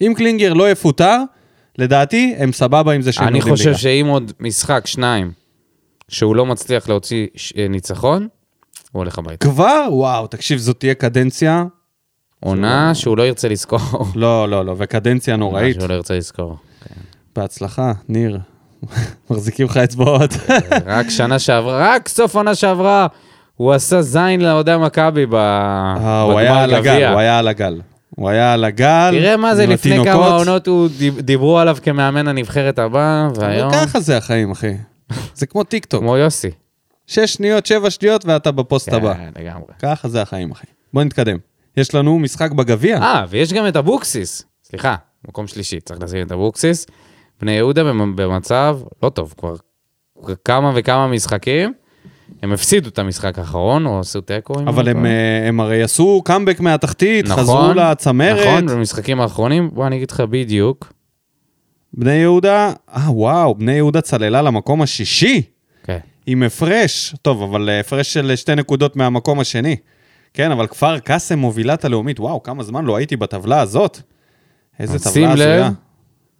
אם קלינגר לא יפוטר, לדעתי הם סבבה עם זה שהם אני יורדים חושב ליגה. שאם עוד משחק, שניים, שהוא לא מצליח להוציא ש- אה, ניצחון, הוא הולך הביתה. כבר? וואו, תקשיב, זאת תהיה קדנציה. עונה שהוא לא ירצה לזכור. לא, לא, לא, וקדנציה עונה נוראית. שהוא לא ירצה לזכור. בהצלחה, ניר. מחזיקים לך אצבעות. רק שנה שעברה, רק סוף עונה שעברה, הוא עשה זין לאוהדי מכבי ב- אה, הוא היה בגמר על הגל, גביע. הוא היה על הגל. הוא היה על הגל. תראה מה זה, עם לפני כמה התינוקות. עונות הוא דיב- דיברו עליו כמאמן הנבחרת הבאה, והיום... אבל ככה זה החיים, אחי. זה כמו טיק טוק. כמו יוסי. שש שניות, שבע שניות, ואתה בפוסט הבא. כן, לגמרי. ככה זה החיים, אחי. בוא נתקדם. יש לנו משחק בגביע. אה, ויש גם את אבוקסיס. סליחה, מקום שלישי, צריך לשים את אבוקסיס. בני יהודה במ- במצב לא טוב, כבר כמה וכמה משחקים. הם הפסידו את המשחק האחרון, או עשו תיקו. אם אבל אני הם, לא אה, הם הרי עשו קאמבק מהתחתית, טועה. חזרו נכון, לצמרת. נכון, במשחקים האחרונים, בוא אני אגיד לך בדיוק. בני יהודה, אה וואו, בני יהודה צללה למקום השישי כן. עם הפרש. טוב, אבל אה, הפרש של שתי נקודות מהמקום השני. כן, אבל כפר קאסם מובילת הלאומית, וואו, כמה זמן לא הייתי בטבלה הזאת. איזה אז טבלה שים הזויה. לב.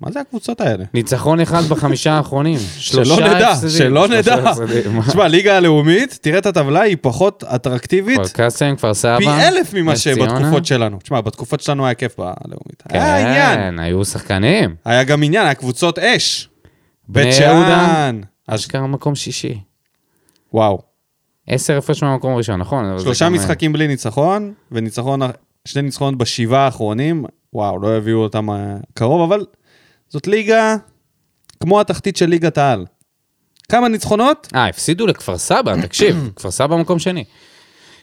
מה זה הקבוצות האלה? ניצחון אחד בחמישה האחרונים. שלא שלושה נדע, הפסדים. שלא שלושה נדע. הפסדים. מה? תשמע, ליגה הלאומית, תראה את הטבלה, היא פחות אטרקטיבית. כפר קאסם, כפר סבא. פי אלף ממה נס ציונה. שבתקופות שלנו. תשמע, בתקופות שלנו היה כיף בלאומית. היה עניין. כן, היו שחקנים. היה גם עניין, היה קבוצות אש. בני בית יהודה. שאן. אז אשכרה מקום שישי. וואו. עשר הפרש מהמקום הראשון, נכון? אבל זה שלושה גם- משחקים בלי ניצחון, וניצחון, שני ניצחונות בשבעה האחרונים. וואו, לא הביאו אותם אה, קרוב, אבל זאת ליגה כמו התחתית של ליגת העל. כמה ניצחונות? אה, הפסידו לכפר סבא, תקשיב, כפר סבא מקום שני.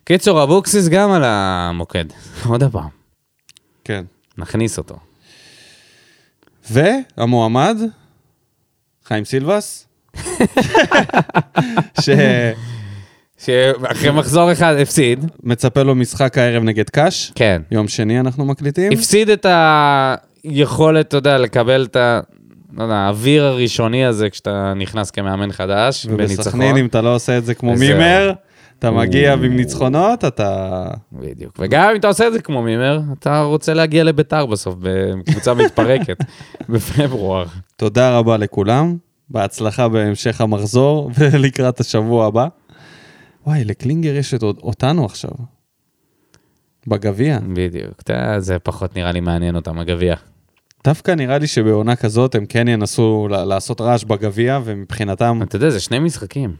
קיצור, אבוקסיס גם על המוקד. עוד פעם, כן. נכניס אותו. והמועמד, חיים סילבס. ש... שאחרי מחזור אחד הפסיד. מצפה לו משחק הערב נגד קאש. כן. יום שני אנחנו מקליטים. הפסיד את היכולת, אתה יודע, לקבל את ה... לא יודע, האוויר הראשוני הזה כשאתה נכנס כמאמן חדש, בניצחון. ובסכנין, אם אתה לא עושה את זה כמו וזהו. מימר, אתה מגיע עם ניצחונות, אתה... בדיוק. וגם אם אתה עושה את זה כמו מימר, אתה רוצה להגיע לביתר בסוף, בקבוצה מתפרקת, בפברואר. תודה רבה לכולם, בהצלחה בהמשך המחזור ולקראת השבוע הבא. וואי, לקלינגר יש את אותנו עכשיו. בגביע. בדיוק. אתה יודע, זה פחות נראה לי מעניין אותם, הגביע. דווקא נראה לי שבעונה כזאת הם כן ינסו ל- לעשות רעש בגביע, ומבחינתם אתה יודע, זה שני משחקים.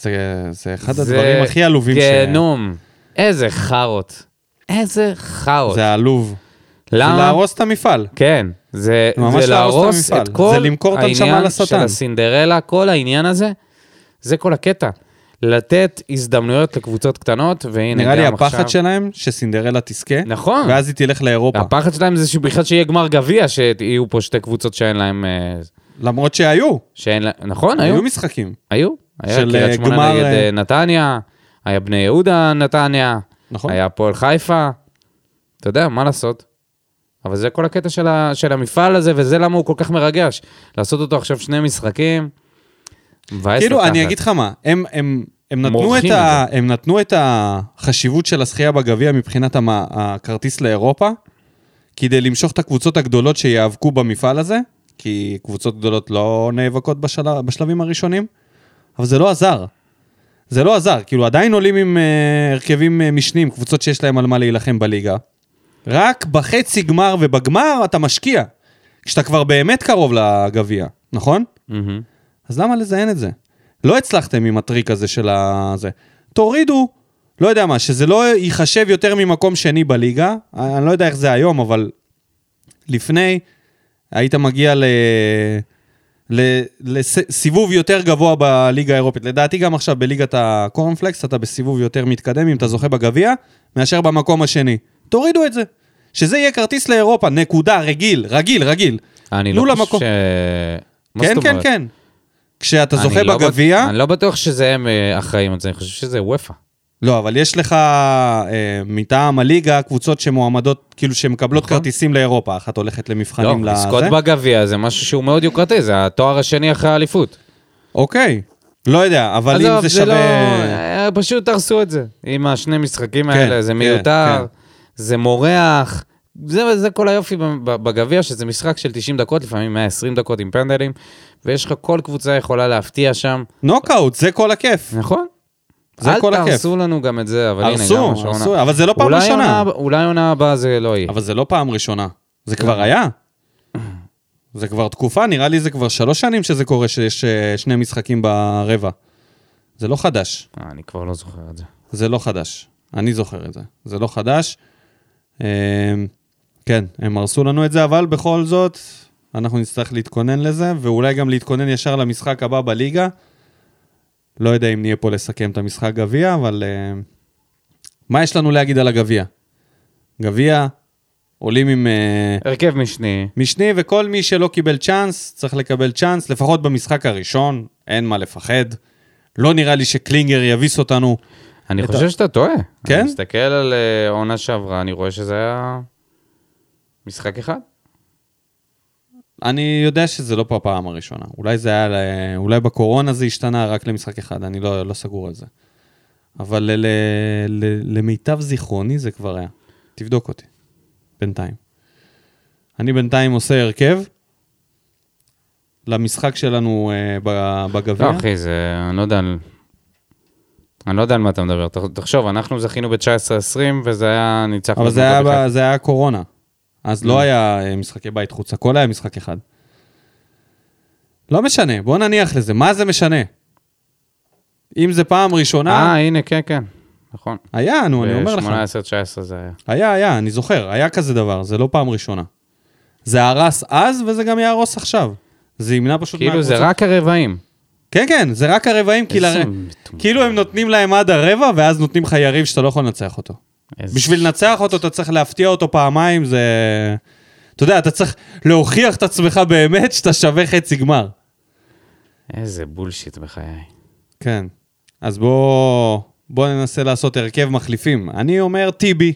זה, זה אחד אוקיי. זה הדברים הכי עלובים גיהנום. איזה חארות. איזה חארות. זה העלוב. זה למה? להרוס את המפעל. כן, זה ממש זה להרוס להרוס את המפעל. את כל זה למכור את הנשמה העניין לשטן. של הסינדרלה, כל העניין הזה, זה כל הקטע. לתת הזדמנויות לקבוצות קטנות, והנה גם נראה עכשיו... לי הפחד שלהם שסינדרלה תזכה, נכון. ואז היא תלך לאירופה. הפחד שלהם זה שבכלל שיהיה גמר גביע, שיהיו פה שתי קבוצות שאין להם... אה, למרות שהיו, שאין להם... נכון, היו? היו משחקים. היו. היה של, קריית אה, שמונה גמר, נגד אה, אה, נתניה, היה בני יהודה נתניה, נכון. היה הפועל חיפה. אתה יודע, מה לעשות? אבל זה כל הקטע של, ה, של המפעל הזה, וזה למה הוא כל כך מרגש. לעשות אותו עכשיו שני משחקים, מבאס כאילו, לקחת. אני אגיד לך מה, הם, הם, הם, נתנו את מורחים ה, הם נתנו את החשיבות של הזכייה בגביע מבחינת המ- הכרטיס לאירופה, כדי למשוך את הקבוצות הגדולות שיאבקו במפעל הזה, כי קבוצות גדולות לא נאבקות בשל... בשלבים הראשונים, אבל זה לא עזר. זה לא עזר, כאילו עדיין עולים עם uh, הרכבים uh, משניים, קבוצות שיש להם על מה להילחם בליגה. רק בחצי גמר ובגמר אתה משקיע, כשאתה כבר באמת קרוב לגביע, נכון? מהמם. אז למה לזיין את זה? לא הצלחתם עם הטריק הזה של ה... זה. תורידו, לא יודע מה, שזה לא ייחשב יותר ממקום שני בליגה. אני אני לא יודע איך זה היום, אבל לפני, היית מגיע ל... ל- לסיבוב יותר גבוה בליגה האירופית. לדעתי גם עכשיו בליגת הקורנפלקס אתה בסיבוב יותר מתקדם, אם אתה זוכה בגביע, מאשר במקום השני. תורידו את זה. שזה יהיה כרטיס לאירופה, נקודה, רגיל, רגיל, רגיל. אני תנו לא חושב למקום. ש... מה כן, זאת כן, אומרת? כן. כשאתה אני זוכה לא בט- בגביע... אני לא בטוח שזה הם אה, אחראים על זה, אני חושב שזה וופא. לא, אבל יש לך אה, מטעם הליגה קבוצות שמועמדות, כאילו שמקבלות נכון. כרטיסים לאירופה, אחת הולכת לא, למבחנים לזה. לזכות בגביע זה משהו שהוא מאוד יוקרתי, זה התואר השני אחרי האליפות. אוקיי, לא יודע, אבל אם עזוב, זה שווה... לא, אה, פשוט הרסו את זה. עם השני משחקים כן, האלה, זה כן, מיותר, כן. זה מורח. זה, זה כל היופי ב- ב- בגביע, שזה משחק של 90 דקות, לפעמים 120 דקות עם פנדלים, ויש לך כל קבוצה יכולה להפתיע שם. נוקאוט, זה כל הכיף. נכון. זה כל הכיף. אל תהרסו לנו גם את זה, אבל הנה, הרסו, גם השעון. הרסו, אבל זה לא פעם ראשונה. אולי עונה הבאה זה לא יהיה. אבל זה לא פעם ראשונה. זה כבר היה. זה כבר תקופה, נראה לי זה כבר שלוש שנים שזה קורה, שיש אה, שני משחקים ברבע. זה לא חדש. אה, אני כבר לא זוכר את זה. זה לא חדש. אני זוכר את זה. זה לא חדש. אמ, כן, הם הרסו לנו את זה, אבל בכל זאת, אנחנו נצטרך להתכונן לזה, ואולי גם להתכונן ישר למשחק הבא בליגה. לא יודע אם נהיה פה לסכם את המשחק גביע, אבל... אמ, מה יש לנו להגיד על הגביע? גביע, עולים עם... אה, הרכב משני, משני, וכל מי שלא קיבל צ'אנס, צריך לקבל צ'אנס, לפחות במשחק הראשון, אין מה לפחד. לא נראה לי שקלינגר יביס אותנו. אני את חושב ה- שאתה טועה. כן? אני מסתכל על אה, עונה שעברה, אני רואה שזה היה משחק אחד. אני יודע שזה לא פה הפעם הראשונה. אולי זה היה, ל- אולי בקורונה זה השתנה רק למשחק אחד, אני לא, לא סגור על זה. אבל ל, ל, ל, למיטב זיכרוני זה כבר היה. תבדוק אותי, בינתיים. אני בינתיים עושה הרכב למשחק שלנו אה, ב- בגביע. לא, אחי, זה... אני לא יודע על... אני לא יודע על מה אתה מדבר. תח- תחשוב, אנחנו זכינו ב-19-20, וזה היה... ניצחנו... אבל את זה היה, מכבי חיפה. ב- Mm. זה היה קורונה. אז לא היה אה, משחקי בית חוץ, הכל היה משחק אחד. לא משנה, בוא נניח לזה, מה זה משנה? אם זה פעם ראשונה, אה, הנה, כן, כן. נכון. היה, נו, אני אומר לך. ב-18-19 זה היה. היה, היה, אני זוכר, היה כזה דבר, זה לא פעם ראשונה. זה הרס אז, וזה גם יהרוס עכשיו. זה ימנע פשוט כאילו, זה מהקבוצות- רק הרבעים. כן, כן, זה רק הרבעים, כי איזה לר- מטומטם. כאילו הם נותנים להם עד הרבע, ואז נותנים לך יריב שאתה לא יכול לנצח אותו. איזה- בשביל לנצח אותו אתה צריך להפתיע אותו פעמיים, זה... אתה יודע, אתה צריך להוכיח את עצמך באמת שאתה שווה חצי גמר. איזה בולשיט בחיי. כן. אז בואו בוא ננסה לעשות הרכב מחליפים. אני אומר טיבי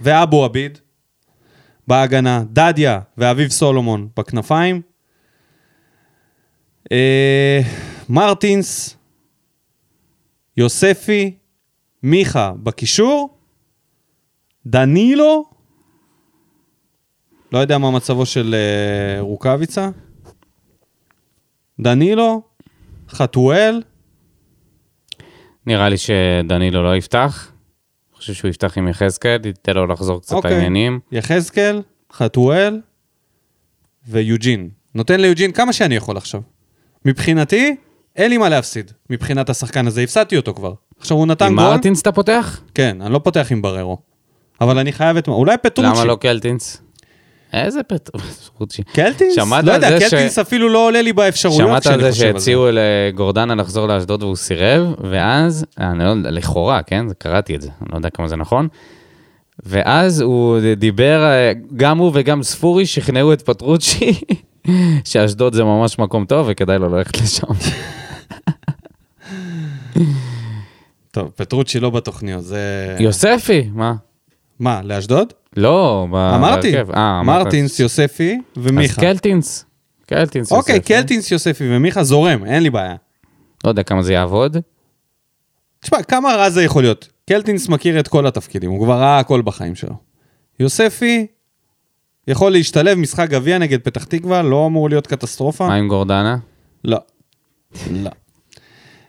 ואבו עביד בהגנה, דדיה ואביב סולומון בכנפיים, אה, מרטינס, יוספי, מיכה בקישור, דנילו, לא יודע מה מצבו של אה, רוקאביצה, דנילו, חתואל, נראה לי שדנילו לא יפתח. אני חושב שהוא יפתח עם יחזקאל, ייתן לו לחזור קצת אוקיי. לעניינים. יחזקאל, חתואל ויוג'ין. נותן ליוג'ין כמה שאני יכול עכשיו. מבחינתי, אין לי מה להפסיד. מבחינת השחקן הזה, הפסדתי אותו כבר. עכשיו הוא נתן עם גול. מרטינס אתה פותח? כן, אני לא פותח עם בררו. אבל אני חייב את... אולי פטרוצ'י. למה לא קלטינס? איזה פטרול, חוצ'י. קלטינס? שמעת לא על יודע, זה ש- קלטינס אפילו לא עולה לי באפשרויות שמעת על כשאני זה חושב על זה. שהציעו לגורדנה לחזור לאשדוד והוא סירב, ואז, אני לא יודע, לכאורה, כן? קראתי את זה, אני לא יודע כמה זה נכון. ואז הוא דיבר, אה, גם הוא וגם ספורי שכנעו את פטרוצ'י שאשדוד זה ממש מקום טוב וכדאי לו ללכת לשם. כן. טוב, פטרוצ'י לא בתוכניות, זה... יוספי, מה? מה, לאשדוד? לא, ב- אמרתי, בהרכב. אה, אמרת. מרטינס, יוספי אז ומיכה. קלטינס. קלטינס יוספי. אוקיי, קלטינס, יוספי ומיכה זורם, אין לי בעיה. לא יודע כמה זה יעבוד. נכון. תשמע, כמה רע זה יכול להיות? קלטינס מכיר את כל התפקידים, הוא כבר ראה הכל בחיים שלו. יוספי יכול להשתלב משחק גביע נגד פתח תקווה, לא אמור להיות קטסטרופה. מה עם גורדנה? לא. לא.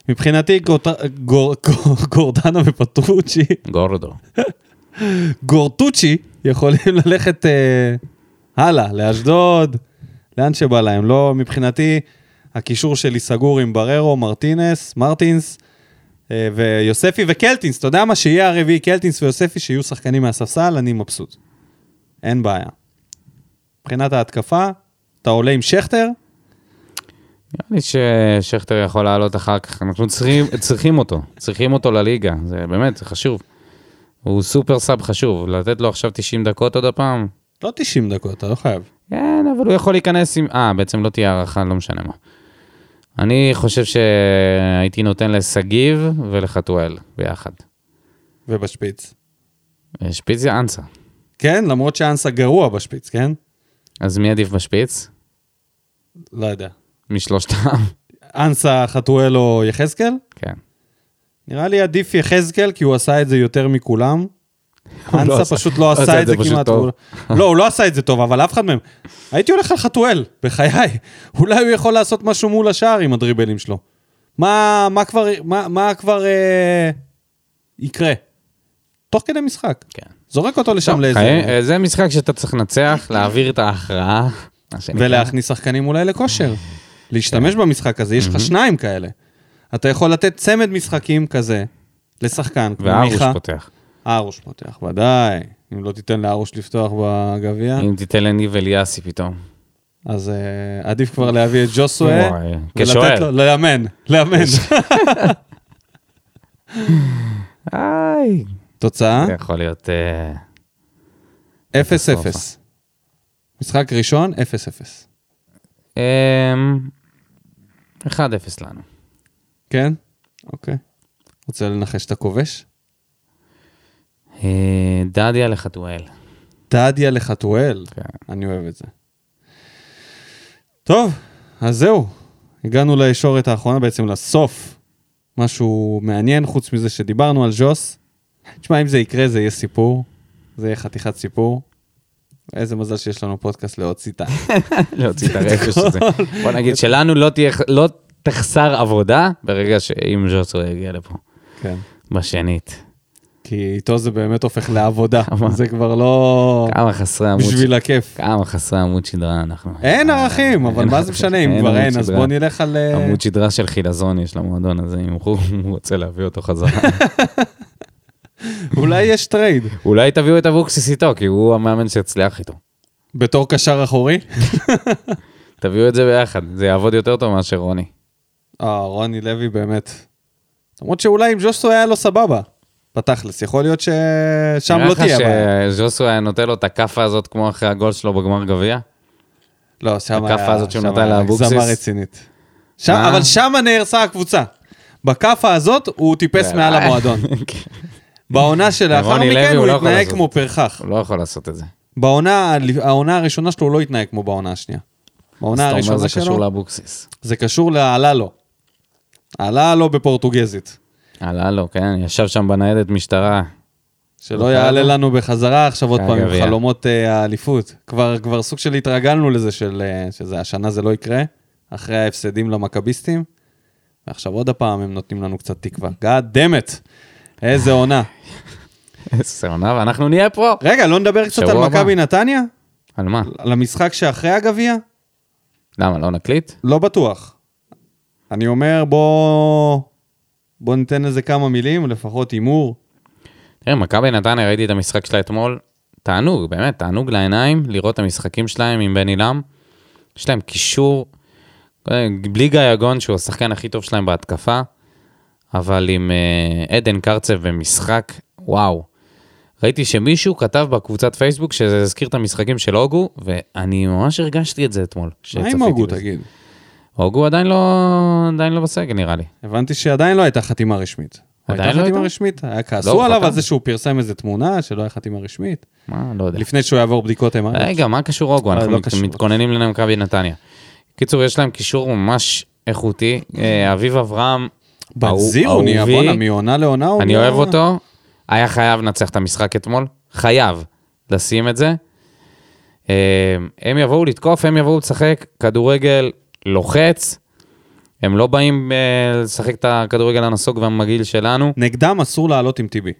מבחינתי גורט- גור- גור- גורדנה ופטרוצ'י, גורדו. גורטוצ'י יכולים ללכת אה, הלאה, לאשדוד, לאן שבא להם. לא, מבחינתי, הקישור שלי סגור עם בררו, מרטינס, מרטינס אה, ויוספי וקלטינס. אתה יודע מה? שיהיה הרביעי קלטינס ויוספי, שיהיו שחקנים מהספסל, אני מבסוט. אין בעיה. מבחינת ההתקפה, אתה עולה עם שכטר, נראה לי ששכטר יכול לעלות אחר כך, אנחנו צריכים, צריכים אותו, צריכים אותו לליגה, זה באמת, זה חשוב. הוא סופר סאב חשוב, לתת לו עכשיו 90 דקות עוד הפעם? לא 90 דקות, אתה לא חייב. כן, אבל הוא יכול להיכנס עם... אה, בעצם לא תהיה הערכה, לא משנה מה. אני חושב שהייתי נותן לשגיב ולחתואל ביחד. ובשפיץ. שפיץ זה אנסה. כן, למרות שאנסה גרוע בשפיץ, כן? אז מי עדיף בשפיץ? לא יודע. משלושתם. אנסה, חתואל או יחזקאל? כן. נראה לי עדיף יחזקאל, כי הוא עשה את זה יותר מכולם. הוא לא עשה- אנסה פשוט לא עשה את זה פשוט כמעט. טוב. כולם. לא, הוא לא עשה את זה טוב, אבל אף אחד מהם. הייתי הולך על חתואל, בחיי. אולי הוא יכול לעשות משהו מול השער עם הדריבלים שלו. מה מה כבר מה- מה כבר אה, יקרה? תוך כדי משחק. כן. זורק אותו לשם טוב, אה, לאיזה... חיי- זה משחק שאתה צריך לנצח, להעביר את ההכרעה. מה שנקרא. ולהכניס שחקנים אולי אה, לכושר. להשתמש במשחק הזה, יש לך שניים כאלה. אתה יכול לתת צמד משחקים כזה לשחקן, כמו והרוש מיכה. פותח. ארוש פותח, ודאי. אם לא תיתן לארוש לפתוח בגביע, אם תיתן לניב אליאסי פתאום. אז אה, עדיף כבר להביא את ג'וסווה. וואי, ולתת אה, כשוער. לו- לאמן, לאמן. איי. תוצאה, זה יכול להיות... אה, 0-0. משחק ראשון, 0-0. אמ, 1-0 לנו. כן? אוקיי. רוצה לנחש את הכובש? אה, דדיה לחתואל. דדיה לחתואל. כן. אני אוהב את זה. טוב, אז זהו. הגענו לישורת האחרונה, בעצם לסוף. משהו מעניין, חוץ מזה שדיברנו על ז'וס. תשמע, אם זה יקרה, זה יהיה סיפור. זה יהיה חתיכת סיפור. איזה מזל שיש לנו פודקאסט לעוד סיטה. להוציא את הרכש הזה. בוא נגיד שלנו לא תהיה, לא תחסר עבודה ברגע שאם ז'וסו יגיע לפה. כן. בשנית. כי איתו זה באמת הופך לעבודה. כמה- זה כבר לא כמה חסרי עמוד. בשביל הכיף. כמה חסרי עמוד שדרה אנחנו. אין ערכים, אבל אין מה ערכים. זה משנה אם אין כבר עמוד אין, אז שדרה. בוא נלך על... אה, עמוד שדרה של חילזון יש למועדון הזה, אם הוא הוא רוצה להביא אותו חזרה. אולי יש טרייד. אולי תביאו את אבוקסיס איתו, כי הוא המאמן שהצליח איתו. בתור קשר אחורי? תביאו את זה ביחד, זה יעבוד יותר טוב מאשר רוני. אה, רוני לוי באמת. למרות שאולי אם ז'וסו היה לו סבבה. בתכלס, יכול להיות ששם לא תהיה בעיה. נראה לך שז'וסו היה נותן לו את הכאפה הזאת כמו אחרי הגול שלו בגמר גביע? לא, שם היה... הכאפה הזאת שהוא שם נתן היה לאבוקסיס? הגזמה רצינית. שם, מה? אבל שם נהרסה הקבוצה. בכאפה הזאת הוא טיפס מעל המועדון. כן. בעונה שלאחר אה, רוני לוי מכן הוא הוא לא יכול התנהג לעשות כמו את זה. פרחח. הוא לא יכול לעשות את זה. בעונה העונה הראשונה שלו הוא לא התנהג כמו בעונה השנייה. אז בעונה אתה אומר הראשונה זה קשור שלו לאבוקסיס. זה קשור לעלה לו. עלה לו בפורטוגזית. עלה לו, כן, ישב שם בניידת משטרה. שלא יעלה לנו בחזרה עכשיו עוד פעם עם הגביע. חלומות אה, האליפות. כבר, כבר סוג של התרגלנו לזה של, אה, שזה השנה זה לא יקרה, אחרי ההפסדים למכביסטים, ועכשיו עוד הפעם הם נותנים לנו קצת תקווה. God damn it, איזה עונה. איזה עונה, ואנחנו נהיה פה. רגע, לא נדבר קצת שבוע על הבא. מכבי נתניה? על מה? על המשחק שאחרי הגביע? למה, לא נקליט? לא בטוח. אני אומר, בוא... בוא ניתן לזה כמה מילים, לפחות הימור. תראה, מכבי נתניה, ראיתי את המשחק שלה אתמול, תענוג, באמת, תענוג לעיניים לראות את המשחקים שלהם עם בן עילם. יש להם קישור, אה, בלי גיא יגון, שהוא השחקן הכי טוב שלהם בהתקפה, אבל עם אה, עדן קרצב במשחק, וואו. ראיתי שמישהו כתב בקבוצת פייסבוק שזה הזכיר את המשחקים של הוגו, ואני ממש הרגשתי את זה אתמול. מה עם שצפיתי הוגו, בזה. תגיד? הוגו עדיין לא, עדיין לא בסגל נראה לי. הבנתי שעדיין לא הייתה חתימה רשמית. עדיין הייתה לא חתימה הייתה? רשמית? היה הוא כעסו עליו חתם. על זה שהוא פרסם איזה תמונה שלא היה חתימה רשמית, מה, לא יודע. לפני שהוא יעבור בדיקות MRI. רגע, מה קשור אוגו? אה, אנחנו לא מת- קשור. מתכוננים למכבי נתניה. קיצור, יש להם קישור ממש איכותי. אה, אביב אברהם, בזיר הוא אהוב- נהיה, אהובי. בואנה, מעונה לעונה הוא אני נהיה- אוהב אותו, היה חייב לנצח את המשחק אתמול, חייב לשים את זה. אה, הם יבואו לתקוף, הם יבואו לשחק כדורגל לוחץ. הם לא באים אה, לשחק את הכדורגל הנסוג והמגעיל שלנו. נגדם אסור לעלות עם טיבי.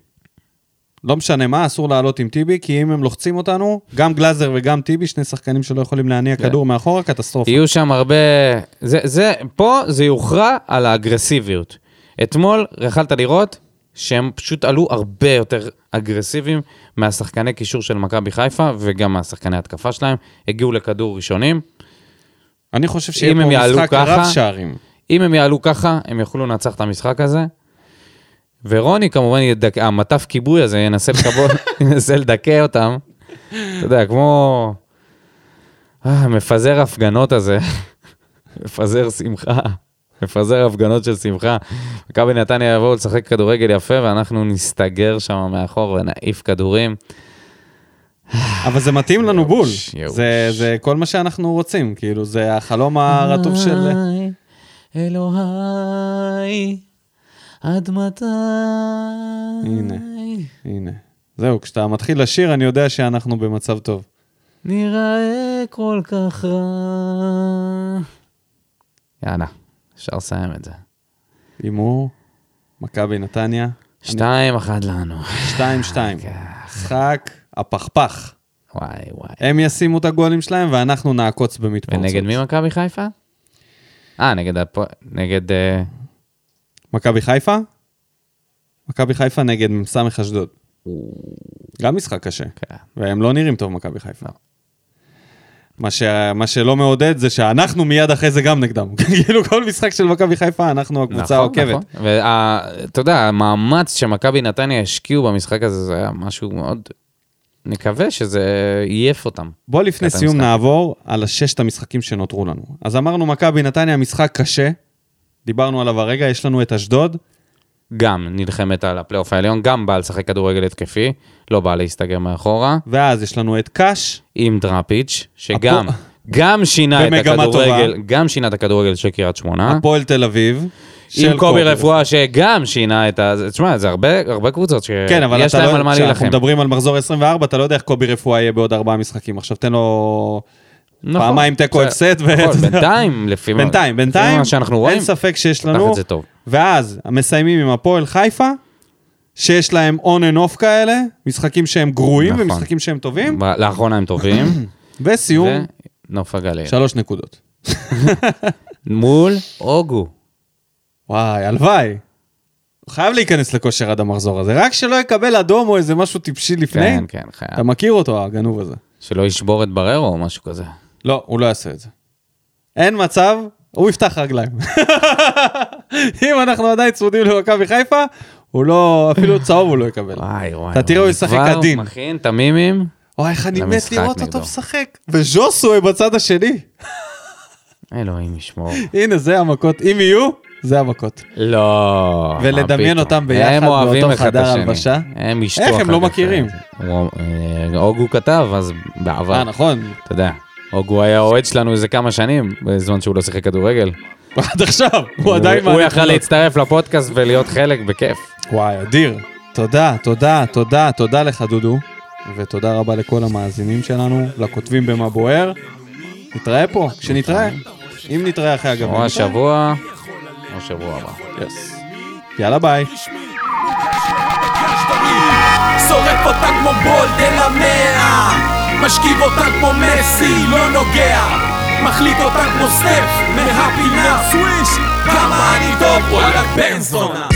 לא משנה מה, אסור לעלות עם טיבי, כי אם הם לוחצים אותנו, גם גלאזר וגם טיבי, שני שחקנים שלא יכולים להניע כן. כדור מאחורה, קטסטרופה. יהיו שם הרבה... זה, זה, פה זה יוכרע על האגרסיביות. אתמול יכלת לראות שהם פשוט עלו הרבה יותר אגרסיביים מהשחקני קישור של מכבי חיפה וגם מהשחקני התקפה שלהם. הגיעו לכדור ראשונים. אני חושב שיהיה אם הם פה יעלו משחק ככה- רב שערים. אם הם יעלו ככה, הם יוכלו לנצח את המשחק הזה. ורוני כמובן, ידק... המטף כיבוי הזה ינסה, לקבול... ינסה לדכא אותם. אתה יודע, כמו... אה, מפזר הפגנות הזה. מפזר שמחה. מפזר הפגנות של שמחה. מכבי נתניה יבואו לשחק כדורגל יפה, ואנחנו נסתגר שם מאחור ונעיף כדורים. אבל זה מתאים לנו יאוש, בול. יאוש. זה- זה כל מה שאנחנו רוצים, כאילו, זה החלום הרטוב של... אלוהי, עד מתי? הנה. הנה. זהו, כשאתה מתחיל לשיר, אני יודע שאנחנו במצב טוב. נראה כל כך רע. יאללה, אפשר לסיים את זה. הימור, מכבי נתניה, שתיים, אחת לנו. 2-2. אה, משחק הפכפך. וואי, וואי. הם ישימו את הגולים שלהם ואנחנו נעקוץ במתפרצות. ונגד מי מכבי חיפה? אה, נגד הפועל, נגד... אה, מכבי חיפה? מכבי חיפה נגד מ"ס אשדוד. גם משחק קשה. כן. והם לא נראים טוב, מכבי חיפה. לא. מה, ש... מה שלא מעודד זה שאנחנו מיד אחרי זה גם נגדם. כאילו כל משחק של מכבי חיפה, אנחנו הקבוצה נכון, העוקבת. נכון. ואתה יודע, המאמץ שמכבי נתניה השקיעו במשחק הזה, זה היה משהו מאוד... נקווה שזה עייף אותם. בוא לפני קטע סיום משחק. נעבור על הששת המשחקים שנותרו לנו. אז אמרנו, מכבי נתניה, משחק קשה, דיברנו עליו הרגע, יש לנו את אשדוד, גם נלחמת על הפלייאוף העליון, גם באה לשחק כדורגל התקפי, לא באה להסתגר מאחורה, ואז יש לנו את קאש, עם דראפיץ', שגם הפו- גם שינה את במגמה הכדורגל, גם שינה את הכדורגל של קריית שמונה, הפועל תל אביב. של אה? עם קובי רפואה שגם שינה את ה... זה- תשמע, זה הרבה הרבה קבוצות כן, אבל שיש אתה להם על לא, מה כשאנחנו להילחם. מדברים על מחזור 24, אתה לא יודע איך קובי רפואה יהיה בעוד ארבעה משחקים. עכשיו תן לו נכון. פעמיים תיקו זה- הפסד. ו- נכון, בינתיים, לפי מה- בינתיים, לפי בינתיים, מה שאנחנו רואים, אין ספק שיש קח לנו, את זה טוב. ואז מסיימים עם הפועל חיפה, שיש להם און אנד אוף כאלה, משחקים שהם גרועים נכון. ומשחקים שהם טובים, ב- לאחרונה הם טובים, וסיום, ונוף הגליל. שלוש נקודות. מול אוגו. וואי, הלוואי. הוא חייב להיכנס לכושר עד המחזור הזה, רק שלא יקבל אדום או איזה משהו טיפשי לפני. כן, כן, חייב. אתה מכיר אותו, הגנוב הזה. שלא ישבור את בררו או משהו כזה. לא, הוא לא יעשה את זה. אין מצב, הוא יפתח רגליים. אם אנחנו עדיין צמודים למכבי חיפה, הוא לא, אפילו צהוב הוא לא יקבל. וואי וואי. אתה תראה, הוא וואי, ישחק כבר עדין. מכין את המימים. וואי, איך אני מת למשחק לראות נגדו. אותו משחק. וז'וסווה בצד השני. אלוהים ישמור. הנה, זה המכות. אם יהיו, זה המכות. לא. מה ולדמיין פתאום. אותם ביחד הם אוהבים באותו אחד את חדר השני. הלבשה. הם אשתו. איך הם אחר לא כך. מכירים? הוא- אה, אוגו כתב, אז אה, בעבר. נכון. אתה יודע. אוגו היה אוהד שלנו איזה כמה שנים, בזמן שהוא לא שיחק כדורגל. עד עכשיו, הוא עדיין... הוא מעניק יכל תמונות. להצטרף לפודקאסט ולהיות חלק בכיף. וואי, אדיר. תודה, תודה, תודה, תודה לך, דודו. ותודה רבה לכל המאזינים שלנו, לכותבים במה בוער. נתראה פה, כשנתראה. אם נתראה אחרי הגביע. או השבוע, או שבוע הבא. יס. יאללה, ביי. שורף אותה כמו בולדן המאה משכיב אותה כמו מסי, לא נוגע מחליט אותה כמו סטף מהפינה סוויש כמה אני טוב, וואלה בן זונה